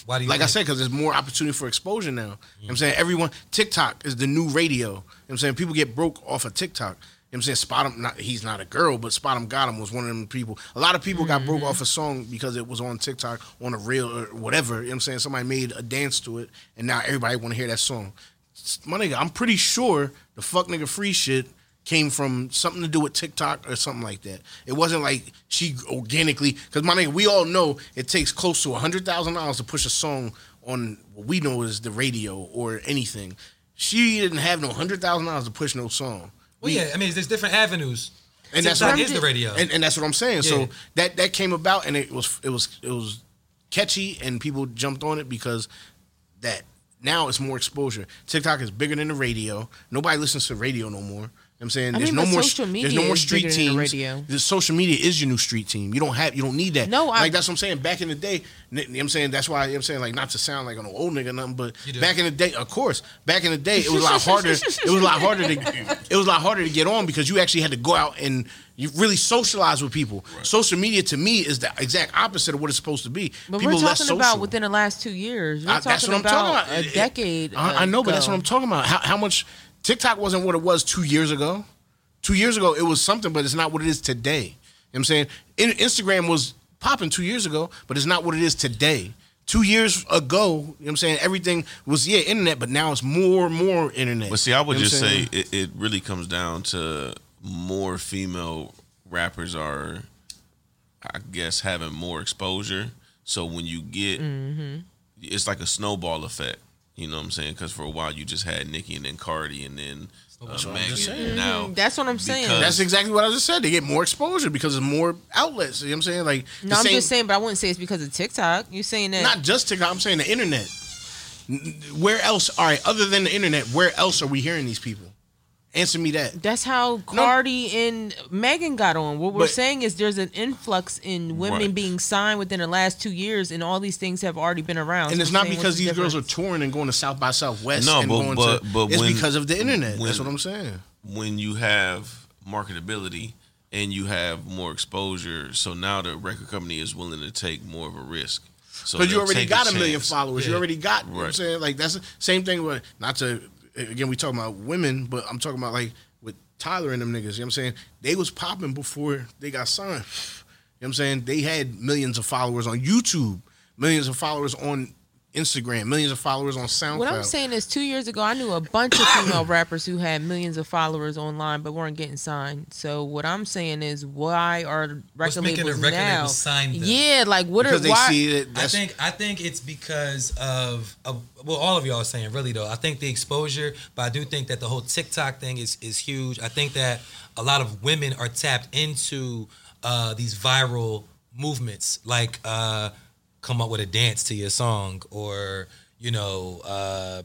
[SPEAKER 2] Why do you
[SPEAKER 1] Like I
[SPEAKER 2] think-
[SPEAKER 1] said, because there's more opportunity for exposure now. You know what I'm saying everyone TikTok is the new radio. You know what I'm saying people get broke off of TikTok. You know what I'm saying Spot 'em, not he's not a girl, but Spot 'em got 'em was one of them people. A lot of people got broke off a song because it was on TikTok on a reel or whatever. You know what I'm saying somebody made a dance to it, and now everybody want to hear that song. my nigga, I'm pretty sure the fuck nigga free shit came from something to do with TikTok or something like that. It wasn't like she organically, because my nigga, we all know it takes close to hundred thousand dollars to push a song on what we know is the radio or anything. She didn't have no hundred thousand dollars to push no song.
[SPEAKER 2] Well, yeah, I mean, there's different avenues.
[SPEAKER 1] And that's
[SPEAKER 2] TikTok
[SPEAKER 1] what I'm-
[SPEAKER 2] is the radio.
[SPEAKER 1] And, and that's what I'm saying.
[SPEAKER 2] Yeah.
[SPEAKER 1] So that that came about, and it was it was it was catchy, and people jumped on it because that now it's more exposure. TikTok is bigger than the radio. Nobody listens to radio no more. You know what I'm saying
[SPEAKER 3] I
[SPEAKER 1] there's
[SPEAKER 3] mean,
[SPEAKER 1] no
[SPEAKER 3] but
[SPEAKER 1] more
[SPEAKER 3] social
[SPEAKER 1] there's
[SPEAKER 3] media
[SPEAKER 1] no more
[SPEAKER 3] is
[SPEAKER 1] street
[SPEAKER 3] bigger than the
[SPEAKER 1] teams.
[SPEAKER 3] radio.
[SPEAKER 1] The social media is your new street team. You don't have you don't need that.
[SPEAKER 3] No, I-
[SPEAKER 1] like that's what I'm saying. Back in the day, n- you know what I'm saying that's why you know what I'm saying like not to sound like an old nigga or nothing, but
[SPEAKER 2] You do.
[SPEAKER 1] back in the day, of course, back in the day it was a lot
[SPEAKER 3] [LAUGHS]
[SPEAKER 1] harder. it was a lot harder to it was a lot harder to get on because you actually had to go out and you really socialize with people. Social media to me is the exact opposite of what it's supposed to be.
[SPEAKER 3] But
[SPEAKER 1] people
[SPEAKER 3] we're
[SPEAKER 1] less
[SPEAKER 3] talking
[SPEAKER 1] social.
[SPEAKER 3] about within the last two years. We're
[SPEAKER 1] I-
[SPEAKER 3] talking
[SPEAKER 1] that's what I'm
[SPEAKER 3] about
[SPEAKER 1] talking about.
[SPEAKER 3] a
[SPEAKER 1] It-
[SPEAKER 3] decade.
[SPEAKER 1] I, I know, but that's
[SPEAKER 3] ago.
[SPEAKER 1] what I'm talking about. How, how much TikTok wasn't what it was two years ago. two years ago it was something, but it's not what it is today. You know what I'm saying? In, Instagram was popping two years ago, but it's not what it is today. Two years ago, you know what I'm saying? Everything was, yeah, internet, but now it's more and more internet.
[SPEAKER 4] But see, I would
[SPEAKER 1] You know what
[SPEAKER 4] just
[SPEAKER 1] I'm
[SPEAKER 4] say
[SPEAKER 1] saying?
[SPEAKER 4] it, it really comes down to more female rappers are, I guess, having more exposure. So when you get,
[SPEAKER 1] Mm-hmm.
[SPEAKER 4] it's like a snowball effect. You know what I'm saying? Because for a while you just had Nicki and then Cardi and then uh, Megan.
[SPEAKER 1] saying. Mm-hmm.
[SPEAKER 4] and Now
[SPEAKER 3] That's what I'm saying.
[SPEAKER 4] Because-
[SPEAKER 1] That's exactly what I just said. They get more exposure because there's more outlets. You know what I'm saying? Like, the
[SPEAKER 3] no, I'm
[SPEAKER 1] same-
[SPEAKER 3] just saying, but I wouldn't say it's because of TikTok. You saying that?
[SPEAKER 1] Not just TikTok. I'm saying the internet. N- Where else? All right, other than the internet, where else are we hearing these people? Answer me that.
[SPEAKER 3] that's how Cardi and Megan got on. What we're
[SPEAKER 1] But-
[SPEAKER 3] saying is there's an influx in women
[SPEAKER 4] Right.
[SPEAKER 3] being signed within the last two years, and all these things have already been around.
[SPEAKER 1] And
[SPEAKER 3] So
[SPEAKER 1] it's
[SPEAKER 3] I'm
[SPEAKER 1] not
[SPEAKER 3] saying,
[SPEAKER 1] because
[SPEAKER 3] what's the
[SPEAKER 1] these girls are
[SPEAKER 3] difference?
[SPEAKER 1] touring and going to South by Southwest.
[SPEAKER 4] No,
[SPEAKER 1] and
[SPEAKER 4] but-
[SPEAKER 1] going to,
[SPEAKER 4] but- but
[SPEAKER 1] it's
[SPEAKER 4] when-
[SPEAKER 1] because of the internet.
[SPEAKER 4] when-
[SPEAKER 1] That's what I'm saying.
[SPEAKER 4] when you have marketability and you have more exposure, so now the record company is willing to take more of a risk. So
[SPEAKER 1] Because you
[SPEAKER 4] they'll
[SPEAKER 1] already
[SPEAKER 4] take
[SPEAKER 1] got a,
[SPEAKER 4] chance.
[SPEAKER 1] million followers. You
[SPEAKER 2] Yeah.
[SPEAKER 1] already got. You know what I'm
[SPEAKER 4] Right.
[SPEAKER 1] saying like that's the same thing with not to again we talking about women, but I'm talking about like with Tyler and them niggas. You know what I'm saying they was popping before they got signed. You know what I'm saying they had millions of followers on YouTube, millions of followers on Instagram, millions of followers on SoundCloud.
[SPEAKER 3] What I'm saying is, two years ago, I knew a bunch of female [COUGHS] rappers who had millions of followers online but weren't getting signed. So what I'm saying is, why are
[SPEAKER 2] What's
[SPEAKER 3] record
[SPEAKER 2] making the
[SPEAKER 3] labels
[SPEAKER 2] record
[SPEAKER 3] now?
[SPEAKER 2] labels sign them?
[SPEAKER 3] Yeah, like what
[SPEAKER 1] because
[SPEAKER 3] are
[SPEAKER 1] they
[SPEAKER 3] why?
[SPEAKER 1] see it.
[SPEAKER 2] I
[SPEAKER 1] That's,
[SPEAKER 2] think I think it's because of, of well, all of y'all are saying really though. I think the exposure, but I do think that the whole TikTok thing is is huge. I think that a lot of women are tapped into uh, these viral movements, like uh, come up with a dance to your song, or you know, uh,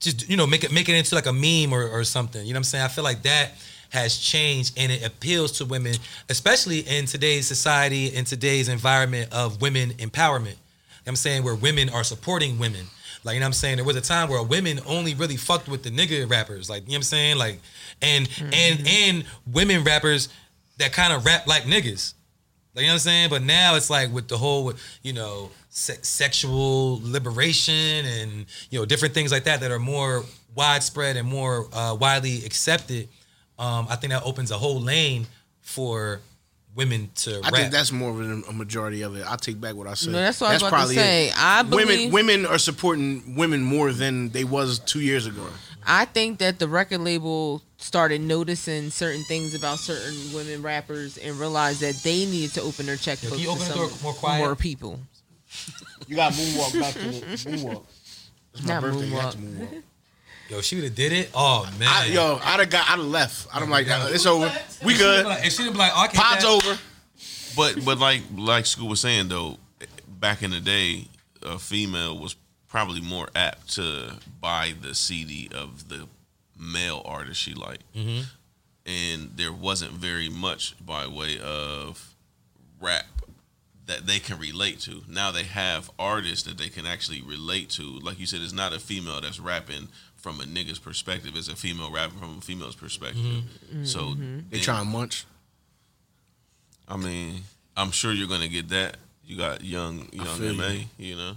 [SPEAKER 2] just you know make it make it into like a meme or, or something you know what i'm saying i feel like that has changed and it appeals to women especially in today's society in today's environment of women empowerment you know what i'm saying where women are supporting women like you know what i'm saying there was a time where women only really fucked with the nigga rappers like you know what i'm saying like and and and women rappers that kind of rap like niggas like, you know what I'm saying? But now it's like with the whole, you know, se- sexual liberation and, you know, different things like that that are more widespread and more uh, widely accepted. Um, I think that opens a whole lane for women to
[SPEAKER 1] I
[SPEAKER 2] rap.
[SPEAKER 1] think that's more of a, a majority of it. I take back what I said.
[SPEAKER 3] No, that's what I was about to say. I
[SPEAKER 1] women
[SPEAKER 3] believe-
[SPEAKER 1] women are supporting women more than they was two years ago.
[SPEAKER 3] I think that the record label started noticing certain things about certain women rappers and realized that they needed to open their checkbook
[SPEAKER 2] can you
[SPEAKER 3] to
[SPEAKER 2] open the
[SPEAKER 3] some
[SPEAKER 2] door more quiet?
[SPEAKER 3] more people.
[SPEAKER 1] You got moonwalk back to moonwalk. It's my
[SPEAKER 3] Not
[SPEAKER 1] birthday. You have to
[SPEAKER 3] moonwalk.
[SPEAKER 1] moonwalk.
[SPEAKER 2] yo, she would have did it. Oh, man.
[SPEAKER 1] I, yo, I'd have got, I'd have left. I'd have like,
[SPEAKER 2] Yeah.
[SPEAKER 1] it's over. We
[SPEAKER 2] If she didn't
[SPEAKER 1] good.
[SPEAKER 2] be like- If she didn't be like, oh, I can't
[SPEAKER 1] Pod's
[SPEAKER 2] dance-
[SPEAKER 1] over.
[SPEAKER 4] But but like like school was saying though, back in the day, a female was probably more apt to buy the CD of the male artist she liked, and there wasn't very much by way of rap that they can relate to. Now they have artists that they can actually relate to. Like you said, it's not a female that's rapping from a nigga's perspective; it's a female rapping from a female's perspective. So
[SPEAKER 1] They
[SPEAKER 4] then-
[SPEAKER 1] try and munch.
[SPEAKER 4] I mean, I'm sure you're gonna get that. You got young,
[SPEAKER 1] feel
[SPEAKER 4] young MA, you. know.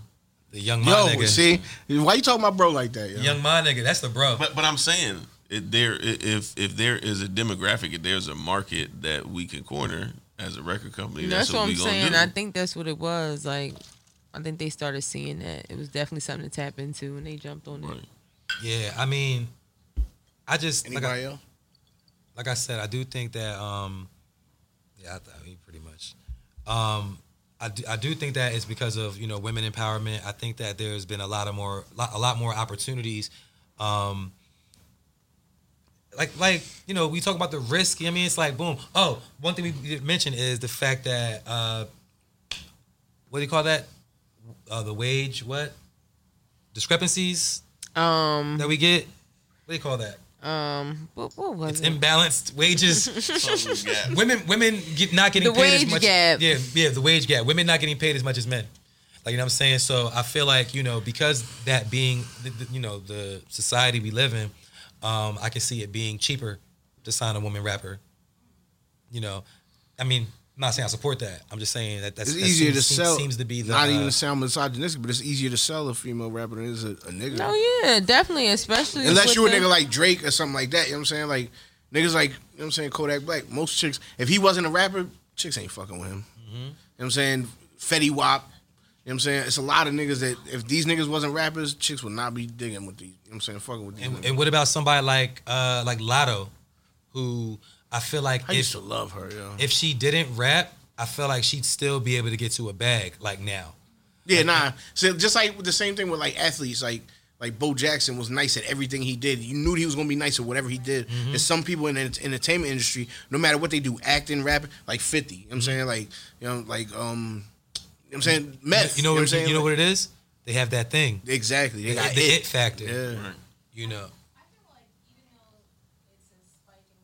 [SPEAKER 2] The young
[SPEAKER 1] Yo,
[SPEAKER 2] my nigga.
[SPEAKER 1] see, why you talking about bro like that? Yo?
[SPEAKER 2] Young my nigga. That's the bro.
[SPEAKER 4] But but I'm saying, it, there i- if if there is a demographic, if there's a market that we can corner as a record company, that's,
[SPEAKER 3] That's what
[SPEAKER 4] we
[SPEAKER 3] I'm
[SPEAKER 4] gonna
[SPEAKER 3] saying.
[SPEAKER 4] do.
[SPEAKER 3] I think that's what it was. Like, I think they started seeing that it was definitely something to tap into, and they jumped on
[SPEAKER 4] Right.
[SPEAKER 3] it.
[SPEAKER 2] Yeah, I mean, I just. like I-
[SPEAKER 1] Anybody else?
[SPEAKER 2] like I said, I do think that um, yeah, I, th- I mean pretty much. Um, I do, I do think that it's because of you know women empowerment. I think that there's been a lot of more lot, a lot more opportunities. Um, like like you know we talk about the risk. I mean it's like boom. Oh, one thing we didn't mention is the fact that uh, what do you call that? Uh, the wage what discrepancies
[SPEAKER 3] Um,
[SPEAKER 2] that we get. What do you call that?
[SPEAKER 3] um, what, what was
[SPEAKER 2] It's
[SPEAKER 3] it?
[SPEAKER 2] imbalanced
[SPEAKER 3] [LAUGHS]
[SPEAKER 2] wages
[SPEAKER 4] Something we got.
[SPEAKER 2] women women get not getting
[SPEAKER 3] The
[SPEAKER 2] paid
[SPEAKER 3] wage
[SPEAKER 2] as much.
[SPEAKER 3] gap.
[SPEAKER 2] Yeah, yeah, the wage gap. Women not getting paid as much as men. Like you know what I'm saying. So I feel like you know because that being the, the- you know the society we live in, um, I can see it being cheaper to sign a woman rapper. You know, I mean, I'm not saying I support that. I'm just saying that that's
[SPEAKER 1] It's
[SPEAKER 2] that
[SPEAKER 1] easier
[SPEAKER 2] seems,
[SPEAKER 1] to
[SPEAKER 2] seems-
[SPEAKER 1] sell.
[SPEAKER 2] Seems to be the
[SPEAKER 1] not
[SPEAKER 2] uh,
[SPEAKER 1] even to sound misogynistic, but it's easier to sell a female rapper than it is a, a nigga.
[SPEAKER 3] No, yeah, definitely, especially
[SPEAKER 1] Unless
[SPEAKER 3] with
[SPEAKER 1] you a
[SPEAKER 3] the-
[SPEAKER 1] nigga like Drake or something like that. You know what I'm saying? Like Niggas like, you know what I'm saying, Kodak Black. Most chicks, if he wasn't a rapper, chicks ain't fucking with him. You know what I'm saying? Fetty Wap. You know what I'm saying? It's a lot of niggas that if these niggas wasn't rappers, chicks would not be digging with these. You know what I'm saying? Fucking with these
[SPEAKER 2] And,
[SPEAKER 1] niggas.
[SPEAKER 2] and what about somebody like uh like Lotto, who I feel like
[SPEAKER 1] I used
[SPEAKER 2] if
[SPEAKER 1] to love her, yo.
[SPEAKER 2] if she didn't rap, I feel like she'd still be able to get to a bag like now.
[SPEAKER 1] Yeah, nah. So just like with the same thing with like athletes, like like Bo Jackson was nice at everything he did. You knew he was gonna be nice at whatever he did.
[SPEAKER 2] Mm-hmm.
[SPEAKER 1] And some people in the ent- entertainment industry, no matter what they do, acting, rapping, like Fifty. You know what I'm saying like you know like um, you know what I'm saying meth.
[SPEAKER 2] Mm-hmm. You know what
[SPEAKER 1] I'm saying?
[SPEAKER 2] you know what it is? They have that thing,
[SPEAKER 1] Exactly. They
[SPEAKER 2] the,
[SPEAKER 1] got
[SPEAKER 2] the
[SPEAKER 1] it.
[SPEAKER 2] it. factor.
[SPEAKER 1] Yeah.
[SPEAKER 4] Right.
[SPEAKER 2] You know,
[SPEAKER 5] I feel like even though it's a spike in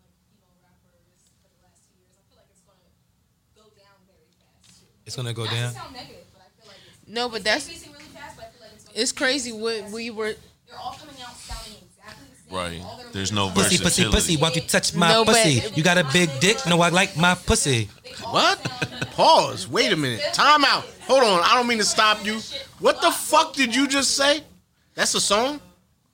[SPEAKER 5] like female rappers for the last two years, I feel like it's gonna go down very fast too.
[SPEAKER 2] it's gonna go
[SPEAKER 5] Not
[SPEAKER 2] down.
[SPEAKER 5] to sound negative, but I feel like it's
[SPEAKER 3] No, but
[SPEAKER 5] it's
[SPEAKER 3] that's-
[SPEAKER 5] increasing really fast, but I feel like it's, gonna
[SPEAKER 3] It's crazy
[SPEAKER 5] increase
[SPEAKER 3] what
[SPEAKER 5] fast.
[SPEAKER 3] we were.
[SPEAKER 5] They're all coming out sounding exactly the same.
[SPEAKER 4] Right.
[SPEAKER 5] All their
[SPEAKER 4] There's
[SPEAKER 5] lyrics
[SPEAKER 4] no
[SPEAKER 5] are-
[SPEAKER 2] Pussy, pussy, pussy, won't you touch my
[SPEAKER 3] No, but-
[SPEAKER 2] pussy? You got a big dick, no, I like my pussy.
[SPEAKER 5] They all
[SPEAKER 1] What?
[SPEAKER 5] sound-
[SPEAKER 1] Pause. Wait a minute. Time out. Hold on. I don't mean to stop you. What the fuck did you just say? That's a song?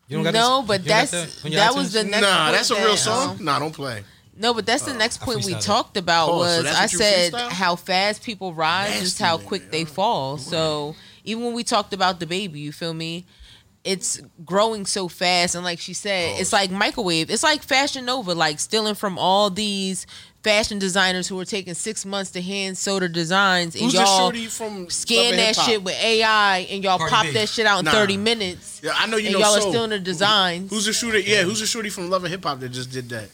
[SPEAKER 2] You got
[SPEAKER 3] No,
[SPEAKER 2] this-
[SPEAKER 3] but
[SPEAKER 2] you don't got
[SPEAKER 3] that's
[SPEAKER 2] that on your
[SPEAKER 3] that
[SPEAKER 2] iTunes?
[SPEAKER 3] was the next.
[SPEAKER 1] Nah,
[SPEAKER 3] point
[SPEAKER 1] that's a real
[SPEAKER 3] that,
[SPEAKER 1] song.
[SPEAKER 3] um,
[SPEAKER 1] Nah, don't play.
[SPEAKER 3] No, but that's the next point we
[SPEAKER 2] freestyled it.
[SPEAKER 3] talked about
[SPEAKER 1] Oh, so
[SPEAKER 3] was
[SPEAKER 1] that's
[SPEAKER 3] I
[SPEAKER 1] what you
[SPEAKER 3] said
[SPEAKER 1] freestyle?
[SPEAKER 3] how fast people rise is
[SPEAKER 1] Nasty,
[SPEAKER 3] how
[SPEAKER 1] nigga,
[SPEAKER 3] quick they
[SPEAKER 1] yeah.
[SPEAKER 3] fall. So even when we talked about the baby, you feel me? It's growing so fast, and like she said, it's like microwave. It's like Fashion Nova, like stealing from all these fashion designers who are taking six months to hand sew their designs, and
[SPEAKER 1] Who's the
[SPEAKER 3] y'all
[SPEAKER 1] shorty from Love
[SPEAKER 3] scan
[SPEAKER 1] and
[SPEAKER 3] that
[SPEAKER 1] Hip Hop?
[SPEAKER 3] shit with AI, and y'all
[SPEAKER 2] Cardi
[SPEAKER 3] pop
[SPEAKER 2] B.
[SPEAKER 3] that shit out in
[SPEAKER 1] Nah.
[SPEAKER 3] thirty minutes,
[SPEAKER 1] Yeah, I know you
[SPEAKER 3] and
[SPEAKER 1] know.
[SPEAKER 3] y'all
[SPEAKER 1] Soul.
[SPEAKER 3] are stealing the designs.
[SPEAKER 1] Who's the shooter? Yeah, who's the shooter from Love and Hip Hop that just did that?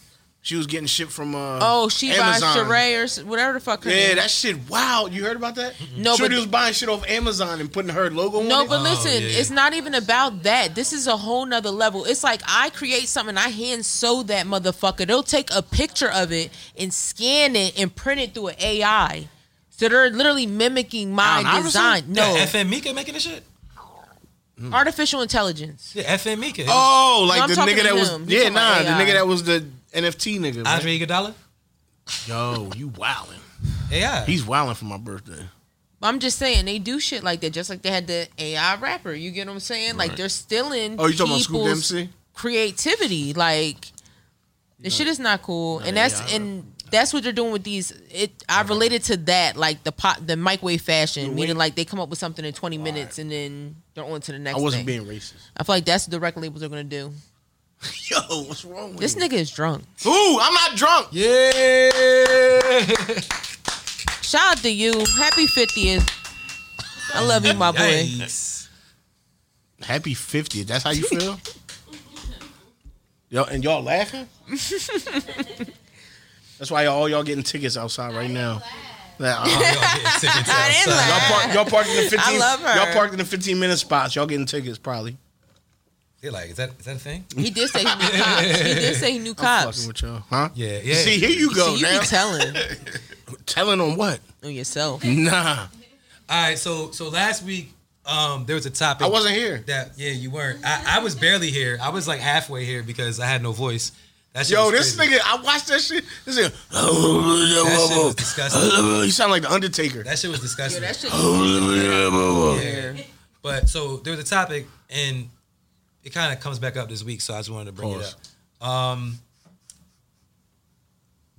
[SPEAKER 1] She was getting shit from uh
[SPEAKER 3] Oh, she buys
[SPEAKER 1] Amazon.
[SPEAKER 3] Sheree or s- whatever the fuck her
[SPEAKER 1] Yeah,
[SPEAKER 3] name
[SPEAKER 1] that shit. Wow, you heard about that?
[SPEAKER 3] No,
[SPEAKER 1] Shorty
[SPEAKER 3] but-
[SPEAKER 1] was buying shit off Amazon and putting her logo on
[SPEAKER 3] No,
[SPEAKER 1] it.
[SPEAKER 3] but
[SPEAKER 2] Oh,
[SPEAKER 3] listen,
[SPEAKER 2] yeah.
[SPEAKER 3] it's not even about that. This is a whole nother level. It's like I create something, I hand sew that motherfucker. They'll take a picture of it and scan it and print it through an AI. So they're literally mimicking my
[SPEAKER 1] Allen Iverson?
[SPEAKER 3] design. No,
[SPEAKER 2] Yeah, FM Mika making this shit.
[SPEAKER 3] artificial intelligence.
[SPEAKER 2] Yeah, FM Mika.
[SPEAKER 1] oh, like
[SPEAKER 3] No, I'm
[SPEAKER 1] the
[SPEAKER 3] talking
[SPEAKER 1] nigga
[SPEAKER 3] to
[SPEAKER 1] that was
[SPEAKER 3] him. He's
[SPEAKER 1] yeah,
[SPEAKER 3] talking
[SPEAKER 1] nah,
[SPEAKER 3] about
[SPEAKER 1] the
[SPEAKER 3] AI.
[SPEAKER 1] nigga that was the NFT nigga. right?
[SPEAKER 2] Andre Iguodala.
[SPEAKER 1] Yo, you wildin'.
[SPEAKER 2] Yeah,
[SPEAKER 1] He's wildin' for my birthday.
[SPEAKER 3] I'm just saying they do shit like that, just like they had the AI rapper. You get what I'm saying? Like
[SPEAKER 4] Right.
[SPEAKER 3] they're stealing.
[SPEAKER 1] Oh, you talking about Scoop
[SPEAKER 3] people's
[SPEAKER 1] Dempsey?
[SPEAKER 3] Creativity, like the shit is not cool, and
[SPEAKER 1] yeah,
[SPEAKER 3] that's
[SPEAKER 1] I
[SPEAKER 3] and that's what they're doing with these. It I related to that, like the pot, the microwave fashion, meaning like they come up with something in 20 minutes and then they're on to the next.
[SPEAKER 1] I wasn't
[SPEAKER 3] thing.
[SPEAKER 1] being racist.
[SPEAKER 3] I feel like that's what the record labels are gonna do.
[SPEAKER 1] [LAUGHS] Yo, what's wrong with
[SPEAKER 3] This
[SPEAKER 1] you?
[SPEAKER 3] nigga is drunk.
[SPEAKER 1] Ooh, I'm not drunk.
[SPEAKER 2] yeah.
[SPEAKER 3] Shout out to you. Happy 50th. I love you, my boy.
[SPEAKER 2] Yikes.
[SPEAKER 1] Happy 50th. That's how
[SPEAKER 3] [LAUGHS]
[SPEAKER 1] you feel? Yo, and y'all
[SPEAKER 3] [LAUGHS]
[SPEAKER 1] laughing? That's why y'all, all y'all getting tickets outside right now. Nah, uh-uh.
[SPEAKER 2] Y'all getting
[SPEAKER 3] [LAUGHS]
[SPEAKER 2] tickets
[SPEAKER 3] didn't
[SPEAKER 2] outside.
[SPEAKER 1] y'all,
[SPEAKER 3] laugh.
[SPEAKER 1] park, y'all
[SPEAKER 3] [LAUGHS]
[SPEAKER 1] parked in the 15
[SPEAKER 3] love her.
[SPEAKER 1] y'all parked in the 15 minute spots. Y'all getting tickets probably.
[SPEAKER 2] They're like, is that is that a thing?
[SPEAKER 3] He did say he knew cops. He did say he knew cops.
[SPEAKER 1] Fucking with y'all. Huh?
[SPEAKER 2] Yeah, yeah.
[SPEAKER 1] See, here you go
[SPEAKER 3] See, you
[SPEAKER 1] now.
[SPEAKER 3] be telling
[SPEAKER 1] Telling on what?
[SPEAKER 3] on yourself.
[SPEAKER 1] Nah.
[SPEAKER 2] All right, so so last week um there was a topic.
[SPEAKER 1] I wasn't here.
[SPEAKER 2] that. Yeah, you weren't. I, I was barely here. I was like halfway here because I had no voice. That shit
[SPEAKER 1] Yo, this
[SPEAKER 2] was crazy.
[SPEAKER 1] nigga, I watched that shit. This [LAUGHS]
[SPEAKER 2] That shit was
[SPEAKER 1] nigga.
[SPEAKER 2] disgusting.
[SPEAKER 1] He sound like the Undertaker.
[SPEAKER 2] That shit was disgusting.
[SPEAKER 1] Pause.
[SPEAKER 2] Yeah. But so there was a topic, and it kind of comes back up this week, so I just wanted to bring it up. Um,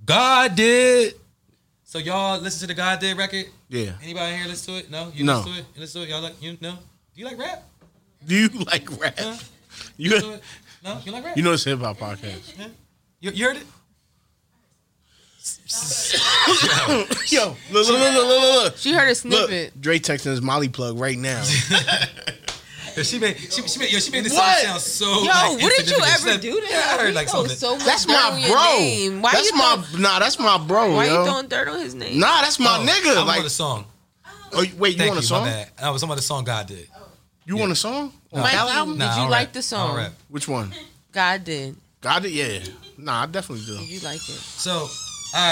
[SPEAKER 2] God did. So y'all listen to the God did record?
[SPEAKER 1] Yeah. [LAUGHS]
[SPEAKER 2] Anybody here listen to it? No, you
[SPEAKER 1] No.
[SPEAKER 2] listen to it. You listen to it? Y'all like you no? Do you like rap?
[SPEAKER 1] [LAUGHS] Do you like rap?
[SPEAKER 2] Huh?
[SPEAKER 1] You,
[SPEAKER 2] Listen to it? No, you like rap?
[SPEAKER 1] you know it's a hip hop podcast.
[SPEAKER 2] You, you heard it?
[SPEAKER 1] [LAUGHS] Yo, look, look, look, look, look,
[SPEAKER 3] She heard a
[SPEAKER 1] look.
[SPEAKER 3] snippet.
[SPEAKER 1] look. Dre texting his Molly plug right now.
[SPEAKER 2] Yo, she made she, she made yo, she made this
[SPEAKER 1] What?
[SPEAKER 2] song sound so.
[SPEAKER 3] Yo,
[SPEAKER 2] like,
[SPEAKER 3] what did you
[SPEAKER 2] insignificant.
[SPEAKER 3] ever
[SPEAKER 2] She-
[SPEAKER 3] do to
[SPEAKER 2] Yeah,
[SPEAKER 3] him?
[SPEAKER 2] I heard
[SPEAKER 3] He
[SPEAKER 2] like something.
[SPEAKER 3] throws so
[SPEAKER 1] [LAUGHS]
[SPEAKER 3] much
[SPEAKER 1] That's
[SPEAKER 3] dirt
[SPEAKER 1] my
[SPEAKER 3] on your
[SPEAKER 1] bro.
[SPEAKER 3] name. Why
[SPEAKER 1] that's
[SPEAKER 3] you
[SPEAKER 1] my
[SPEAKER 3] throw-
[SPEAKER 1] nah. That's my bro.
[SPEAKER 3] Why
[SPEAKER 1] yo.
[SPEAKER 3] you throwing dirt on his name?
[SPEAKER 1] nah, that's my
[SPEAKER 2] Oh,
[SPEAKER 1] nigga.
[SPEAKER 2] I
[SPEAKER 1] like,
[SPEAKER 2] want a song.
[SPEAKER 1] oh, you- wait, you
[SPEAKER 2] Thank
[SPEAKER 1] want a
[SPEAKER 2] you,
[SPEAKER 1] song?
[SPEAKER 2] My bad. I was talking about the song God did.
[SPEAKER 1] You want a song? On
[SPEAKER 3] Mikey,
[SPEAKER 1] Cal album?
[SPEAKER 3] Did you
[SPEAKER 2] I don't
[SPEAKER 3] like
[SPEAKER 2] rap.
[SPEAKER 3] the
[SPEAKER 2] I don't
[SPEAKER 3] song?
[SPEAKER 2] rap.
[SPEAKER 1] Which one?
[SPEAKER 3] God did.
[SPEAKER 1] Got it. Yeah. Nah, I definitely do.
[SPEAKER 3] Did you like it?
[SPEAKER 2] So, all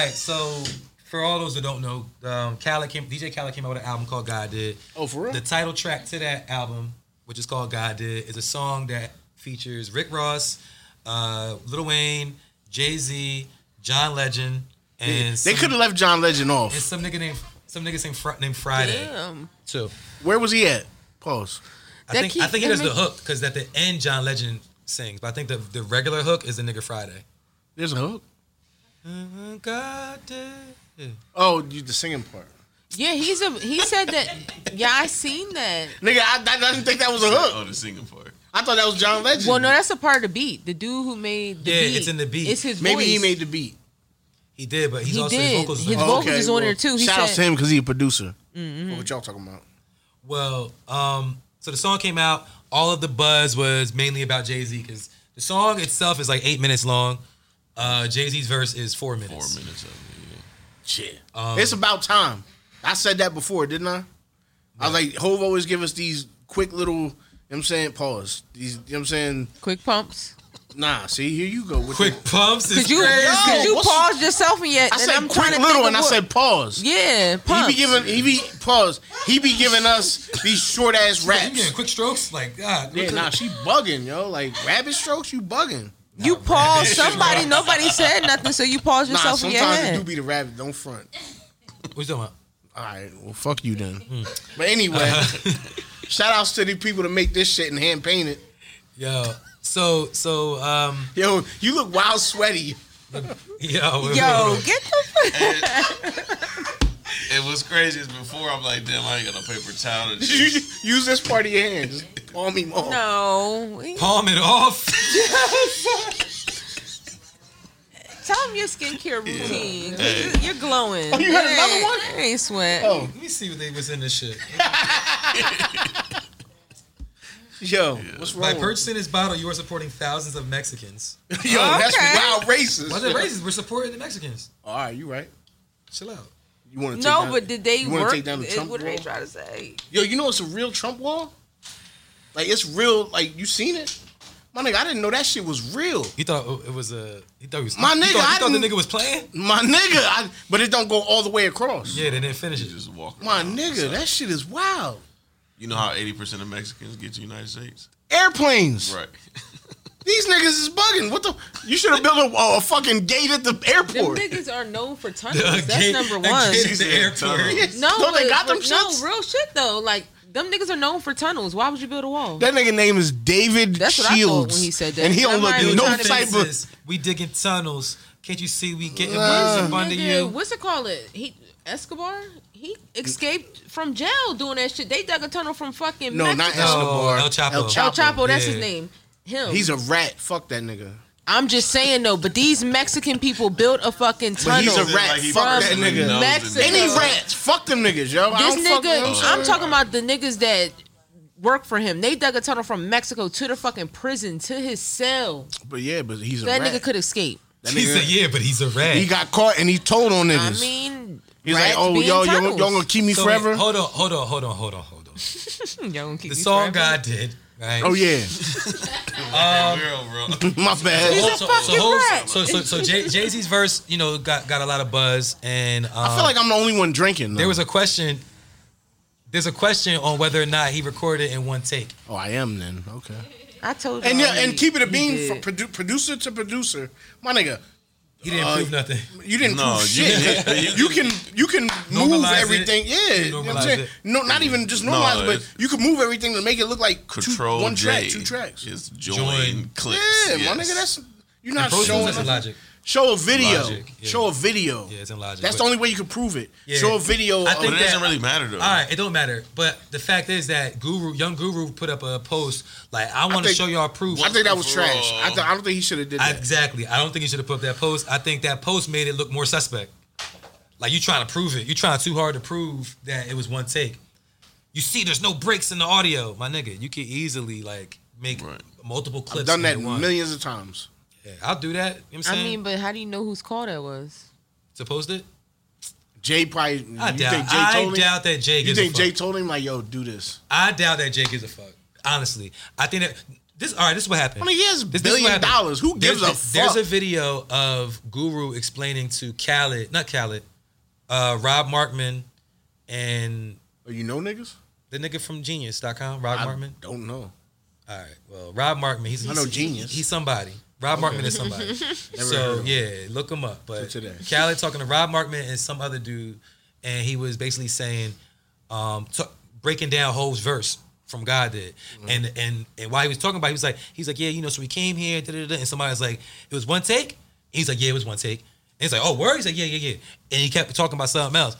[SPEAKER 2] right. So, for all those that don't know, um, Khaled came, DJ Khaled came out with an album called God Did.
[SPEAKER 1] Oh, for real?
[SPEAKER 2] The title track to that album, which is called God Did, is a song that features Rick Ross, uh, Lil Wayne, Jay Z, John Legend, and
[SPEAKER 1] They
[SPEAKER 2] some-
[SPEAKER 1] could have left John Legend
[SPEAKER 2] and
[SPEAKER 1] off.
[SPEAKER 2] some nigga named some nigga named, Fr- named Friday
[SPEAKER 3] Damn.
[SPEAKER 2] too.
[SPEAKER 1] Where was he at? Pause.
[SPEAKER 2] I
[SPEAKER 3] That
[SPEAKER 2] think I
[SPEAKER 3] keep-
[SPEAKER 2] think it
[SPEAKER 3] that
[SPEAKER 2] is the
[SPEAKER 3] make-
[SPEAKER 2] hook because at the end John Legend sings, but I think the the regular hook is the nigga Friday.
[SPEAKER 1] There's a hook.
[SPEAKER 2] God damn.
[SPEAKER 1] Oh, you the singing part.
[SPEAKER 3] Yeah, he's a. He said that. Yeah, I seen that.
[SPEAKER 1] Nigga, I, I didn't think that was a hook.
[SPEAKER 4] Oh, the singing part.
[SPEAKER 1] I thought that was John Legend.
[SPEAKER 3] Well, no, that's a part of the beat. The dude who made the
[SPEAKER 2] Yeah,
[SPEAKER 3] beat.
[SPEAKER 2] it's in the beat.
[SPEAKER 3] It's his
[SPEAKER 1] Maybe he
[SPEAKER 3] voice.
[SPEAKER 1] made the beat.
[SPEAKER 2] He did, but he's
[SPEAKER 3] He
[SPEAKER 2] also
[SPEAKER 3] did.
[SPEAKER 2] his vocals.
[SPEAKER 3] His
[SPEAKER 2] Oh,
[SPEAKER 3] vocals is on there too. He
[SPEAKER 1] shout out
[SPEAKER 3] said- Mm-hmm.
[SPEAKER 1] to him because he's a producer. What y'all talking about?
[SPEAKER 2] Well, um, so the song came out. All of the buzz was mainly about Jay Z because the song itself is like eight minutes long. Uh, Jay Z's verse is four minutes.
[SPEAKER 4] Four minutes of it.
[SPEAKER 1] Shit.
[SPEAKER 2] Um,
[SPEAKER 1] it's about time. I said that before, didn't I? I was like, Hove always give us these quick little, you know what I'm saying, pause. These, you know what I'm saying,
[SPEAKER 3] Quick pumps.
[SPEAKER 1] nah, see, here you go. With
[SPEAKER 2] Quick
[SPEAKER 1] your-
[SPEAKER 2] pumps is
[SPEAKER 3] Cause you,
[SPEAKER 2] crazy.
[SPEAKER 3] cause you
[SPEAKER 1] what's-
[SPEAKER 3] paused yourself and yet.
[SPEAKER 1] I
[SPEAKER 3] and
[SPEAKER 1] said
[SPEAKER 3] I'm trying
[SPEAKER 1] quick
[SPEAKER 3] to
[SPEAKER 1] little
[SPEAKER 3] think
[SPEAKER 1] and
[SPEAKER 3] of
[SPEAKER 1] I
[SPEAKER 3] what-
[SPEAKER 1] said pause.
[SPEAKER 3] yeah, pumps.
[SPEAKER 1] He be giving, he be, pause. He be giving us these short ass
[SPEAKER 2] You
[SPEAKER 1] raps.
[SPEAKER 2] getting quick strokes like God.
[SPEAKER 1] Yeah, nah, she bugging, yo. Like, rabbit strokes, you bugging.
[SPEAKER 3] you paused somebody. Nobody said nothing, so you paused
[SPEAKER 1] Nah,
[SPEAKER 3] yourself in your
[SPEAKER 1] sometimes it do
[SPEAKER 3] head.
[SPEAKER 1] be the rabbit, don't front.
[SPEAKER 2] What you talking about?
[SPEAKER 1] All right, well, fuck you then.
[SPEAKER 2] Hmm.
[SPEAKER 1] But anyway,
[SPEAKER 2] [LAUGHS]
[SPEAKER 1] shout outs to the people that make this shit and hand paint it.
[SPEAKER 2] Yo, so so um, [LAUGHS]
[SPEAKER 1] Yo, you look wild sweaty. [LAUGHS]
[SPEAKER 2] yo,
[SPEAKER 3] Yo, get the.
[SPEAKER 4] It was crazy. is Before I'm like, damn, I ain't got no paper
[SPEAKER 1] [LAUGHS]
[SPEAKER 4] towel. And shit.
[SPEAKER 1] Use this part of your hand. Just palm him off.
[SPEAKER 3] No.
[SPEAKER 2] palm it off.
[SPEAKER 3] Tell him your skincare routine.
[SPEAKER 4] Hey.
[SPEAKER 3] You're glowing.
[SPEAKER 1] Oh, you had
[SPEAKER 3] It
[SPEAKER 1] another
[SPEAKER 3] ain't-
[SPEAKER 1] one?
[SPEAKER 3] it ain't sweat.
[SPEAKER 1] Oh,
[SPEAKER 2] [LAUGHS] Let me see what they was in this shit.
[SPEAKER 1] yo, what's
[SPEAKER 2] By
[SPEAKER 1] wrong? [LAUGHS] with-
[SPEAKER 2] purchasing this bottle, you are supporting thousands of Mexicans.
[SPEAKER 1] Yo, that's
[SPEAKER 3] Okay.
[SPEAKER 1] wild racist. [LAUGHS]
[SPEAKER 2] Why they racist? We're supporting the Mexicans.
[SPEAKER 1] All right, you right.
[SPEAKER 2] Chill out.
[SPEAKER 1] You want to
[SPEAKER 3] No, but did they
[SPEAKER 1] you wanna
[SPEAKER 3] work?
[SPEAKER 1] take down the
[SPEAKER 3] it-
[SPEAKER 1] Trump
[SPEAKER 3] what did they
[SPEAKER 1] wall?
[SPEAKER 3] try to say?
[SPEAKER 1] Yo, you know it's a real Trump wall. Like it's real. Like you seen it, my nigga. I didn't know that shit was real.
[SPEAKER 2] He thought it was a. He thought he was.
[SPEAKER 1] My
[SPEAKER 2] he
[SPEAKER 1] nigga,
[SPEAKER 2] thought, he
[SPEAKER 1] I
[SPEAKER 2] thought the
[SPEAKER 1] didn't-
[SPEAKER 2] nigga was playing.
[SPEAKER 1] My nigga, I, but it don't go all the way across.
[SPEAKER 2] Yeah, they didn't finish it.
[SPEAKER 4] You just walk.
[SPEAKER 1] My
[SPEAKER 4] around.
[SPEAKER 1] nigga, that shit is wild.
[SPEAKER 4] You know how 80% of Mexicans get to the United States?
[SPEAKER 1] Airplanes.
[SPEAKER 4] [LAUGHS] Right.
[SPEAKER 1] These niggas is bugging. What the? You should have built a, a fucking gate at the
[SPEAKER 3] Them
[SPEAKER 1] airport.
[SPEAKER 3] niggas are known [LAUGHS] for
[SPEAKER 2] A
[SPEAKER 3] tunnels. That's
[SPEAKER 2] gate-
[SPEAKER 3] number
[SPEAKER 2] a
[SPEAKER 3] one.
[SPEAKER 2] gate at the
[SPEAKER 4] Yeah,
[SPEAKER 2] airport.
[SPEAKER 4] tunnels.
[SPEAKER 3] No,
[SPEAKER 1] Don't they
[SPEAKER 3] but-
[SPEAKER 1] got them
[SPEAKER 3] but no,
[SPEAKER 1] shits?
[SPEAKER 3] real shit though. Like them niggas are known for tunnels. Why would you build a wall?
[SPEAKER 1] That nigga name is David
[SPEAKER 3] That's what I thought
[SPEAKER 1] Shields.
[SPEAKER 3] when he said that.
[SPEAKER 1] And he don't
[SPEAKER 3] I'm
[SPEAKER 1] look
[SPEAKER 3] not
[SPEAKER 2] Building
[SPEAKER 3] even
[SPEAKER 1] no
[SPEAKER 3] trying to be
[SPEAKER 1] type of.
[SPEAKER 2] fences. We digging tunnels. Can't you see we getting
[SPEAKER 1] Uh.
[SPEAKER 2] uh, up under
[SPEAKER 3] Nigga,
[SPEAKER 2] you?
[SPEAKER 3] What's it called? It he Escobar. He escaped from jail doing that shit. They dug a tunnel from fucking
[SPEAKER 1] No, not
[SPEAKER 3] Mexico.
[SPEAKER 2] No,
[SPEAKER 1] Escobar.
[SPEAKER 2] El Chapo.
[SPEAKER 3] El Chapo. That's
[SPEAKER 2] yeah.
[SPEAKER 3] his name. Him.
[SPEAKER 1] He's a rat. Fuck that nigga.
[SPEAKER 3] I'm just saying though. But these Mexican people built a fucking
[SPEAKER 1] But
[SPEAKER 3] tunnel.
[SPEAKER 1] he's a
[SPEAKER 4] Tunnels.
[SPEAKER 1] rat.
[SPEAKER 4] Like he
[SPEAKER 1] fuck that
[SPEAKER 4] fucking
[SPEAKER 1] nigga.
[SPEAKER 4] knows
[SPEAKER 3] Mexico.
[SPEAKER 4] the
[SPEAKER 1] Any
[SPEAKER 4] niggas.
[SPEAKER 1] rats? Fuck them niggas, yo. I
[SPEAKER 3] This
[SPEAKER 1] don't fuck with them.
[SPEAKER 3] nigga, I'm talking about the niggas that work for him. They dug a tunnel from Mexico to the fucking prison to his cell.
[SPEAKER 1] But yeah, but he's a
[SPEAKER 3] That
[SPEAKER 1] rat.
[SPEAKER 3] nigga could escape.
[SPEAKER 1] That
[SPEAKER 2] He said,
[SPEAKER 1] nigga-
[SPEAKER 2] "Yeah, but he's a rat."
[SPEAKER 1] He got caught and he told on
[SPEAKER 3] I
[SPEAKER 1] niggas.
[SPEAKER 3] mean,
[SPEAKER 1] he's like,
[SPEAKER 3] rats
[SPEAKER 1] oh,
[SPEAKER 3] being
[SPEAKER 1] y'all, y'all, y'all
[SPEAKER 3] tunnels.
[SPEAKER 1] gonna keep me
[SPEAKER 2] So, wait,
[SPEAKER 1] forever?
[SPEAKER 2] Hold on, hold on, hold on, hold
[SPEAKER 1] [LAUGHS]
[SPEAKER 2] on, hold on.
[SPEAKER 3] [LAUGHS] Y'all gonna keep
[SPEAKER 2] The
[SPEAKER 3] me
[SPEAKER 2] song
[SPEAKER 3] forever.
[SPEAKER 2] God did. Right?
[SPEAKER 1] Oh yeah, [LAUGHS]
[SPEAKER 4] Hey, we're
[SPEAKER 2] [LAUGHS]
[SPEAKER 4] over.
[SPEAKER 1] my bad.
[SPEAKER 2] so,
[SPEAKER 3] fucking
[SPEAKER 2] Hov-
[SPEAKER 3] rat.
[SPEAKER 2] so so so Jay Z's verse, you know, got got a lot of buzz, and um,
[SPEAKER 1] I feel like I'm the only one drinking. Though.
[SPEAKER 2] there was a question. There's a question on whether or not he recorded in one take.
[SPEAKER 1] oh, I am then. Okay.
[SPEAKER 3] I told you.
[SPEAKER 1] And yeah, and keep it a beam
[SPEAKER 3] did.
[SPEAKER 1] from produ- producer to producer. My nigga,
[SPEAKER 2] He didn't
[SPEAKER 1] Uh,
[SPEAKER 2] prove nothing.
[SPEAKER 1] You didn't
[SPEAKER 4] No,
[SPEAKER 1] prove
[SPEAKER 4] you
[SPEAKER 1] shit.
[SPEAKER 4] did- you
[SPEAKER 1] [LAUGHS] you can you can move
[SPEAKER 2] Normalize it.
[SPEAKER 1] everything. Yeah, you know what I'm
[SPEAKER 2] Normalize
[SPEAKER 1] saying?
[SPEAKER 2] it.
[SPEAKER 1] No, not even just
[SPEAKER 4] No,
[SPEAKER 1] normalize, it,
[SPEAKER 4] it's-
[SPEAKER 1] but you can move everything to make it look like two-
[SPEAKER 4] Control
[SPEAKER 1] one
[SPEAKER 4] J.
[SPEAKER 1] track, two tracks. Yeah,
[SPEAKER 4] It's join,
[SPEAKER 2] Join.
[SPEAKER 4] clicks.
[SPEAKER 1] my
[SPEAKER 4] yes.
[SPEAKER 1] nigga, that's you're not
[SPEAKER 2] Pro Tools,
[SPEAKER 1] showing.
[SPEAKER 2] that's in
[SPEAKER 1] us-
[SPEAKER 2] Logic.
[SPEAKER 1] Show a video.
[SPEAKER 2] Logic, yeah.
[SPEAKER 1] Show a video.
[SPEAKER 2] Yeah, it's in Logic.
[SPEAKER 1] That's
[SPEAKER 2] but-
[SPEAKER 1] the only way you can prove it.
[SPEAKER 2] Yeah.
[SPEAKER 1] Show a video.
[SPEAKER 2] I
[SPEAKER 4] But
[SPEAKER 2] think
[SPEAKER 4] it
[SPEAKER 1] of,
[SPEAKER 2] that-
[SPEAKER 4] doesn't really matter though.
[SPEAKER 2] All right, it don't matter. But the fact is that Guru, young Guru, put up a post like, "I want to
[SPEAKER 1] think-
[SPEAKER 2] show y'all proof."
[SPEAKER 1] I think that was
[SPEAKER 4] Overall.
[SPEAKER 1] trash. I, th- I don't think he should have did
[SPEAKER 2] I-
[SPEAKER 1] that.
[SPEAKER 2] exactly. I don't think you should have put up that post. I think that post made it look more suspect. Like you trying to prove it. You trying too hard to prove that it was one take. You see, there's no breaks in the audio, my nigga. You could easily like make
[SPEAKER 4] Right.
[SPEAKER 2] multiple clips.
[SPEAKER 1] I've done that
[SPEAKER 2] into one.
[SPEAKER 1] millions of times.
[SPEAKER 2] Yeah, I'll do that. You know what I'm
[SPEAKER 3] I
[SPEAKER 2] saying,
[SPEAKER 3] mean, but how do you know whose call that was?
[SPEAKER 2] to post it.
[SPEAKER 1] Jay probably.
[SPEAKER 2] I
[SPEAKER 1] you
[SPEAKER 2] doubt.
[SPEAKER 1] think Jay
[SPEAKER 2] I
[SPEAKER 1] told him?
[SPEAKER 2] doubt that Jay
[SPEAKER 1] You
[SPEAKER 2] gives
[SPEAKER 1] think
[SPEAKER 2] a fuck.
[SPEAKER 1] Jay told him like, "Yo, do this"?
[SPEAKER 2] I doubt that Jay gives a fuck. Honestly, I think that this. All right, this is what happened.
[SPEAKER 1] I mean, he has
[SPEAKER 2] This- this is what
[SPEAKER 1] billion
[SPEAKER 2] happened.
[SPEAKER 1] dollars. Who gives
[SPEAKER 2] there's,
[SPEAKER 1] a fuck?
[SPEAKER 2] There's a video of Guru explaining to Khaled, not Khaled, uh, Rob Markman, and
[SPEAKER 1] Oh, you know niggas?
[SPEAKER 2] the nigga from Genius.com, Rob
[SPEAKER 1] I
[SPEAKER 2] Markman.
[SPEAKER 1] don't know.
[SPEAKER 2] All right, well, Rob Markman, he's,
[SPEAKER 1] I know
[SPEAKER 2] he's-
[SPEAKER 1] Genius.
[SPEAKER 2] He's somebody. Rob Markman is somebody.
[SPEAKER 1] [LAUGHS] Never heard
[SPEAKER 2] so
[SPEAKER 1] of
[SPEAKER 2] yeah, look him up. But
[SPEAKER 1] To today.
[SPEAKER 2] Khaled talking to Rob Markman and some other dude, and he was basically saying, um, t- breaking down Hove's verse from God did, and and and while he was talking about, it, he was like, he's like, yeah, you know, so we came here, da, da, da, and somebody's like, it was one take. He's like, yeah, it was one take. he's like, oh, word? He's like, yeah, yeah, yeah. And he kept talking about something else.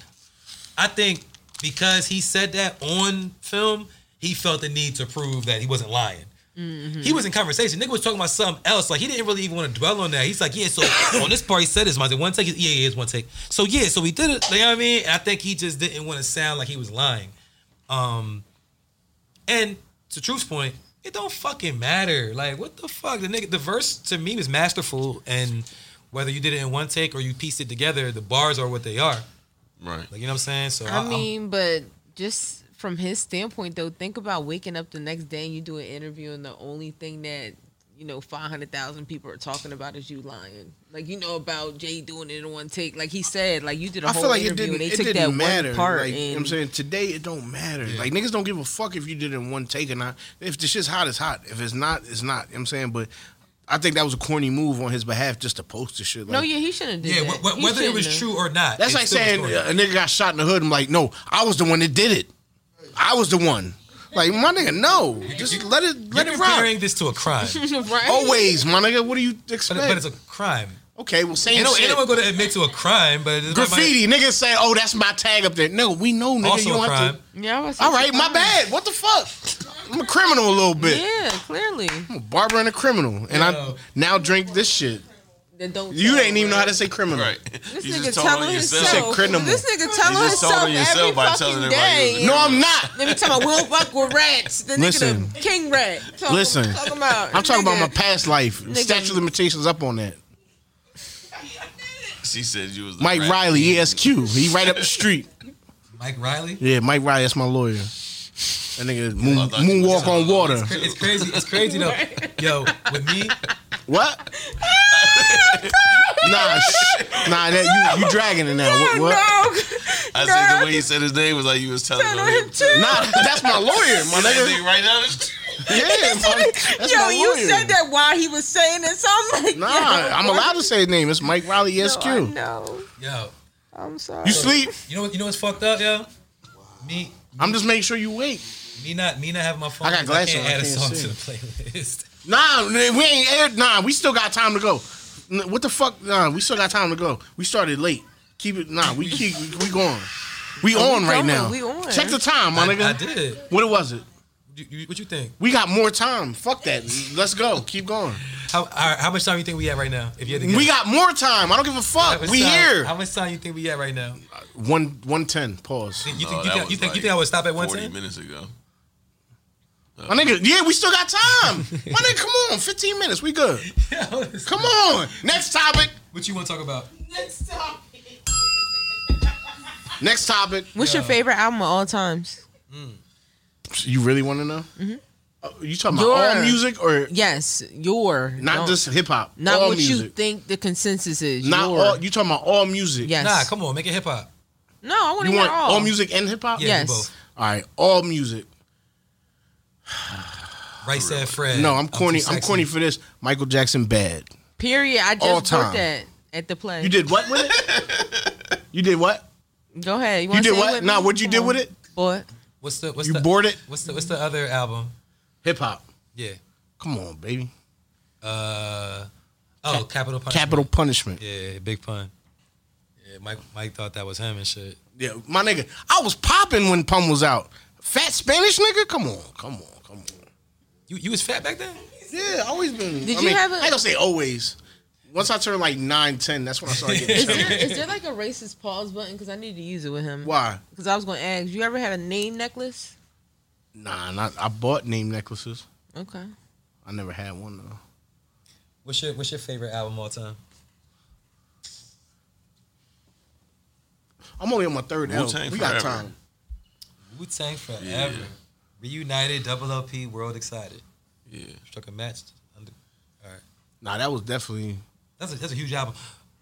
[SPEAKER 2] I think because he said that on film, he felt the need to prove that he wasn't lying. He was in conversation. Nigga was talking about something else. Like he didn't really even want to dwell on that. He's like, yeah. So [COUGHS] on this part, he said this. My one take. Yeah, yeah, it's one take. So yeah, so he did it. You know what I mean? And I think he just didn't want to sound like he was lying. Um, and to Truth's point, it don't fucking matter. Like, what the fuck? The nigga, the verse to me was masterful, and whether you did it in one take or you pieced it together, the bars are what they are.
[SPEAKER 1] [LAUGHS]
[SPEAKER 4] Right.
[SPEAKER 2] Like, you know what I'm saying? So I,
[SPEAKER 3] I mean, but just from his standpoint, though, think about waking up the next day and you do an interview, and the only thing that you know five hundred thousand people are talking about is you lying. Like you know about Jay doing it in one take. Like he said, like you did a
[SPEAKER 1] I
[SPEAKER 3] whole
[SPEAKER 1] feel like it
[SPEAKER 3] interview,
[SPEAKER 1] didn't.
[SPEAKER 3] and they
[SPEAKER 1] It
[SPEAKER 3] took
[SPEAKER 1] didn't
[SPEAKER 3] that
[SPEAKER 1] matter.
[SPEAKER 3] one part.
[SPEAKER 1] like, you know
[SPEAKER 3] and
[SPEAKER 1] what I'm saying today, it don't matter. Like niggas don't give a fuck if you did it in one take or not. If the shit's hot, it's hot. If it's not, it's not. You know what I'm saying, but I think that was a corny move on his behalf just to post the shit. Like,
[SPEAKER 3] no, yeah, he shouldn't have
[SPEAKER 2] yeah,
[SPEAKER 3] did
[SPEAKER 2] wh-
[SPEAKER 3] that.
[SPEAKER 2] wh-
[SPEAKER 3] He
[SPEAKER 2] whether it
[SPEAKER 3] shouldn't
[SPEAKER 2] was
[SPEAKER 3] have.
[SPEAKER 2] true or not,
[SPEAKER 1] That's
[SPEAKER 2] it's
[SPEAKER 1] like
[SPEAKER 2] still a
[SPEAKER 1] saying
[SPEAKER 2] story.
[SPEAKER 1] a nigga got shot in the hood. I'm like, no, I was the one that did it. I was the one. Like my nigga, no, just let it
[SPEAKER 2] You're
[SPEAKER 1] let it rock.
[SPEAKER 2] comparing this to a crime,
[SPEAKER 3] [LAUGHS] right?
[SPEAKER 1] Always, my nigga. What do you
[SPEAKER 2] but,
[SPEAKER 1] expect?
[SPEAKER 2] but it's a crime.
[SPEAKER 1] okay, well, same
[SPEAKER 2] Ain't, no,
[SPEAKER 1] shit.
[SPEAKER 2] ain't no one going to admit to a crime, but it's
[SPEAKER 1] Graffiti, niggas say, "Oh, that's my tag up there." No, we know, nigga.
[SPEAKER 2] also
[SPEAKER 1] you don't
[SPEAKER 2] a
[SPEAKER 1] have
[SPEAKER 2] crime.
[SPEAKER 1] to.
[SPEAKER 3] Yeah, I was
[SPEAKER 1] All right, my
[SPEAKER 3] surprised.
[SPEAKER 1] bad. What the fuck? I'm a criminal a little bit.
[SPEAKER 3] Yeah, clearly.
[SPEAKER 1] I'm a barber and a criminal, and I
[SPEAKER 2] Yo.
[SPEAKER 1] now drink this shit.
[SPEAKER 3] Then don't.
[SPEAKER 1] You
[SPEAKER 3] tell,
[SPEAKER 1] didn't even know how
[SPEAKER 3] right?
[SPEAKER 1] to say criminal.
[SPEAKER 4] Right.
[SPEAKER 3] This
[SPEAKER 4] You
[SPEAKER 3] nigga
[SPEAKER 4] just told on
[SPEAKER 3] telling
[SPEAKER 4] yourself.
[SPEAKER 1] Said
[SPEAKER 3] himself.
[SPEAKER 1] criminal.
[SPEAKER 3] This nigga telling
[SPEAKER 4] just told
[SPEAKER 3] himself
[SPEAKER 4] on yourself
[SPEAKER 3] every
[SPEAKER 4] by
[SPEAKER 3] fucking
[SPEAKER 4] telling everybody
[SPEAKER 3] day.
[SPEAKER 4] you
[SPEAKER 1] No, I'm not.
[SPEAKER 3] Let me tell my will fuck with rats. The nigga
[SPEAKER 1] Listen.
[SPEAKER 3] the king rat. Talk,
[SPEAKER 1] Listen.
[SPEAKER 3] talk about.
[SPEAKER 1] I'm talking about my
[SPEAKER 3] Nigga.
[SPEAKER 1] past life. Statute of limitations up on that.
[SPEAKER 4] She said you was the
[SPEAKER 1] Mike
[SPEAKER 4] rat.
[SPEAKER 1] Riley, ESQ. He right up the street.
[SPEAKER 2] Mike Riley.
[SPEAKER 1] Yeah, Mike Riley, that's my lawyer. That nigga moon,
[SPEAKER 4] I thought you
[SPEAKER 1] moonwalk
[SPEAKER 4] was-
[SPEAKER 1] on water.
[SPEAKER 2] It's crazy. It's crazy though. Yo, with me,
[SPEAKER 3] [LAUGHS]
[SPEAKER 1] What? nah, sh- nah, that you you dragging it now.
[SPEAKER 3] Oh,
[SPEAKER 1] What? what?
[SPEAKER 3] No,
[SPEAKER 4] I
[SPEAKER 3] Girl,
[SPEAKER 4] said
[SPEAKER 3] I
[SPEAKER 4] the way he said his name was like you was telling
[SPEAKER 3] no, [LAUGHS]
[SPEAKER 4] on
[SPEAKER 3] no, him
[SPEAKER 4] him.
[SPEAKER 3] too.
[SPEAKER 1] Nah, that's my lawyer, my
[SPEAKER 4] That
[SPEAKER 1] nigga.
[SPEAKER 4] nigga right down the street.
[SPEAKER 1] Yeah, my, that's
[SPEAKER 3] Yo,
[SPEAKER 1] my
[SPEAKER 3] you
[SPEAKER 1] lawyer.
[SPEAKER 3] said that while he was saying it, so I'm like,
[SPEAKER 1] Nah,
[SPEAKER 3] yo,
[SPEAKER 1] I'm
[SPEAKER 3] what?
[SPEAKER 1] allowed to say his name. It's Mike Riley,
[SPEAKER 3] No,
[SPEAKER 1] SQ.
[SPEAKER 3] I know.
[SPEAKER 2] yo,
[SPEAKER 3] I'm sorry.
[SPEAKER 1] You sleep?
[SPEAKER 2] you know what? You know what's fucked up, yo. Me,
[SPEAKER 1] I'm just making sure you wake.
[SPEAKER 2] me not, me not having my phone.
[SPEAKER 1] I got
[SPEAKER 2] means
[SPEAKER 1] glasses
[SPEAKER 2] can't
[SPEAKER 1] on, I
[SPEAKER 2] add a
[SPEAKER 1] can't
[SPEAKER 2] song
[SPEAKER 1] see.
[SPEAKER 2] to the playlist.
[SPEAKER 1] Nah, we ain't aired. Nah, we still got time to go. N- What the fuck? Nah, we still got time to go. We started late. Keep it. Nah, we keep. We, we going. We on right
[SPEAKER 3] going,
[SPEAKER 1] now.
[SPEAKER 3] Oh, we on.
[SPEAKER 1] Check the time, my
[SPEAKER 2] I,
[SPEAKER 1] nigga.
[SPEAKER 2] I did.
[SPEAKER 1] What was it?
[SPEAKER 2] You, you, what you think?
[SPEAKER 1] We got more time. Fuck that. Let's go. Keep going.
[SPEAKER 2] How all right, how much time you think we at right now? If you had to guess.
[SPEAKER 1] We got more time. I don't give a
[SPEAKER 2] How
[SPEAKER 1] fuck.
[SPEAKER 2] much
[SPEAKER 1] We
[SPEAKER 2] time-
[SPEAKER 1] here.
[SPEAKER 2] How much time you think we at right now?
[SPEAKER 1] One one ten. Pause.
[SPEAKER 2] You think,
[SPEAKER 4] No,
[SPEAKER 2] you,
[SPEAKER 4] that
[SPEAKER 2] think, you,
[SPEAKER 4] was
[SPEAKER 2] think you
[SPEAKER 4] like
[SPEAKER 2] think I would stop at one
[SPEAKER 4] Forty
[SPEAKER 2] ten?
[SPEAKER 4] minutes ago.
[SPEAKER 1] My nigga. Yeah, we still got time. My nigga, come on. Fifteen minutes. We good. Come on. Next topic.
[SPEAKER 2] [LAUGHS] What you want to talk about?
[SPEAKER 5] Next topic.
[SPEAKER 1] Next topic.
[SPEAKER 3] What's your
[SPEAKER 2] Yo.
[SPEAKER 3] favorite album of all times?
[SPEAKER 1] You really want to know? Uh, you talking about
[SPEAKER 3] Mm-hmm. Your-
[SPEAKER 1] all music or
[SPEAKER 3] Yes, your.
[SPEAKER 1] not
[SPEAKER 3] Don't-
[SPEAKER 1] just hip hop?
[SPEAKER 3] Not
[SPEAKER 1] all
[SPEAKER 3] what
[SPEAKER 1] music.
[SPEAKER 3] you think the consensus is.
[SPEAKER 1] Not
[SPEAKER 3] your.
[SPEAKER 1] all. You talking about all music?
[SPEAKER 3] Yes.
[SPEAKER 2] Nah, come on, make it hip hop.
[SPEAKER 3] No, I want to
[SPEAKER 1] You
[SPEAKER 3] hear
[SPEAKER 1] want
[SPEAKER 3] all.
[SPEAKER 1] all music and hip hop?
[SPEAKER 2] Yeah,
[SPEAKER 3] Yes.
[SPEAKER 2] do both.
[SPEAKER 1] All right, all music.
[SPEAKER 2] Right, said Fred.
[SPEAKER 1] No, I'm
[SPEAKER 2] too
[SPEAKER 1] corny. I'm
[SPEAKER 2] sexy.
[SPEAKER 1] corny for this. Michael Jackson, bad.
[SPEAKER 3] Period. I
[SPEAKER 1] All
[SPEAKER 3] just
[SPEAKER 1] time.
[SPEAKER 3] heard that at the play.
[SPEAKER 1] You did what with it?
[SPEAKER 3] [LAUGHS]
[SPEAKER 1] you did what?
[SPEAKER 3] Go ahead. You,
[SPEAKER 1] You
[SPEAKER 3] wanna
[SPEAKER 1] did
[SPEAKER 3] sing
[SPEAKER 1] what?
[SPEAKER 3] With
[SPEAKER 1] Nah,
[SPEAKER 3] me?
[SPEAKER 1] what'd you
[SPEAKER 3] Come
[SPEAKER 1] do
[SPEAKER 3] on.
[SPEAKER 1] with it?
[SPEAKER 3] Boy,
[SPEAKER 2] What's the what's
[SPEAKER 1] You
[SPEAKER 2] the
[SPEAKER 1] bored it?
[SPEAKER 2] What's the what's the other album?
[SPEAKER 1] Hip hop.
[SPEAKER 2] Yeah.
[SPEAKER 1] Come on, baby.
[SPEAKER 2] Uh, oh, Capital Punishment.
[SPEAKER 1] Capital punishment.
[SPEAKER 2] Yeah, big pun. Yeah, Mike Mike thought that was him and shit.
[SPEAKER 1] Yeah, my nigga. I was popping when Pum was out. Fat Spanish nigga. Come on, come on, come on.
[SPEAKER 2] You you was fat back then?
[SPEAKER 1] Yeah, always been.
[SPEAKER 3] Did
[SPEAKER 1] I
[SPEAKER 3] you
[SPEAKER 1] mean,
[SPEAKER 3] have a-
[SPEAKER 1] I ain't gonna say always. Once I turned like nine, ten, that's when I started getting.
[SPEAKER 3] is
[SPEAKER 1] chubby.
[SPEAKER 3] there, is there like a racist pause button? Because I need to use it with him.
[SPEAKER 1] Why?
[SPEAKER 3] Because I was going to ask, you ever had a name necklace?
[SPEAKER 1] Nah, not. I bought name necklaces.
[SPEAKER 3] Okay.
[SPEAKER 1] I never had one though.
[SPEAKER 2] What's your what's your favorite album all time?
[SPEAKER 1] I'm only on my 3rd album.
[SPEAKER 4] Wu-Tang
[SPEAKER 1] We got
[SPEAKER 4] forever.
[SPEAKER 1] time.
[SPEAKER 2] Wu Tang Forever.
[SPEAKER 4] Yeah.
[SPEAKER 2] Reunited, Double LP, World Excited.
[SPEAKER 4] Yeah.
[SPEAKER 2] Struck a match. Under, all right.
[SPEAKER 1] Nah, that was definitely.
[SPEAKER 2] That's a, that's a huge album.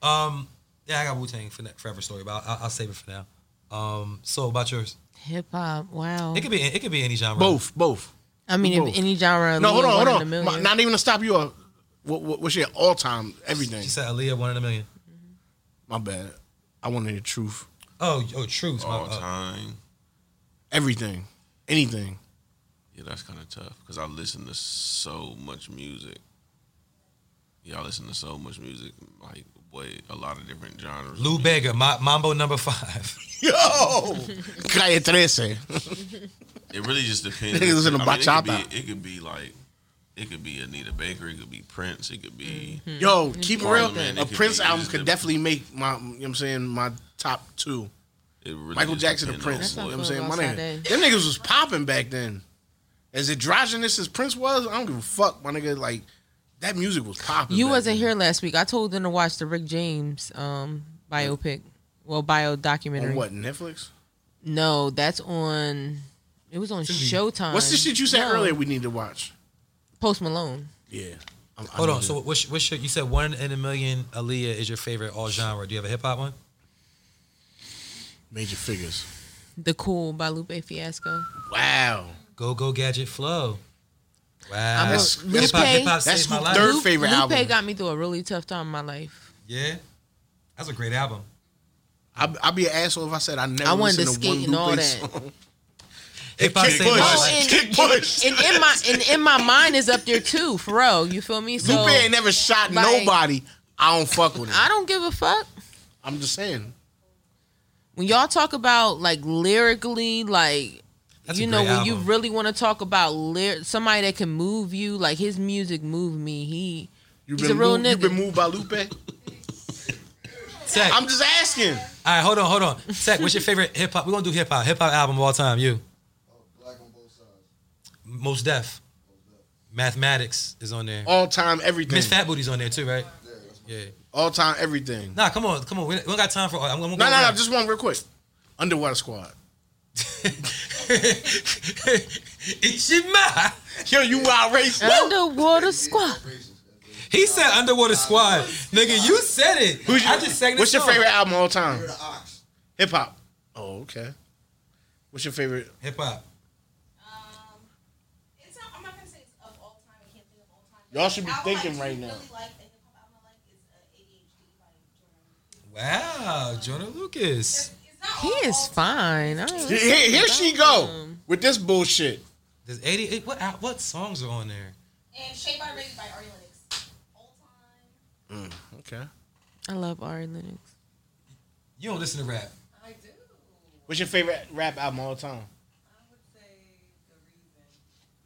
[SPEAKER 2] Um, yeah, I got Wu Tang for that forever story, but I'll, I'll save it for now. Um, so about yours,
[SPEAKER 3] Hip hop. Wow.
[SPEAKER 2] it could be it could be any genre.
[SPEAKER 1] Both, both.
[SPEAKER 3] I mean,
[SPEAKER 1] both.
[SPEAKER 3] if any genre.
[SPEAKER 1] No, hold
[SPEAKER 3] Lil
[SPEAKER 1] on,
[SPEAKER 3] One
[SPEAKER 1] hold
[SPEAKER 3] in a
[SPEAKER 1] on.
[SPEAKER 3] Million.
[SPEAKER 1] My- not even to stop you off. What, what, what's your all time everything?
[SPEAKER 2] She said Aaliyah, one in a million.
[SPEAKER 1] My bad. I wanted the truth.
[SPEAKER 2] Oh, oh, Truth. my-
[SPEAKER 4] All
[SPEAKER 2] uh,
[SPEAKER 4] time.
[SPEAKER 1] Everything. Anything.
[SPEAKER 4] Yeah, that's kind of tough because I listen to so much music. Yeah, I listen to so much music. Like boy a lot of different genres.
[SPEAKER 2] Lou Bega, Ma- Mambo number five.
[SPEAKER 1] Yo, calle 13.
[SPEAKER 4] It really just depends.
[SPEAKER 1] Niggas listen to
[SPEAKER 4] I mean, it, could
[SPEAKER 1] bachata.
[SPEAKER 4] be, it could be like, it could be Anita Baker. It could be Prince. It could be.
[SPEAKER 1] Yo, keep it real.
[SPEAKER 4] Parliament,
[SPEAKER 1] A
[SPEAKER 4] it could
[SPEAKER 1] Prince
[SPEAKER 4] be
[SPEAKER 1] album
[SPEAKER 4] used
[SPEAKER 1] could
[SPEAKER 4] to-
[SPEAKER 1] definitely make my, you know what I'm saying, my top two.
[SPEAKER 4] It really
[SPEAKER 1] Michael
[SPEAKER 4] just
[SPEAKER 1] Jackson and
[SPEAKER 4] depend on
[SPEAKER 1] Prince. You
[SPEAKER 4] what-
[SPEAKER 1] know what I'm
[SPEAKER 3] That's
[SPEAKER 1] saying?
[SPEAKER 3] how
[SPEAKER 1] My
[SPEAKER 3] I feel about
[SPEAKER 1] nigga. Them niggas was popping back then. As androgynous as Prince was, I don't give a fuck, my nigga. Like, that music was popping.
[SPEAKER 3] You
[SPEAKER 1] back
[SPEAKER 3] wasn't
[SPEAKER 1] then.
[SPEAKER 3] here last week. I told them to watch the Rick James um biopic. Well, bio documentary.
[SPEAKER 1] On what, Netflix?
[SPEAKER 3] No, that's on. It was on Showtime.
[SPEAKER 1] What's the shit you said
[SPEAKER 3] Um, No,
[SPEAKER 1] earlier we need to watch?
[SPEAKER 3] Post Malone.
[SPEAKER 1] Yeah. I'm,
[SPEAKER 2] Hold on. So what's, what's your, you said one in a million Aaliyah is your favorite all genre. Do you have a hip hop one?
[SPEAKER 1] Major figures.
[SPEAKER 3] The Cool by Lupe Fiasco.
[SPEAKER 1] Wow.
[SPEAKER 2] Go Go Gadget Flow. Wow.
[SPEAKER 3] I'm a-
[SPEAKER 1] That's-
[SPEAKER 3] Lupe,
[SPEAKER 2] hip hop hip hop
[SPEAKER 1] that's
[SPEAKER 2] saved my
[SPEAKER 1] who
[SPEAKER 2] life.
[SPEAKER 1] third-
[SPEAKER 3] Lu-
[SPEAKER 1] favorite
[SPEAKER 3] Lupe
[SPEAKER 1] album.
[SPEAKER 3] got me through a really tough time in my life.
[SPEAKER 2] Yeah. That's a great album.
[SPEAKER 1] I'd, I'd be an asshole if I said I never
[SPEAKER 3] I wanted to
[SPEAKER 1] listened to one
[SPEAKER 3] skate and all
[SPEAKER 1] Lupe
[SPEAKER 3] that.
[SPEAKER 1] song.
[SPEAKER 2] Hip hop
[SPEAKER 1] Kick
[SPEAKER 2] saved my
[SPEAKER 1] Bush.
[SPEAKER 2] life.
[SPEAKER 1] like
[SPEAKER 3] and,
[SPEAKER 1] kick push.
[SPEAKER 3] and in my and in my mind is up there too, for real. You feel me? So
[SPEAKER 1] Lupe ain't never shot
[SPEAKER 3] like-
[SPEAKER 1] nobody. I don't fuck with him.
[SPEAKER 3] I don't give a fuck.
[SPEAKER 1] I'm just saying.
[SPEAKER 3] When y'all talk about like lyrically, like
[SPEAKER 2] That's a
[SPEAKER 3] you know,
[SPEAKER 2] great
[SPEAKER 3] when you
[SPEAKER 2] album.
[SPEAKER 3] really want to talk about lyr- somebody that can move you, like his music moved me. He
[SPEAKER 1] You've
[SPEAKER 3] He's
[SPEAKER 1] been,
[SPEAKER 3] a real
[SPEAKER 1] moved, you've been
[SPEAKER 3] nigga.
[SPEAKER 1] moved by Lupe?
[SPEAKER 2] Tech.
[SPEAKER 1] I'm just asking.
[SPEAKER 2] All right, hold on, hold on. Tech, what's your favorite hip hop? We're gonna do hip hop, hip hop album of all time. You,
[SPEAKER 6] Black on both sides.
[SPEAKER 2] most deaf. Mathematics is on
[SPEAKER 3] Oh,
[SPEAKER 2] there.
[SPEAKER 1] All time everything.
[SPEAKER 2] Miss Fat Booty's on there too, right?
[SPEAKER 6] Yeah, that's my
[SPEAKER 2] Yeah.
[SPEAKER 1] All time everything.
[SPEAKER 2] Nah, come on, come on. We we don't got time for. all- I'm, I'm gonna
[SPEAKER 1] No,
[SPEAKER 2] go
[SPEAKER 1] no, no.
[SPEAKER 2] around.
[SPEAKER 1] Just one real quick. Underwater Squad.
[SPEAKER 2] [LAUGHS] Ichima.
[SPEAKER 1] Yo, you wild race. Woo!
[SPEAKER 3] underwater squad.
[SPEAKER 6] basis. That's it.
[SPEAKER 2] He said Underwater Squad. Nigga, you said it.
[SPEAKER 1] Who's your,
[SPEAKER 2] I just sang this
[SPEAKER 1] what's your
[SPEAKER 2] song.
[SPEAKER 1] favorite album of all time?
[SPEAKER 6] You're the ox.
[SPEAKER 1] Hip hop. Oh, okay. What's your favorite?
[SPEAKER 2] Hip hop.
[SPEAKER 5] Um, it's not, I'm not gonna say it's of all time. I can't think of all time.
[SPEAKER 1] Y'all should be
[SPEAKER 5] Album
[SPEAKER 1] thinking
[SPEAKER 5] I
[SPEAKER 1] right
[SPEAKER 5] do
[SPEAKER 1] now.
[SPEAKER 5] Really like the hip hop album I like is uh, ADHD by Jordan.
[SPEAKER 2] Wow, Jordan Lucas.
[SPEAKER 5] It's not
[SPEAKER 3] He
[SPEAKER 5] all-
[SPEAKER 3] is
[SPEAKER 5] all time.
[SPEAKER 3] fine. I don't-
[SPEAKER 1] Here, here she go with this bullshit.
[SPEAKER 2] There's 88. What al- what songs are on there?
[SPEAKER 5] And Shade by Ready by Ari Lennox. All time.
[SPEAKER 1] Okay.
[SPEAKER 3] I love Ari Lennox.
[SPEAKER 2] You don't listen to rap.
[SPEAKER 5] I do.
[SPEAKER 1] What's your favorite rap album of all time?
[SPEAKER 5] I would say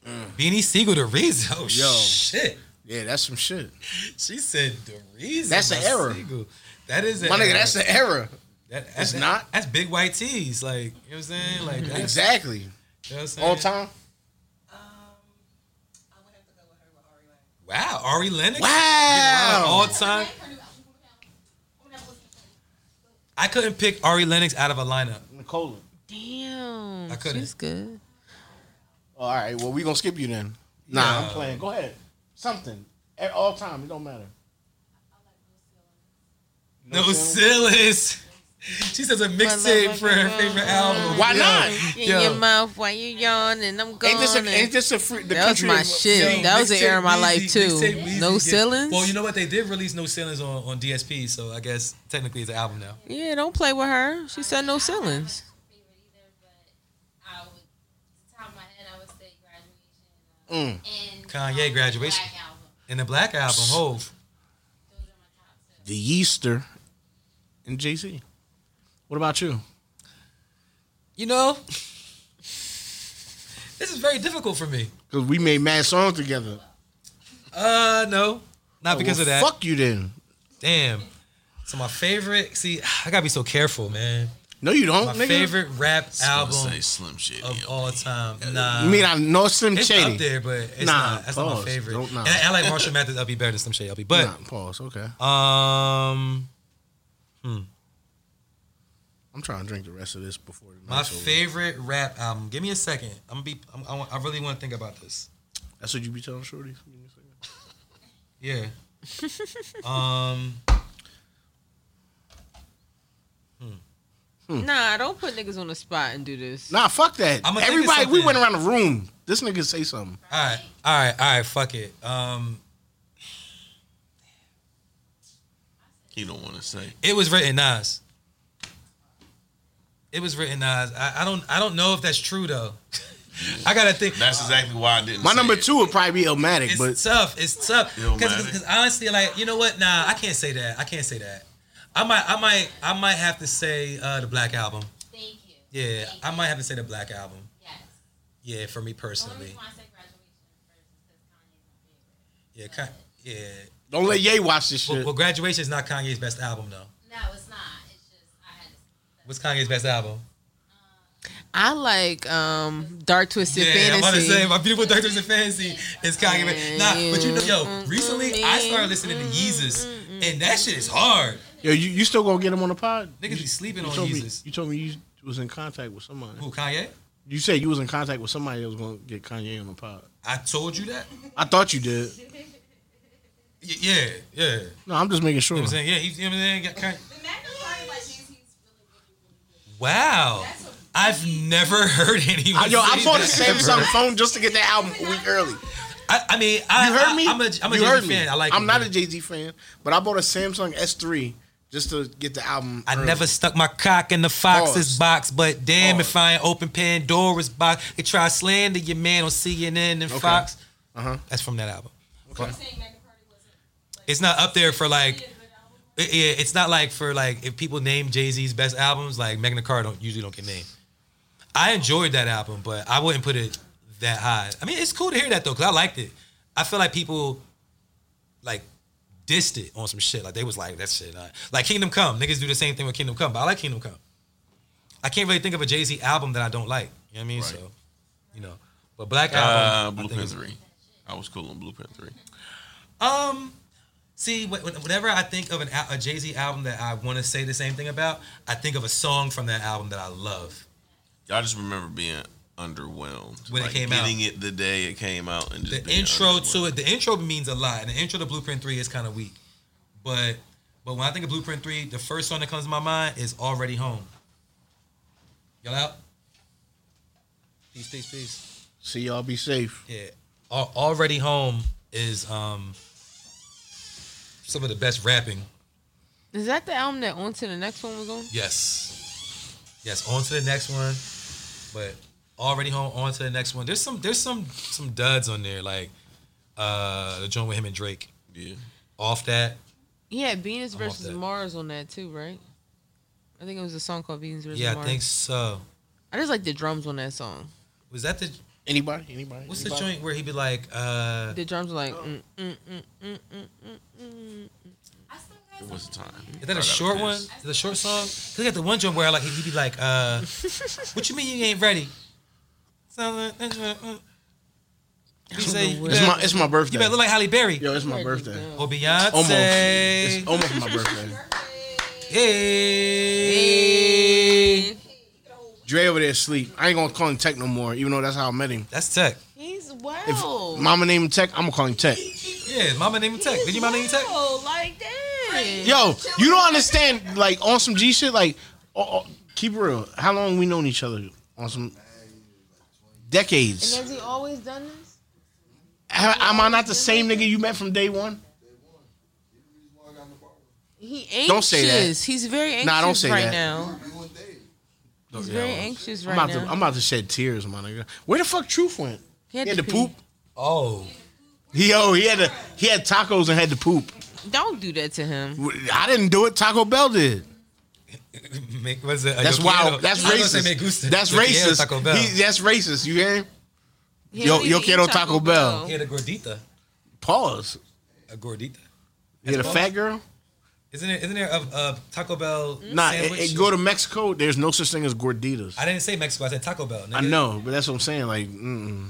[SPEAKER 5] the reason.
[SPEAKER 2] Beanie Siegel, the reason. Oh
[SPEAKER 1] Yo.
[SPEAKER 2] shit.
[SPEAKER 1] Yeah, that's some shit.
[SPEAKER 2] She said the reason.
[SPEAKER 1] That's an
[SPEAKER 2] by
[SPEAKER 1] error.
[SPEAKER 2] Siegel. That is an
[SPEAKER 1] My nigga,
[SPEAKER 2] error.
[SPEAKER 1] that's the era.
[SPEAKER 2] That- that's,
[SPEAKER 1] It's not.
[SPEAKER 2] That's big white tees. Like, you know what I'm saying? Like, that's,
[SPEAKER 1] Exactly.
[SPEAKER 2] you know what I'm saying?
[SPEAKER 1] All time.
[SPEAKER 5] Um, I would have to go with her with Ari Lennox.
[SPEAKER 2] Wow. Ari Lennox.
[SPEAKER 1] Wow.
[SPEAKER 2] All time.
[SPEAKER 5] Her new album coming out. I'm gonna have to listen to it.
[SPEAKER 2] I couldn't pick Ari Lennox out of a lineup.
[SPEAKER 1] Nicola.
[SPEAKER 3] Damn,
[SPEAKER 2] I couldn't.
[SPEAKER 3] she's good.
[SPEAKER 1] All right. Well, we gonna skip you then. Nah,
[SPEAKER 2] No.
[SPEAKER 1] I'm playing. Go ahead. Something. At all time. It don't matter.
[SPEAKER 2] No,
[SPEAKER 1] No
[SPEAKER 2] Silas. [LAUGHS] She says a mixtape for her favorite album.
[SPEAKER 1] Why
[SPEAKER 2] Yo.
[SPEAKER 1] not?
[SPEAKER 3] In
[SPEAKER 2] Yo.
[SPEAKER 3] your mouth while you yawn and I'm gone.
[SPEAKER 1] Ain't this a,
[SPEAKER 3] and-
[SPEAKER 1] ain't this a free, the
[SPEAKER 3] that was
[SPEAKER 1] country
[SPEAKER 3] my
[SPEAKER 1] of-
[SPEAKER 3] shit. That was the
[SPEAKER 2] Mixtape
[SPEAKER 3] era of my
[SPEAKER 2] Weezy,
[SPEAKER 3] life too.
[SPEAKER 2] mixtape Weezy,
[SPEAKER 3] No
[SPEAKER 2] yeah.
[SPEAKER 3] ceilings.
[SPEAKER 2] Well, you know what? They did release No Ceilings on, on DSP, so I guess technically it's an album now.
[SPEAKER 3] yeah, don't play with her. She said no ceilings.
[SPEAKER 5] favorite either, but I would, off the top of my head, I would say graduation.
[SPEAKER 1] Mm.
[SPEAKER 5] uh, And
[SPEAKER 2] Kanye
[SPEAKER 5] um,
[SPEAKER 2] Graduation.
[SPEAKER 5] Black album.
[SPEAKER 2] And the Black album, oh. Hove.
[SPEAKER 5] Those are my top two.
[SPEAKER 1] The Yeaster and JC. What about you?
[SPEAKER 2] You know, this is very difficult for me.
[SPEAKER 1] Because we made mad songs together.
[SPEAKER 2] Uh, no,
[SPEAKER 3] Oh,
[SPEAKER 2] not because
[SPEAKER 1] Well,
[SPEAKER 2] of that.
[SPEAKER 1] Fuck you then.
[SPEAKER 2] Damn. So my favorite. See, [SIGHS] I gotta be so careful, man.
[SPEAKER 1] No, you don't.
[SPEAKER 2] My
[SPEAKER 1] nigga.
[SPEAKER 2] favorite rap
[SPEAKER 4] I would
[SPEAKER 2] album
[SPEAKER 4] say Slim Shady.
[SPEAKER 2] of all time. Nah.
[SPEAKER 1] You mean I know Slim
[SPEAKER 2] It's
[SPEAKER 1] Shady?
[SPEAKER 2] up there, but it's
[SPEAKER 1] Nah,
[SPEAKER 2] not. That's not
[SPEAKER 1] pause.
[SPEAKER 2] my favorite.
[SPEAKER 1] Don't- nah.
[SPEAKER 2] And I, I like Marshall Mathers. I'll be better than Slim Shady. I'll be, but
[SPEAKER 1] Nah, pause. Okay.
[SPEAKER 2] um,
[SPEAKER 1] I'm trying to drink the rest of this before. The
[SPEAKER 2] my
[SPEAKER 1] night's over.
[SPEAKER 2] favorite rap album. Give me a second. I'm gonna be. I'm, I, want, I really want to think about this.
[SPEAKER 1] That's what you be telling Shorty. Give me a second.
[SPEAKER 2] Yeah. um. Hmm.
[SPEAKER 3] Nah, don't put niggas on the spot and do this.
[SPEAKER 1] Nah, fuck that.
[SPEAKER 2] I'ma think of
[SPEAKER 1] Everybody, we
[SPEAKER 2] something.
[SPEAKER 1] went around the room. This nigga say something.
[SPEAKER 2] All right. All right. All right. Fuck it. Um.
[SPEAKER 4] You don't want to say.
[SPEAKER 2] It was written Nas. It was written Nas. I, I don't. I don't know if that's true though. [LAUGHS] I gotta think.
[SPEAKER 4] That's exactly why I didn't.
[SPEAKER 1] My
[SPEAKER 4] say
[SPEAKER 1] number
[SPEAKER 4] it.
[SPEAKER 1] two would probably be Illmatic,
[SPEAKER 2] It's
[SPEAKER 1] but
[SPEAKER 2] tough. It's tough.
[SPEAKER 4] Illmatic.
[SPEAKER 2] Because honestly, like you know what? Nah, I can't say that. I can't say that. I might, I might, I might have to say uh, the Black Album.
[SPEAKER 5] Thank you.
[SPEAKER 2] Yeah,
[SPEAKER 5] Thank
[SPEAKER 2] I might have to say the Black Album.
[SPEAKER 5] Yes.
[SPEAKER 2] Yeah, for me
[SPEAKER 5] The only
[SPEAKER 2] personally.
[SPEAKER 5] reason why I said graduation first is because Kanye's my favorite.
[SPEAKER 2] Yeah, Ka- yeah.
[SPEAKER 1] don't let Ye watch this
[SPEAKER 2] Well,
[SPEAKER 1] shit.
[SPEAKER 2] well, graduation is not Kanye's best album though.
[SPEAKER 5] No, it's not. It's just I had to.
[SPEAKER 2] What's Kanye's best album?
[SPEAKER 3] I like um Dark Twisted
[SPEAKER 2] Yeah, I'm
[SPEAKER 3] Fantasy.
[SPEAKER 2] about to say my beautiful Dark Twisted Fantasy is Kanye. West. Nah, but you know, yo, recently I started listening to Yeezus, and that shit is hard.
[SPEAKER 1] Yo, you, you still gonna get him on the pod?
[SPEAKER 2] Niggas be sleeping
[SPEAKER 1] You
[SPEAKER 2] on
[SPEAKER 1] told me
[SPEAKER 2] Yeezus.
[SPEAKER 1] you told me you was in contact with somebody.
[SPEAKER 2] Who Kanye?
[SPEAKER 1] You said you was in contact with somebody that was gonna get Kanye on the pod.
[SPEAKER 2] I told you that.
[SPEAKER 1] I thought you did.
[SPEAKER 2] Y- yeah, yeah.
[SPEAKER 1] No, I'm just making sure.
[SPEAKER 2] You know what I'm saying? Yeah, he, you know what I'm saying? Got Kanye.
[SPEAKER 5] The Magnum party like means he's really, really, really good.
[SPEAKER 2] Wow.
[SPEAKER 5] That's what
[SPEAKER 2] I've never [LAUGHS] heard anyone.
[SPEAKER 1] I- yo, I
[SPEAKER 2] say
[SPEAKER 1] bought a
[SPEAKER 2] that
[SPEAKER 1] Samsung
[SPEAKER 2] ever.
[SPEAKER 1] phone just to get that album a week early.
[SPEAKER 2] I, I mean, I,
[SPEAKER 1] You heard me?
[SPEAKER 2] I, am a, I'm a
[SPEAKER 1] you heard
[SPEAKER 2] Jay-Z fan. I like.
[SPEAKER 1] I'm
[SPEAKER 2] him,
[SPEAKER 1] not
[SPEAKER 2] but
[SPEAKER 1] a Jay Z fan, but I bought a Samsung S3 just to get the album.
[SPEAKER 2] I
[SPEAKER 1] early.
[SPEAKER 2] never stuck my cock in the fox's
[SPEAKER 1] Pause.
[SPEAKER 2] box, but damn
[SPEAKER 1] Pause.
[SPEAKER 2] if I ain't open Pandora's box. They try slander your man on CNN and Fox.
[SPEAKER 1] Uh-huh.
[SPEAKER 2] That's from that album.
[SPEAKER 5] you're saying Magnum party wasn't
[SPEAKER 2] It's not up there for like.
[SPEAKER 5] a good album.
[SPEAKER 2] it- yeah, it's not like for like if people name Jay Z's best albums, like Megan Thee Carr don't usually don't get named. I enjoyed that album, but I wouldn't put it that high. I mean, it's cool to hear that though, cause I liked it. I feel like people like dissed it on some shit. Like they was like that shit. not-" Like Kingdom Come, niggas do the same thing with Kingdom Come, but I like Kingdom Come. I can't really think of a Jay Z album that I don't like. You know what I mean?
[SPEAKER 4] Right.
[SPEAKER 2] So, you know, but Black
[SPEAKER 4] Uh,
[SPEAKER 2] Album, I think
[SPEAKER 4] Blueprint
[SPEAKER 2] is-
[SPEAKER 4] three. I was cool on Blueprint three.
[SPEAKER 2] um, see, wh- wh- whenever I think of an al- a Jay Z album that I want to say the same thing about, I think of a song from that album that I love.
[SPEAKER 4] Y'all just remember being underwhelmed
[SPEAKER 2] When it
[SPEAKER 4] Like,
[SPEAKER 2] came out.
[SPEAKER 4] getting it the day it came out, and
[SPEAKER 2] The
[SPEAKER 4] just being
[SPEAKER 2] intro to
[SPEAKER 4] underwhelmed.
[SPEAKER 2] it, the intro means a lot, and the intro to Blueprint Three is kind of weak. But but when I think of Blueprint Three, the first song that comes to my mind is Already Home. Y'all out? Peace, peace, peace.
[SPEAKER 1] See y'all be safe.
[SPEAKER 2] Yeah. Al- Already Home is um some of the best rapping.
[SPEAKER 3] Is that the album that on to the next one was on?
[SPEAKER 2] Yes. Yes, on to the next one. But already home on to the next one. There's some there's some some duds on there like uh the joint with him and Drake.
[SPEAKER 4] Yeah.
[SPEAKER 2] Off that.
[SPEAKER 3] He had Venus
[SPEAKER 2] I'm off
[SPEAKER 3] versus
[SPEAKER 2] that.
[SPEAKER 3] Mars on that too, right? I think it was a song called Venus versus
[SPEAKER 2] Yeah, I
[SPEAKER 3] Mars.
[SPEAKER 2] think so.
[SPEAKER 3] I just like the drums on that song.
[SPEAKER 2] Was that the
[SPEAKER 1] Anybody? Anybody?
[SPEAKER 2] what's the
[SPEAKER 1] Anybody?
[SPEAKER 2] joint where he be like uh
[SPEAKER 3] The drums were like, mm, mm, mm.
[SPEAKER 5] I still got
[SPEAKER 4] It was the time.
[SPEAKER 2] Is that
[SPEAKER 4] I
[SPEAKER 2] a
[SPEAKER 4] got
[SPEAKER 2] short
[SPEAKER 4] pissed.
[SPEAKER 2] one? Is that a short song? Cause he got the one joint where like he'd be like,
[SPEAKER 3] [LAUGHS]
[SPEAKER 2] uh, "What you mean you ain't ready?" So, uh, uh, uh, he say,
[SPEAKER 3] know what-
[SPEAKER 2] "You
[SPEAKER 1] It's my it's my
[SPEAKER 2] you
[SPEAKER 1] birthday.
[SPEAKER 2] better look like Halle Berry
[SPEAKER 1] Yo, it's my
[SPEAKER 3] Where'd you
[SPEAKER 1] birthday.
[SPEAKER 3] go?
[SPEAKER 2] or Beyonce."
[SPEAKER 1] Almost. It's almost my
[SPEAKER 2] [LAUGHS]
[SPEAKER 1] birthday.
[SPEAKER 2] Hey.
[SPEAKER 1] Dre over there asleep. I ain't gonna call him Tech no more, even though that's how I met him.
[SPEAKER 2] That's Tech.
[SPEAKER 3] He's wow.
[SPEAKER 1] If Mama named him Tech, I'm gonna call him Tech.
[SPEAKER 2] Yeah, mama named him Tech. Did your mama name Tech?
[SPEAKER 3] Oh, like that.
[SPEAKER 1] Yo, you don't understand. Like on some G shit. Like, oh, oh, keep it real. How long we known each other? On some decades.
[SPEAKER 3] he always done this?
[SPEAKER 1] Ha- Am I not the same nigga you met from day one?
[SPEAKER 6] Why I got no problem.
[SPEAKER 3] He anxious.
[SPEAKER 1] Don't say that.
[SPEAKER 3] He's very anxious
[SPEAKER 1] Nah, don't say
[SPEAKER 3] right
[SPEAKER 1] that.
[SPEAKER 3] now.
[SPEAKER 6] You and Dave.
[SPEAKER 3] He's very anxious right
[SPEAKER 1] I'm about,
[SPEAKER 3] now.
[SPEAKER 1] to, I'm about to shed tears, my nigga. Where the fuck Truth went?
[SPEAKER 3] he
[SPEAKER 1] He
[SPEAKER 3] had
[SPEAKER 1] had
[SPEAKER 3] to
[SPEAKER 1] to poop.
[SPEAKER 2] Oh,
[SPEAKER 1] He oh he had a, he had tacos and had to poop.
[SPEAKER 3] pee. Don't do that to him.
[SPEAKER 1] I didn't do it. Taco Bell did.
[SPEAKER 2] [LAUGHS] make was it?
[SPEAKER 1] That's wild. That's
[SPEAKER 2] I was gonna say
[SPEAKER 1] racist.
[SPEAKER 2] make Gusta.
[SPEAKER 1] That's
[SPEAKER 2] Yo quiero
[SPEAKER 1] racist.
[SPEAKER 2] Taco Bell.
[SPEAKER 1] He, that's racist. You hear him?
[SPEAKER 3] He
[SPEAKER 1] Yo-
[SPEAKER 3] don't
[SPEAKER 1] yo
[SPEAKER 3] even eat
[SPEAKER 1] quiero Taco Bell.
[SPEAKER 2] He had a gordita.
[SPEAKER 1] Pause.
[SPEAKER 2] A gordita.
[SPEAKER 1] You had a
[SPEAKER 2] Pause.
[SPEAKER 1] fat girl?
[SPEAKER 2] Isn't it? Isn't there a, a Taco Bell
[SPEAKER 1] Hmm? Nah, it,
[SPEAKER 2] sandwich?
[SPEAKER 1] it go to Mexico. There's no such thing as gorditas.
[SPEAKER 2] I didn't say Mexico. I said Taco Bell. Nigga.
[SPEAKER 1] I know, but that's what I'm saying. Like, mm-mm.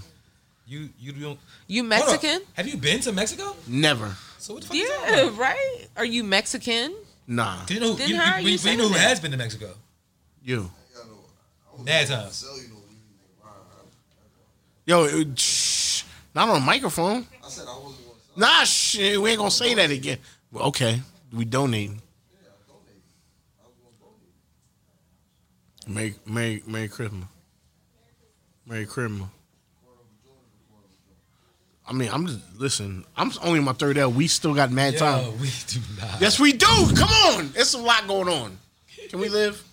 [SPEAKER 2] You you don't.
[SPEAKER 3] You
[SPEAKER 2] Hold up.
[SPEAKER 3] Mexican?
[SPEAKER 2] Have you been to Mexico?
[SPEAKER 1] never.
[SPEAKER 2] So what the fuck? Is that
[SPEAKER 3] Yeah,
[SPEAKER 2] about?
[SPEAKER 3] right? Are you Mexican?
[SPEAKER 1] Nah,
[SPEAKER 2] 'Cause You know, who-
[SPEAKER 3] Then
[SPEAKER 2] you,
[SPEAKER 3] how are
[SPEAKER 2] you,
[SPEAKER 3] you
[SPEAKER 2] you, you know who
[SPEAKER 3] saying
[SPEAKER 2] has been to Mexico?
[SPEAKER 1] you.
[SPEAKER 6] I got no. I was
[SPEAKER 2] Bad
[SPEAKER 6] on
[SPEAKER 2] times.
[SPEAKER 6] cellular when you was around.
[SPEAKER 1] Yo, it, shh, not on microphone.
[SPEAKER 6] I said I wasn't going to sell.
[SPEAKER 1] Nah, shit, we ain't gonna say that again. Well, okay, we donate.
[SPEAKER 6] Yeah, I donated. I was going to donate.
[SPEAKER 1] Merry, Merry, Merry Christmas. Merry Christmas. I mean, I'm just listen. I'm only in my third L. We still got mad time.
[SPEAKER 2] Yo, we do not.
[SPEAKER 1] Yes, we do. Come on, it's a lot going on. Can we live?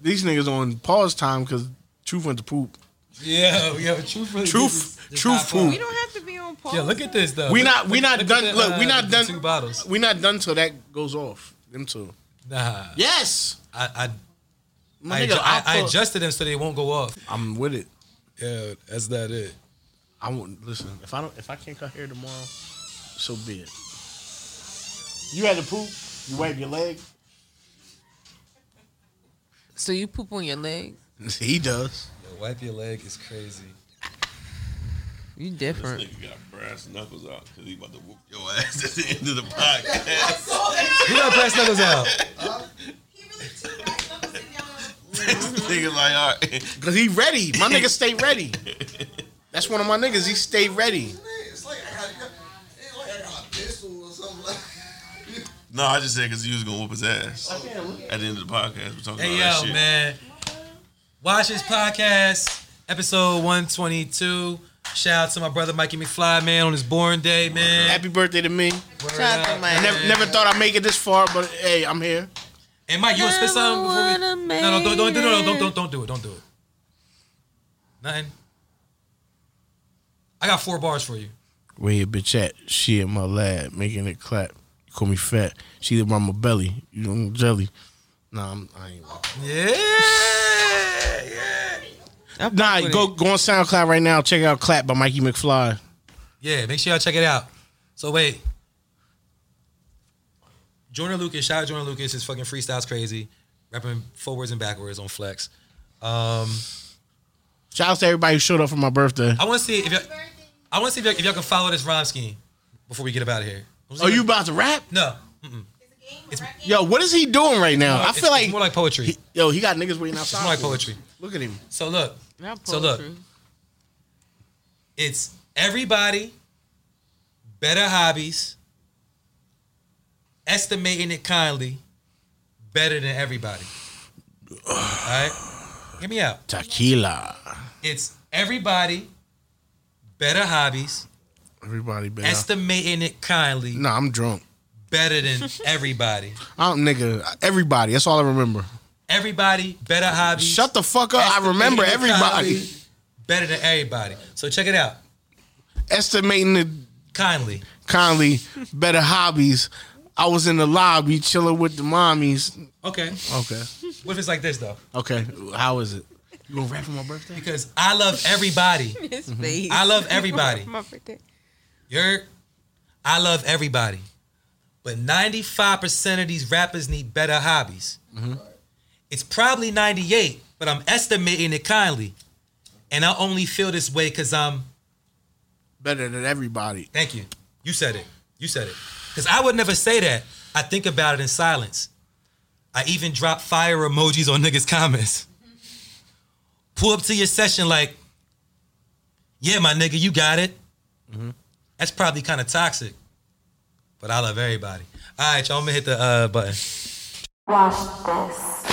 [SPEAKER 1] These niggas on pause time because Truth went to poop.
[SPEAKER 2] Yeah, yeah. Truthfully,
[SPEAKER 1] Truth-
[SPEAKER 2] this is- this
[SPEAKER 1] truth
[SPEAKER 2] high five.
[SPEAKER 3] We don't have to be on pause.
[SPEAKER 2] Yeah, look at this though.
[SPEAKER 1] We
[SPEAKER 2] Look-
[SPEAKER 1] not- we not
[SPEAKER 2] at
[SPEAKER 1] done-
[SPEAKER 2] the,
[SPEAKER 1] look, we
[SPEAKER 2] uh,
[SPEAKER 1] not
[SPEAKER 2] the
[SPEAKER 1] done-
[SPEAKER 2] Two bottles.
[SPEAKER 1] We not done till that goes off. Them two.
[SPEAKER 2] Nah,
[SPEAKER 1] Yes.
[SPEAKER 2] I I,
[SPEAKER 1] My
[SPEAKER 2] I,
[SPEAKER 1] nigga,
[SPEAKER 2] I, I
[SPEAKER 1] I'll put-
[SPEAKER 2] adjusted them so they won't go off.
[SPEAKER 1] I'm with it.
[SPEAKER 2] Yeah, that's not it.
[SPEAKER 1] I won't listen. If I don't, if I can't cut hair tomorrow, so be it. You had to poop. You wipe your leg.
[SPEAKER 3] So you poop on your leg?
[SPEAKER 1] [LAUGHS] He does.
[SPEAKER 2] Yo, wipe your leg is crazy.
[SPEAKER 3] You different.
[SPEAKER 4] Nigga got brass knuckles out because he about to whoop your ass at the
[SPEAKER 2] [LAUGHS]
[SPEAKER 4] end of the podcast.
[SPEAKER 2] Who got brass knuckles out?
[SPEAKER 5] He really too right. Don't sit down on the floor.
[SPEAKER 4] nigga like, all right. [LAUGHS]
[SPEAKER 1] Cause he ready. My nigga stay ready. That's one of my niggas. He stay ready.
[SPEAKER 6] It's like I got, it's like I got a pistol or something. Like [LAUGHS]
[SPEAKER 4] No, I just said because he was gonna whoop his ass at the end of the podcast. We're talking
[SPEAKER 2] Hey yo,
[SPEAKER 4] about that shit.
[SPEAKER 2] man. Watch this podcast, episode 122. Shout out to my brother Mikey McFly, man, on his born day, man.
[SPEAKER 1] Happy birthday to me.
[SPEAKER 2] Word
[SPEAKER 3] Shout out to Mike.
[SPEAKER 2] man.
[SPEAKER 1] Never, never thought I'd make it this far, but hey, I'm here.
[SPEAKER 2] And Mike, you want to spit something before we?
[SPEAKER 3] Never would've
[SPEAKER 2] No, no, don't, don't,
[SPEAKER 3] made
[SPEAKER 2] no, no, don't,
[SPEAKER 3] it.
[SPEAKER 2] don't, don't do it. Don't do it. Nothing. I got four bars for you.
[SPEAKER 1] Where your bitch at? She at my lab, making it clap. You call me fat. She live on my belly. You know, jelly. Nah, I'm, I ain't.
[SPEAKER 2] Yeah. yeah.
[SPEAKER 3] I fuck
[SPEAKER 1] Nah,
[SPEAKER 3] with
[SPEAKER 1] go
[SPEAKER 3] it.
[SPEAKER 1] go on SoundCloud right now. Check out "Clap" by Mikey McFly.
[SPEAKER 2] Yeah, make sure y'all check it out. So wait. Jordan Lucas, shout out Jordan Lucas. His fucking freestyle's crazy. Rapping forwards and backwards on flex.
[SPEAKER 1] Shout out to everybody who showed up for my birthday.
[SPEAKER 2] I want to see if y'all, I want to see if y'all, if y'all can follow this rhyme scheme before we get up out of here. I'm just
[SPEAKER 1] Are
[SPEAKER 2] gonna-
[SPEAKER 1] you about to rap?
[SPEAKER 2] No.
[SPEAKER 5] It's a game. It's, right
[SPEAKER 1] Yo, what is he doing right now? I
[SPEAKER 2] It's-
[SPEAKER 1] feel
[SPEAKER 2] it's
[SPEAKER 1] like,
[SPEAKER 2] more like poetry.
[SPEAKER 1] he- yo, he got niggas waiting outside.
[SPEAKER 2] it's more like
[SPEAKER 1] for him.
[SPEAKER 2] poetry.
[SPEAKER 1] Look at him.
[SPEAKER 2] So look,
[SPEAKER 3] Not
[SPEAKER 2] So look.
[SPEAKER 3] poetry.
[SPEAKER 2] it's everybody, better hobbies, estimating it kindly, better than everybody. All right, hear me out.
[SPEAKER 1] Tequila.
[SPEAKER 2] It's everybody, better hobbies,
[SPEAKER 1] Everybody better.
[SPEAKER 2] estimating it kindly,
[SPEAKER 1] nah, I'm drunk.
[SPEAKER 2] better than everybody.
[SPEAKER 1] I don't, nigga. Everybody. That's all I remember.
[SPEAKER 2] Everybody, better hobbies.
[SPEAKER 1] Shut the fuck up. I
[SPEAKER 2] [LAUGHS]
[SPEAKER 1] remember
[SPEAKER 2] estimating it
[SPEAKER 1] everybody.
[SPEAKER 2] kindly, Better than everybody. So check it out.
[SPEAKER 1] Estimating the
[SPEAKER 2] Kindly.
[SPEAKER 1] kindly better hobbies. I was in the lobby chilling with the mommies.
[SPEAKER 2] Okay.
[SPEAKER 1] Okay.
[SPEAKER 2] What if it's like this though?
[SPEAKER 1] Okay. How is it? You gonna rap for my birthday?
[SPEAKER 2] Because I love everybody.
[SPEAKER 3] His face.
[SPEAKER 2] I love everybody.
[SPEAKER 3] My birthday.
[SPEAKER 2] You're, I love everybody. But 95% of these rappers need better hobbies. It's probably 98, but I'm estimating it kindly. And I only feel this way because I'm,
[SPEAKER 1] Better than everybody.
[SPEAKER 2] thank you. You said it. You said it. Because I would never say that. I think about it in silence. I even drop fire emojis on niggas' comments. Pull up to your session like, yeah, my nigga, you got it. That's probably kind of toxic, but I love everybody. All right, y'all, I'm gonna hit the uh, button.
[SPEAKER 7] Watch this.